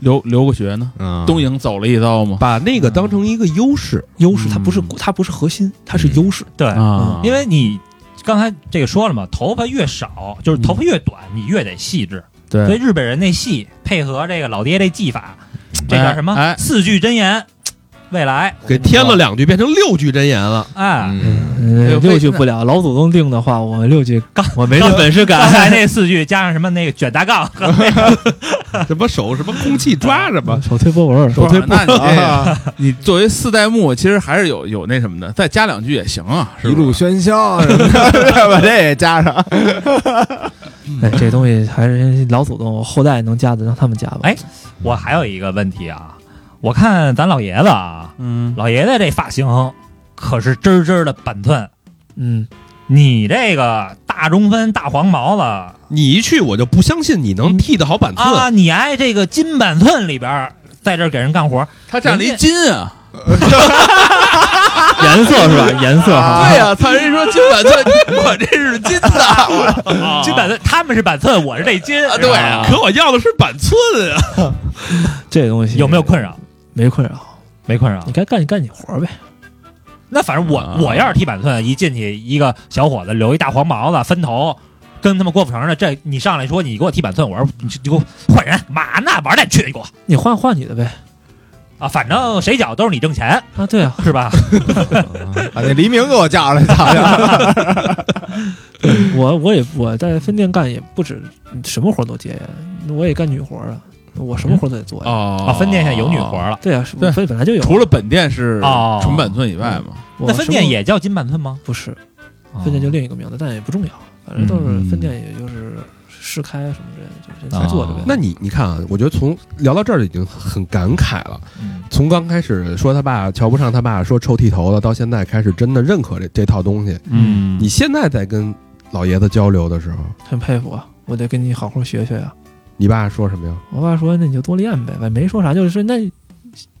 S4: 留留过学呢，
S2: 啊
S3: 嗯，
S4: 东营走了一遭嘛，
S2: 把那个当成一个优势，
S5: 优势它不是
S4: 嗯
S5: 它不是核心，它是优势。
S6: 对？
S4: 啊，
S6: 因为你刚才这个说了嘛，头发越少，就是头发越短，你越得细致。所以
S4: 对
S6: 日本人那戏配合这个老爹这技法，这叫什么？
S4: 哎哎
S6: 四句真言，未来
S2: 给添了两句变成六句真言了。
S6: 哎。
S3: 嗯，
S5: 呃
S4: 对
S5: 六句不了，老祖宗定的话，我六句我没这本事
S6: 刚才
S5: 干。
S6: 那四句加上什么那个卷大杠
S5: (laughs)
S6: 和那个
S3: 嗯
S2: 什么手什么空气抓什么，
S5: 手推波纹，
S4: 不是那你这你作为四代目，其实还是有有那什么的，再加两句也行啊，
S3: 一
S4: 是不是
S3: 路喧嚣，什么 (laughs) 的把这也加上，
S5: 哎，这东西还是老祖宗后代能加的，让他们加吧。
S6: 哎我还有一个问题啊，我看咱老爷子啊，
S4: 嗯，
S6: 老爷子这发型可是真真的板寸，
S5: 嗯，
S6: 你这个大中分大黄毛子
S2: 你一去我就不相信你能剃得好板寸。
S6: 啊，你挨这个金板寸里边儿在这儿给人干活，
S4: 他占了一斤啊，
S5: 颜色是
S4: (laughs)
S5: 吧？颜色哈。
S4: 对呀，他人说金板寸，我这是金子啊，我
S6: 金板寸他们是板寸，我是这金，
S4: 啊对啊
S2: 可我要的是板寸啊！
S5: 这东西
S6: 有没有困扰？
S5: 没困扰？
S6: 没困扰
S5: 你。该干你干你活儿呗。
S6: 那反正我、
S4: 啊
S6: 我要是剃板寸，一进去一个小伙子留一大黄毛子，分头，跟他们郭富城的，这你上来说你给我剃板寸，我说你去你给我换人，嘛呢玩蛋去你给我
S5: 你换换你的呗。
S6: 啊！反正谁缴都是你挣钱，
S5: 啊，对啊，
S6: 是吧？
S3: 把那黎明给我叫来，操！
S5: 我我也我在分店干也不止什么活儿都接呀，我也干女活儿啊，我什么活儿都得做呀。
S6: 啊，
S4: 哦
S6: 分店现在有女活。了，
S5: 对啊，是
S4: 对
S5: 分本来就有，
S4: 除了本店是
S6: 哦
S4: 纯板寸以外嘛，
S5: 我
S6: 那分
S5: 什
S6: 店
S5: 么
S6: 也叫金板寸吗？
S5: 不是，嗯分店就另一个名字，但也不重要，反正都是
S4: 哦嗯
S5: 分店，也就是试开什么之类的，就是先做着呗
S6: 啊。
S2: 那你你看啊，我觉得从聊到这儿已经很感慨了。
S6: 嗯
S2: 从刚开始说他爸瞧不上他爸，说臭剃头的，到现在开始真的认可这这套东西。
S4: 嗯
S2: 你现在在跟老爷子交流的时候，
S5: 很佩服啊，我得跟你好好学学呀。
S2: 你爸说什么呀？
S5: 我爸说那你就多练呗，我也没说啥，就是说那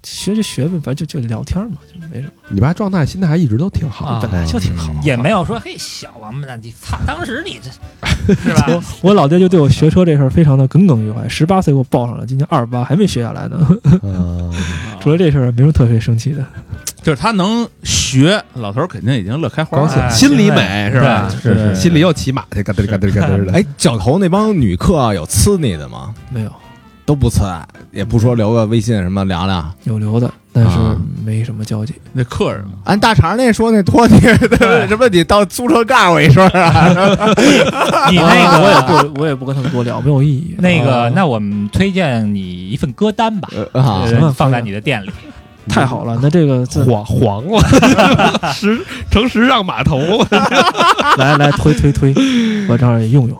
S5: 学就学呗，反正就就聊天嘛，
S4: 啊
S5: 就没什么，
S2: 你爸状态心态还一直都挺
S5: (laughs)
S2: 好，
S6: 啊
S5: 本来就挺
S4: 嗯
S5: 好。
S6: 也没有说嘿小王八蛋，你操，当时你这是吧？哎
S5: 我我老爹就对我学车这事儿非常的耿耿于怀，十八岁给我报上了，今年二十八还没学下来呢。
S2: 嗯
S4: 啊
S5: (laughs) 除了这事儿，没什么特别生气的。
S4: 就是他能学，老头儿肯定已经乐开花
S2: 高
S4: 了。
S2: 兴
S6: 哎，
S2: 心里美是吧？
S6: 对
S4: 是是
S2: 心里又骑马去，嘎噔嘎噔嘎
S3: (laughs)
S2: 噔的。
S3: 哎，角头那帮女客啊有呲你的吗？
S5: 没有
S3: 都不呲，也不说留个微信什么聊聊。
S5: 有留的，但是
S3: 啊
S5: 没什么交集。
S4: 那客人嘛，
S3: 按大肠那说那托你， (laughs) 什么你到租车告诉我一声啊？
S6: 你那
S5: 啊
S6: 个
S5: (laughs) 我也不我也不跟他们多聊，没有意义。
S6: (laughs) 那个，
S5: 啊
S6: 那我们推荐你一份歌单吧，
S3: (laughs)
S6: 呃
S3: 啊
S5: 行吧
S6: 放在你的店里。
S5: 太好了，那这个自
S2: 黄黄了，
S6: (laughs)
S2: 时成时尚码头了。
S5: (laughs) 来来推推推，我这儿也用用。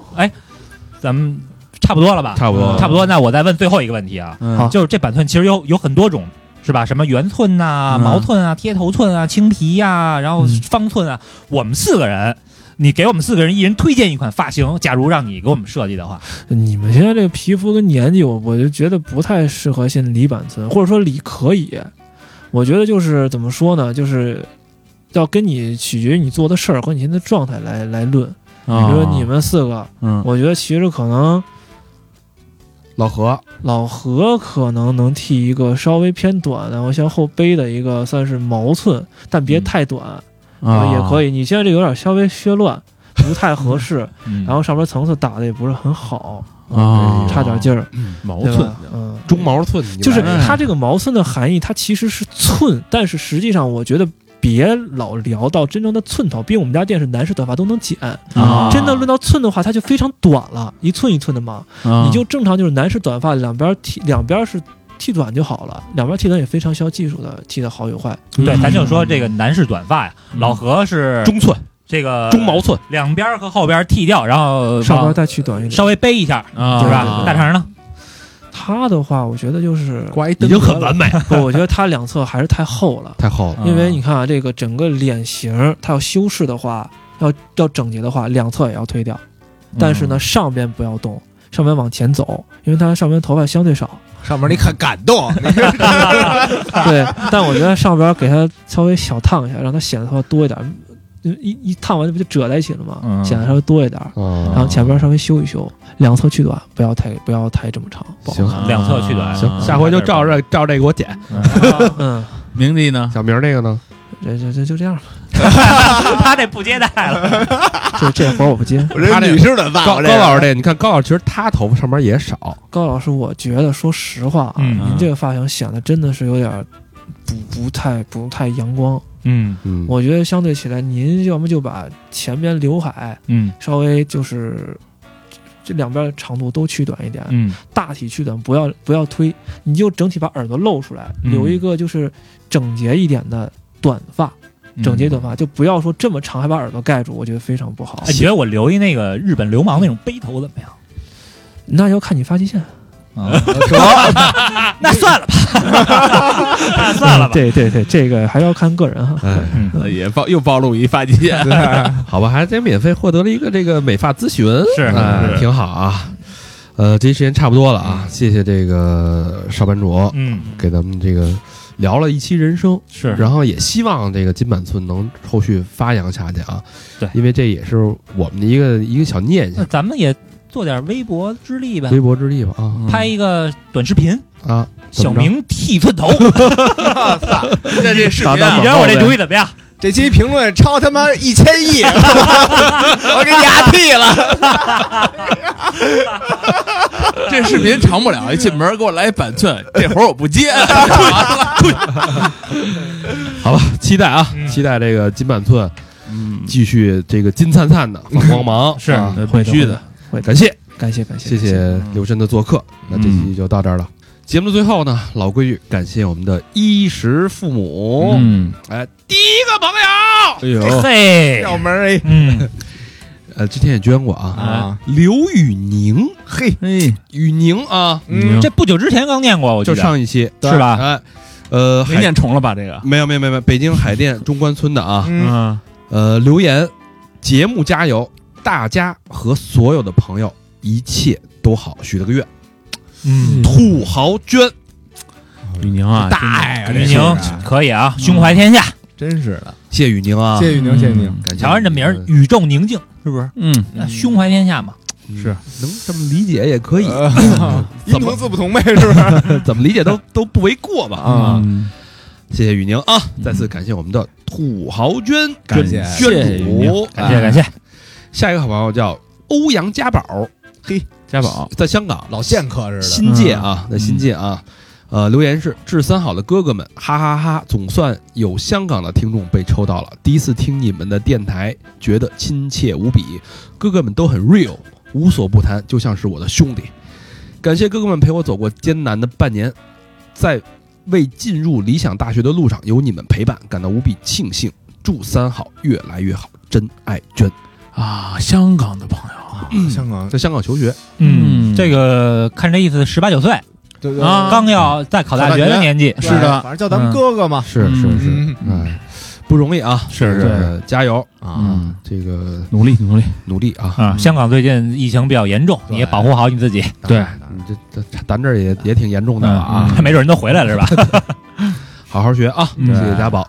S6: 咱们差不多了吧？嗯
S2: 差不多了
S6: 差不多。那我再问最后一个问题啊，
S5: 好
S6: 就是这板寸其实有有很多种，是吧？什么圆寸呐、
S4: 嗯
S6: 毛寸啊、贴头寸啊、青皮呀、然后
S5: 嗯
S6: 方寸啊。我们四个人，你给我们四个人一人推荐一款发型，假如让你给我们设计的话，
S5: 你们现在这个皮肤跟年纪，我我就觉得不太适合现在理板寸，或者说理可以，我觉得就是怎么说呢，就是要跟你取决于你做的事儿和你现在状态来来论。
S4: 比
S2: 啊
S5: 比如说你，们四个，
S4: 嗯，
S5: 我觉得其实可能
S2: 老何，
S5: 老何可能能剃一个稍微偏短的，我向后背的一个算是毛寸，但别
S4: 嗯
S5: 太短，也可
S4: 以。
S5: 以。你现在这个有点稍微削乱，不太合适，
S4: 嗯
S5: 然后上边层次打的也不是很好，嗯
S4: 啊，
S5: 差点劲儿。
S4: 毛
S5: 对
S4: 寸
S5: 吧，嗯，
S2: 中毛寸，你
S5: 就是
S2: 来
S4: 哎
S5: 它这个毛寸的含义，它其实是寸，但是实际上我觉得别老聊到真正的寸头，毕竟我们家店是男士短发都能剪，
S4: 啊
S5: 真的论到寸的话，它就非常短了，一寸一寸的嘛。
S4: 啊
S5: 你就正常就是男士短发两边剃，两边是剃短就好了，两边剃短也非常需要技术的，剃的好与坏。
S6: 对，咱就说这个男士短发呀，老何是
S2: 嗯中寸、
S6: 这个
S2: 中毛寸，
S6: 两边儿和后边儿剃掉，然后
S5: 上边
S6: 往
S5: 再去短一点，
S6: 稍微背一下，
S4: 啊
S6: 是吧？
S5: 对
S6: 大肠呢？
S5: 它的话，我觉得就是，
S4: 刮一
S2: 已经很完美，
S5: 不我觉得它两侧还是太厚了。
S2: 太厚了。
S5: 因为你看啊，这个整个脸型，它要修饰的话，要要整洁的话，两侧也要推掉，但是呢，上边不要动，上边往前走，因为它上边头发相对少。
S3: 上面你看感动，
S5: 对，但我觉得上边给它稍微小烫一下，让它显得头发多一点，因为一一烫完这不就褶在一起了吗？
S6: 嗯
S5: 显得稍微多一点，然
S2: 啊
S5: 后前边稍微修一修，两侧去短，不要太不要太这么长，不好
S2: 行
S5: 看。
S6: 两侧去短
S2: 行，下回就照着照这给我剪。
S5: 嗯，
S4: 明
S2: (laughs)
S4: 帝呢？
S2: 小明那个呢？
S5: 这这这就这样吧，
S6: (laughs) 他这不接待了，
S5: 这这活儿我不
S3: (laughs)
S5: 接。
S3: 人
S2: 他这
S3: 女士的爸
S2: 高高
S3: 爸这个
S2: 老师这，你看高老师其实他头发上面也少，
S5: 高老师，我觉得说实话啊，
S6: 嗯
S5: 您这个发型显得真的是有点儿不不太不太阳光。
S6: 嗯
S2: 嗯，
S5: 我觉得相对起来，您要么就把前边刘海
S6: 嗯
S5: 稍微就是这两边的长度都去短一点，
S6: 嗯
S5: 大体去短，不要不要推，你就整体把耳朵露出来，
S6: 嗯
S5: 留一个就是整洁一点的短发，
S2: 嗯
S6: 嗯
S5: 整洁短发，就不要说这么长还把耳朵盖住，我觉得非常不好
S6: 哎，。你觉得我留一那个日本流氓那种背头怎么样？
S5: 那要看你发际线，
S2: 啊
S6: 那算了
S2: (laughs)
S6: 吧，那算了吧。
S5: 对对对，这个还要看个人哈。
S2: 哎，
S6: 嗯
S4: 也暴又暴露一发际线，
S2: 好吧，还得免费获得了一个这个美发咨询，
S6: 是
S2: 哎
S6: 是
S2: 挺好啊。呃，这时间差不多了啊，谢谢这个少班主
S6: 嗯，
S2: 给咱们这个聊了一期人生，
S6: 是
S2: 然后也希望这个金板寸能后续发扬下去啊。
S6: 对
S2: 因为这也是我们的一个一个小念
S6: 那
S2: 想，
S6: 咱们也做点微薄之力呗，
S2: 微薄之力吧啊
S6: 拍一个短视频，
S2: 啊！
S6: 嗯小明剃寸头，
S3: (laughs) 这这视频
S6: 你觉
S3: 啊，
S6: 得我这主意怎么样？
S3: 这期评论超他妈一千亿，我给啊牙剃了。
S4: 这视频长不了，一进门给我来一板寸，这活儿我不接，
S2: 好吧，期待啊，
S6: 嗯
S2: 期待这个金板寸
S4: 嗯，
S2: 继续这个金灿灿的发光芒，
S6: 嗯 (laughs) 是
S2: 啊
S4: 必须的，
S5: 会的
S2: 感谢。
S5: 感谢感
S2: 谢
S5: 谢
S2: 谢
S3: 嗯
S2: 刘真的做客。那这期
S4: 嗯
S2: 就到这儿了。节目的最后呢，老规矩，感谢我们的衣食父
S6: 哦
S2: 母。
S4: 嗯，
S2: 哎，第一个朋友，
S4: 哎呦， (laughs)
S6: 嘿，
S3: (laughs) 小门儿哎
S6: 嗯，
S2: 呃，之前也捐过啊，
S3: 啊，
S2: 刘宇宁，
S3: 嘿，
S4: 哎，
S2: 宇宁啊，
S3: 嗯，
S6: 这不久之前刚念过，我觉
S2: 就
S6: 得
S2: 上一期
S6: 是吧
S2: 哎，呃，
S4: 没
S2: 海
S4: 念重了吧？这个，
S2: 没有没有没有没有，北京海淀中关村的啊，
S3: 嗯，
S4: 嗯，
S2: 呃，留言，节目加油，大家和所有的朋友一切都好，许了个愿，
S6: 嗯，
S2: 土豪捐，
S4: 宇宁啊，
S3: 大爱啊，
S6: 李
S3: 这
S6: 宁
S3: 是啊
S6: 可以啊，胸怀天下，
S3: 真是的。
S2: 谢谢宇宁啊，
S3: 谢谢宇宁，谢谢宇宁。
S2: 感谢
S6: 瞧人这名儿
S2: 宇宁
S6: 宇宙宁静，是不是？
S4: 嗯，
S6: 那胸怀天下嘛，
S4: 是
S2: 能这么嗯理解也可以，
S6: 嗯
S3: 呃音
S2: 怎么
S3: 同字不同呗，是不
S2: (laughs)
S3: 是？
S2: 怎么理
S3: (laughs)
S2: 解都都不为过吧啊！
S3: 啊，
S4: 嗯
S2: 谢谢宇宁啊，再次感谢我们的土豪捐
S3: 感
S2: 捐
S3: 谢啊
S2: 捐主，
S6: 感
S4: 哎
S6: 谢感谢，
S2: 啊下一个好朋友叫欧阳家宝，
S4: 家宝，
S2: 在香港
S3: 老剑客似的。
S2: 新界啊，在新界啊。呃，留言是致三好的哥哥们，哈哈哈总算有香港的听众被抽到了。第一次听你们的电台，觉得亲切无比，哥哥们都很 real，无所不谈，就像是我的兄弟。感谢哥哥们陪我走过艰难的半年，在为进入理想大学的路上有你们陪伴，感到无比庆幸。祝三好越来越好，真爱娟
S4: 啊，香港的朋友啊，
S3: 香港，
S2: 在香港求学，
S4: 嗯
S6: 这个看这意思，十八九岁
S3: 对对
S4: 啊
S6: 刚要在考大学的年纪，啊
S3: 对
S4: 是的
S3: 反正叫咱们
S4: 嗯
S3: 哥哥嘛。
S2: 是
S4: 是
S3: 是
S2: 嗯，不容易啊，
S4: 哎是是嗯
S2: 呃，加油，
S3: 啊，，
S2: 这个
S4: 努力努力，
S2: 努力啊，
S6: 啊。香港最近疫情比较严重，
S3: 对
S6: 你也保护好你自己，
S4: (laughs) 嗯对，
S2: 啊你这这咱这儿也也挺严重的了啊，
S4: 嗯
S6: 还 (laughs) 没准人都回来了是吧？
S2: 好好学啊，
S4: 嗯
S2: 谢谢家宝。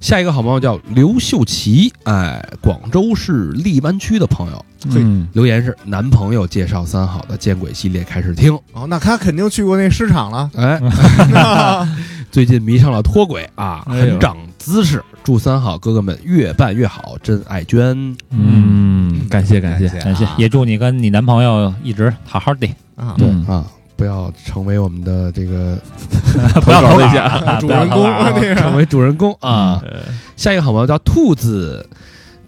S2: 下一个好朋友叫刘秀奇，哎，广州市荔湾区的朋友
S4: 嗯
S2: 留言是男朋友介绍三好的见鬼系列开始听，。
S3: 哦，那他肯定去过那市场了
S2: 哎，
S4: 嗯
S2: (laughs)
S3: (laughs)
S2: 最近迷上了脱轨啊，
S4: 哎呦
S2: 很长姿势。祝三好哥哥们越办越好，真爱娟。
S4: 嗯，感谢感谢，
S6: 啊感谢，也祝你跟你男朋友一直好好的。
S3: 啊，
S6: 嗯
S2: 啊，不要成为我们的这个
S6: 不要
S4: 投稿
S6: 投
S4: 一
S6: 稿
S4: 下
S6: 啊，
S3: 主
S6: 不要
S3: 人
S6: 投
S3: 公
S6: 稿啊
S3: (laughs)
S2: 成为主人公啊。
S4: 呃
S2: 下一个好朋友叫兔子，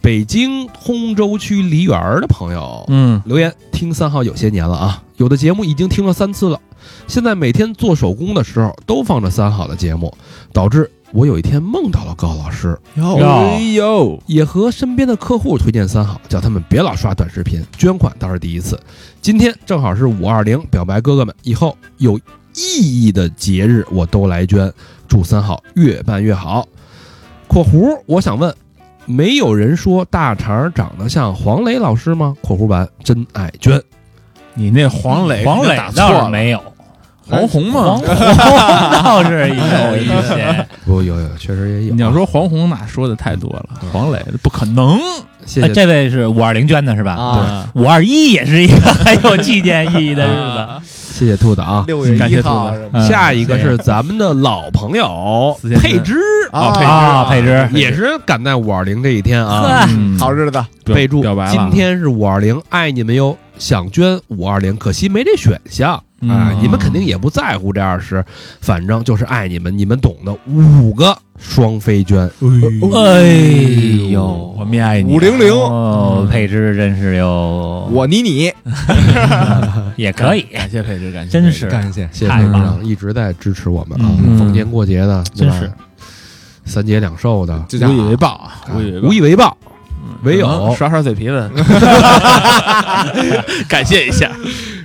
S2: 北京通州区梨园儿的朋友，
S4: 嗯，
S2: 留言听三号有些年了啊，有的节目已经听了三次了。现在每天做手工的时候都放着三好的节目，导致我有一天梦到了高老师，
S3: 哟
S6: 哟
S3: 呦，
S2: 也和身边的客户推荐三好，叫他们别老刷短视频，捐款倒是第一次。今天正好是五二零，表白哥哥们，以后有意义的节日我都来捐，祝三好越办越好。（括弧）我想问，没有人说大肠长得像黄磊老师吗？（括弧完真爱捐）
S4: 你那哎黄磊
S6: 黄磊
S4: 打错
S6: 倒
S4: 了
S6: 是，没有，
S4: 黄宏
S6: 哎黄
S4: 嘛，
S6: 宏 (laughs) 倒是有一些。哎
S2: 不，有有，确实也有。啊
S4: 你要说黄宏那说的太多了，黄磊不可能，
S2: 谢
S6: 哎
S2: 谢，
S6: 这位是五二零捐的是吧？
S3: 啊，
S6: 五二一也是一个很有纪念意义的日
S2: 谢谢兔子啊。
S3: 六月
S4: 感谢
S3: 一
S4: 兔子
S3: 号是吗
S6: 嗯
S2: 下一个是咱们的老朋友
S4: 四千三
S2: 佩芝
S3: 啊
S6: 子啊，佩芝
S2: (laughs) 也是赶在五二零这一天
S6: (laughs)
S2: 啊。
S6: 呵
S4: 嗯
S3: 好日子，
S4: 表
S2: 备注：
S4: 表白了
S2: 今天是五二零，爱你们哟！想捐五二零，可惜没这选项
S4: 嗯
S2: 啊！你们肯定也不在乎这二十，反正就是爱你们，你们懂的。五个双飞捐，
S6: 哎呦，
S4: 我们也爱你
S3: 五零零，
S6: 啊哦，佩芝真是有，
S3: 我妮妮，
S6: 也可以，
S4: 感谢佩芝，感谢
S6: 真是
S3: 感谢
S2: 谢谢
S6: 太
S2: 董事
S6: 棒了
S2: 长一直在支持我们啊！
S4: 嗯
S2: 逢年过节的，对
S6: 真
S2: 吧
S6: 是
S2: 三节两寿的，
S3: 这
S4: 无
S3: 叫
S4: 以为报啊，
S2: 啊
S4: 无以为报
S2: 无以为报，唯
S4: 可
S2: 有
S4: 能刷刷嘴皮子，感谢一下。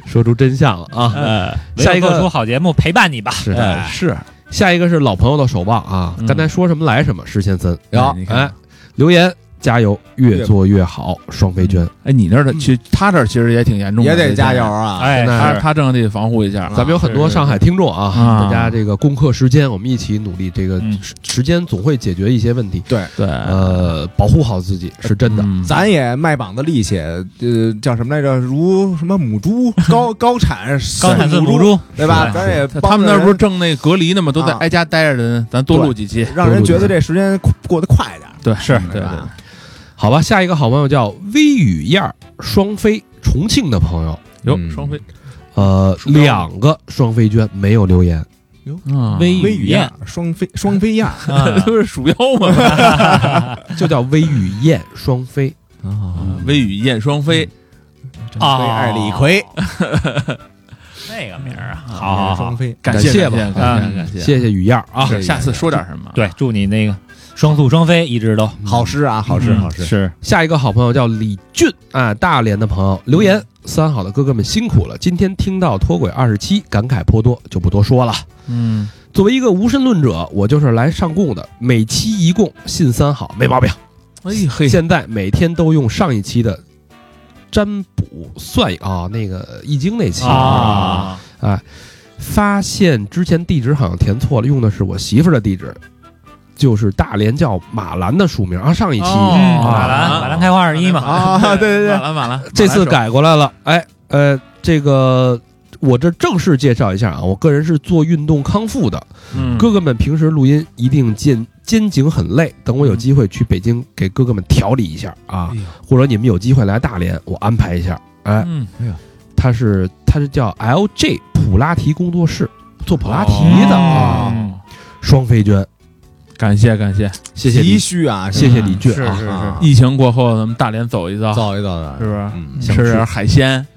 S2: 说出真相了
S6: (laughs)
S4: 嗯
S2: 啊！
S6: 呃，
S2: 下一个
S6: 为了做出好节目陪伴你吧，
S2: 是的，
S6: 哎
S4: 是，
S2: 下一个是老朋友的手腕啊，
S4: 嗯
S2: 刚才说什么来什么，石先森，
S3: 有
S4: 你看
S2: 哎，留言加油，越做越好，双飞捐，
S4: 哎，你那儿的其实他这儿其实也挺严重的，
S3: 也得
S4: 这
S3: 加油
S4: 现
S3: 啊！
S6: 哎，
S2: 现
S4: 在。
S2: 在
S4: 他
S6: 是
S4: 他正得防护一下，
S2: 咱们有很多上海听众啊，
S4: 嗯啊
S2: 大家这个攻克时间，我们一起努力，这个
S6: 嗯哎
S2: 时时间总会解决一些问题，
S4: 对，
S2: 呃，保护好自己是真的，
S4: 嗯
S3: 咱也卖膀子力气，呃，叫什么来着？如什么母猪，高高产
S6: 高产
S3: 母
S6: 母，猪，
S3: 对吧？咱也帮
S4: 他们那儿
S3: 着
S4: 不是正那隔离呢吗？都在
S3: 啊
S4: 挨家待着的人，咱多录几期。
S3: 人让人觉得这时间过得快点儿，
S4: 对，是
S3: 对
S4: 对对
S3: 吧？
S2: 好吧？下一个好朋友叫微雨燕儿，双飞重庆的朋友，
S4: 哟，
S3: 嗯
S4: 双飞，
S2: 呃，
S4: 鼠标
S2: 两个双飞捐没有留言，
S4: 微
S3: 微
S6: 雨
S3: 雨
S6: 燕
S3: 燕，双飞双飞燕，
S6: 啊
S4: 都是鼠标嘛，
S2: 就叫微雨燕双飞，
S4: 微雨燕双飞，
S3: 张飞爱李逵，
S6: 哦 (laughs) 那个名儿啊，好好好
S3: 双，飞，
S4: 感
S2: 感谢
S4: 谢
S2: 吧
S4: 感谢
S6: 啊
S4: 感谢
S2: 谢谢雨燕儿啊，
S4: 是下次说点什么？
S6: 对，祝你那个双宿双飞，一直都
S3: 好诗啊，好诗，
S6: 嗯
S3: 好诗，
S6: 是
S2: 下一个好朋友叫李俊啊，大连的朋友留言：三好的哥哥们辛苦了，今天听到脱轨二十七，感慨颇多，就不多说了。
S4: 嗯，
S2: 作为一个无神论者，我就是来上供的，每期一供，信三好没毛病。
S4: 哎嘿，
S2: 现在每天都用上一期的占卜算啊、那个易经那期
S6: 啊，
S2: 发现之前地址好像填错了，用的是我媳妇儿的地址，就是大连叫马兰的署名啊。上一期、
S4: 哦
S6: 嗯，
S2: 啊
S6: 马兰马兰开花二一嘛，
S3: 啊，对对
S4: 晚
S3: 对，
S4: 了晚了，
S2: 这次改过来了。哎，呃，这个我这正式介绍一下啊，我个人是做运动康复的。
S4: 嗯
S2: 哥哥们平时录音一定肩肩颈很累，等我有机会去北京给哥哥们调理一下啊
S4: 哎呦，
S2: 或者你们有机会来大连，我安排一下。哎，
S4: 嗯，
S2: 他是他是叫 LJ 普拉提工作室，做普拉提的啊，
S6: 嗯
S4: 哦
S2: 双飞捐，
S4: 感谢感谢，
S2: 谢谢
S3: 急
S2: 你，
S3: 需啊，
S2: 谢谢李俊
S6: 是
S2: 啊，
S6: 是
S3: 啊
S6: 是，
S4: 疫情过后咱们大连走一遭，
S3: 造一造的
S4: 是不是？
S3: 嗯，
S4: 吃点海鲜，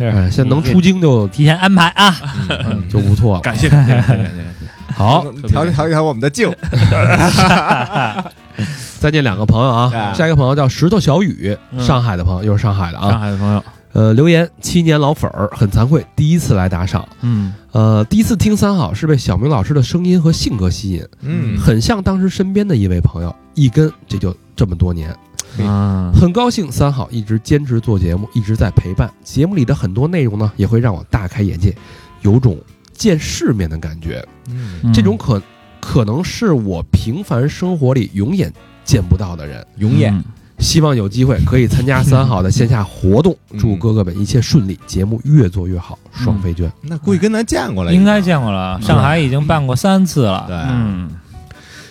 S2: 哎，现在能出京就
S6: 提前安排啊，
S2: 嗯就不错了。
S4: 感谢感谢感谢感谢感谢，
S2: 好，
S3: 调节调节我们的劲，
S2: 再见两个朋友啊，
S3: 哎
S2: 下一个朋友叫石头小雨，
S4: 嗯
S2: 上海的朋友，又是上海的
S4: 上
S2: 啊。
S4: 海的朋友，
S2: 呃，留言七年老粉儿，很惭愧，第一次来打赏。
S4: 嗯，
S2: 呃，第一次听三好是被小明老师的声音和性格吸引，
S3: 嗯，
S2: 很像当时身边的一位朋友，一跟这就这么多年。
S4: 啊，
S2: 很高兴三好一直坚持做节目，一直在陪伴。节目里的很多内容呢，也会让我大开眼界，有种见世面的感觉。
S3: 嗯
S2: 这种可可能是我平凡生活里永远见不到的人。
S3: 永
S4: 嗯
S3: 远，
S2: 希望有机会可以参加三好的线下活动，
S3: 嗯
S2: 祝哥哥们一切顺利，节目越做越好，
S4: 嗯
S2: 双飞娟。
S3: 那估计跟咱见过了，
S6: 应该见过了，上海已经办过三次了，
S3: 对，
S4: 嗯，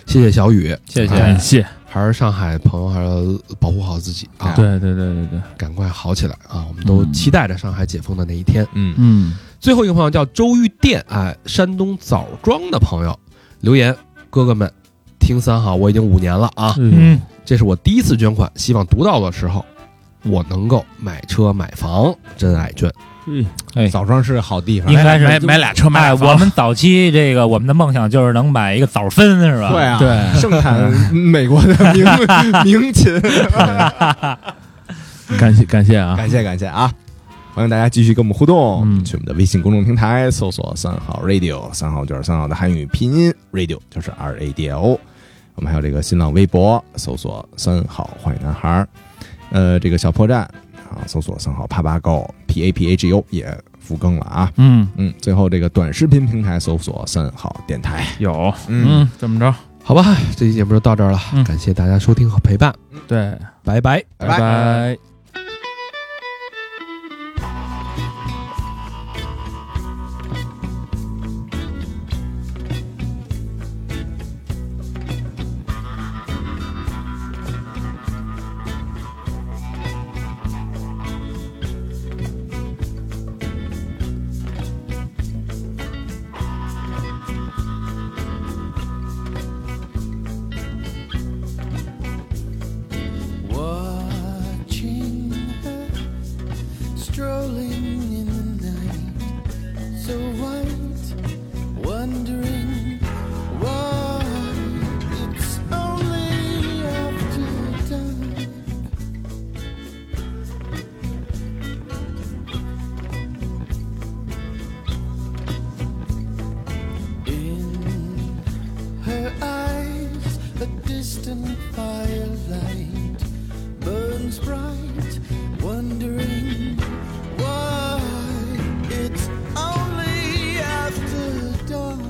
S2: 谢谢小雨，
S6: 谢谢
S2: 哎
S4: 感谢，
S2: 还是上海朋友，还是保护好自己啊！，
S4: 对对对对对，
S2: 赶快好起来啊！我们都
S4: 嗯
S2: 期待着上海解封的那一天。
S3: 嗯，
S4: 嗯，
S2: 最后一个朋友叫周玉殿，哎，山东枣庄的朋友留言：哥哥们，听三好我已经五年了啊，
S4: 嗯，
S2: 这是我第一次捐款，希望读到的时候我能够买车买房，真爱捐。
S6: 哎，
S3: 枣庄是个好地方
S6: 应，该是
S4: 买买俩车买
S6: 哎，
S4: 俩房
S6: 我们早期这个我们的梦想就是能买一个枣分，是吧？
S3: 对啊，
S4: 对，
S3: 盛产美国的名名琴。
S4: 感谢感谢
S3: (laughs)
S4: 啊，
S3: 感谢感谢啊！欢迎大家继续跟我们互动，
S4: 嗯
S3: 去我们的微信公众平台搜索“三好 radio”，三好就是三好的汉语拼音，radio 就是 R A D I O。我们还有这个新浪微博搜索“三好坏男孩儿”，呃，这个小破站啊，搜索“三好啪啪 go P A P A G O” 也复更了啊。
S4: 嗯，
S3: 嗯，最后这个短视频平台搜索“三好电台
S4: 有，
S3: 嗯
S4: 嗯，怎么着？
S2: 好吧，这期节目就到这儿了，
S4: 嗯
S2: 感谢大家收听和陪伴，
S4: 对，
S2: 拜拜。”，
S3: 拜拜
S4: 拜。
S7: watching her strolling in the night, so white, wondering why it's only after dark. In her eyes, a distant firelight burns bright, wondering why it's only after dark.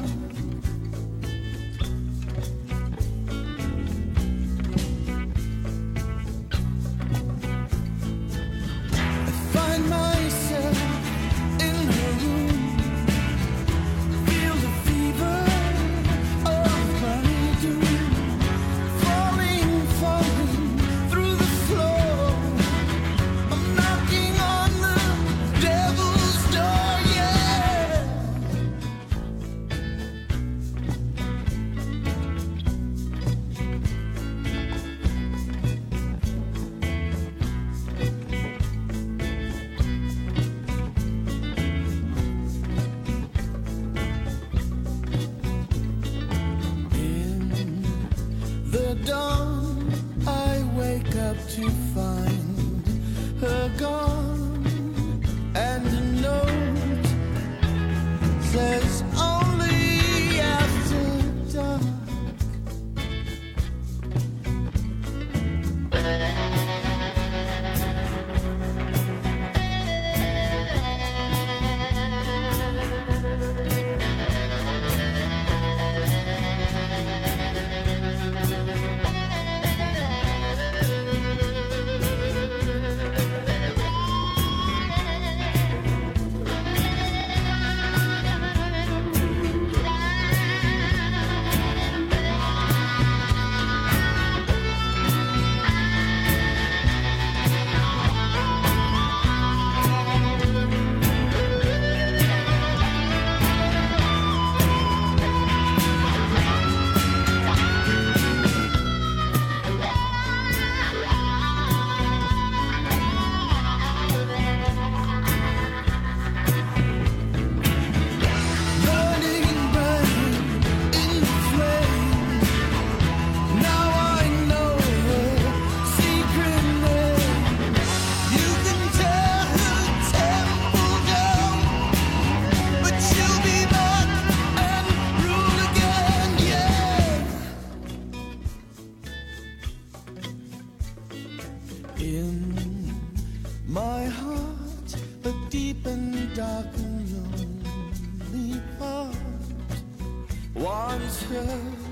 S7: I find myself in her room, feel the fever of my doom. Falling, falling through the floor. I'm knocking on the devil's door, yeah. In the dawn, I wake up to find her gone, and a note says only after dark. Burning, burning in the flame. Now I know her secret name. You can tear her temple down, but she'll be back and rule again, yeah. In my heart, a deep and dark and lonely part wants her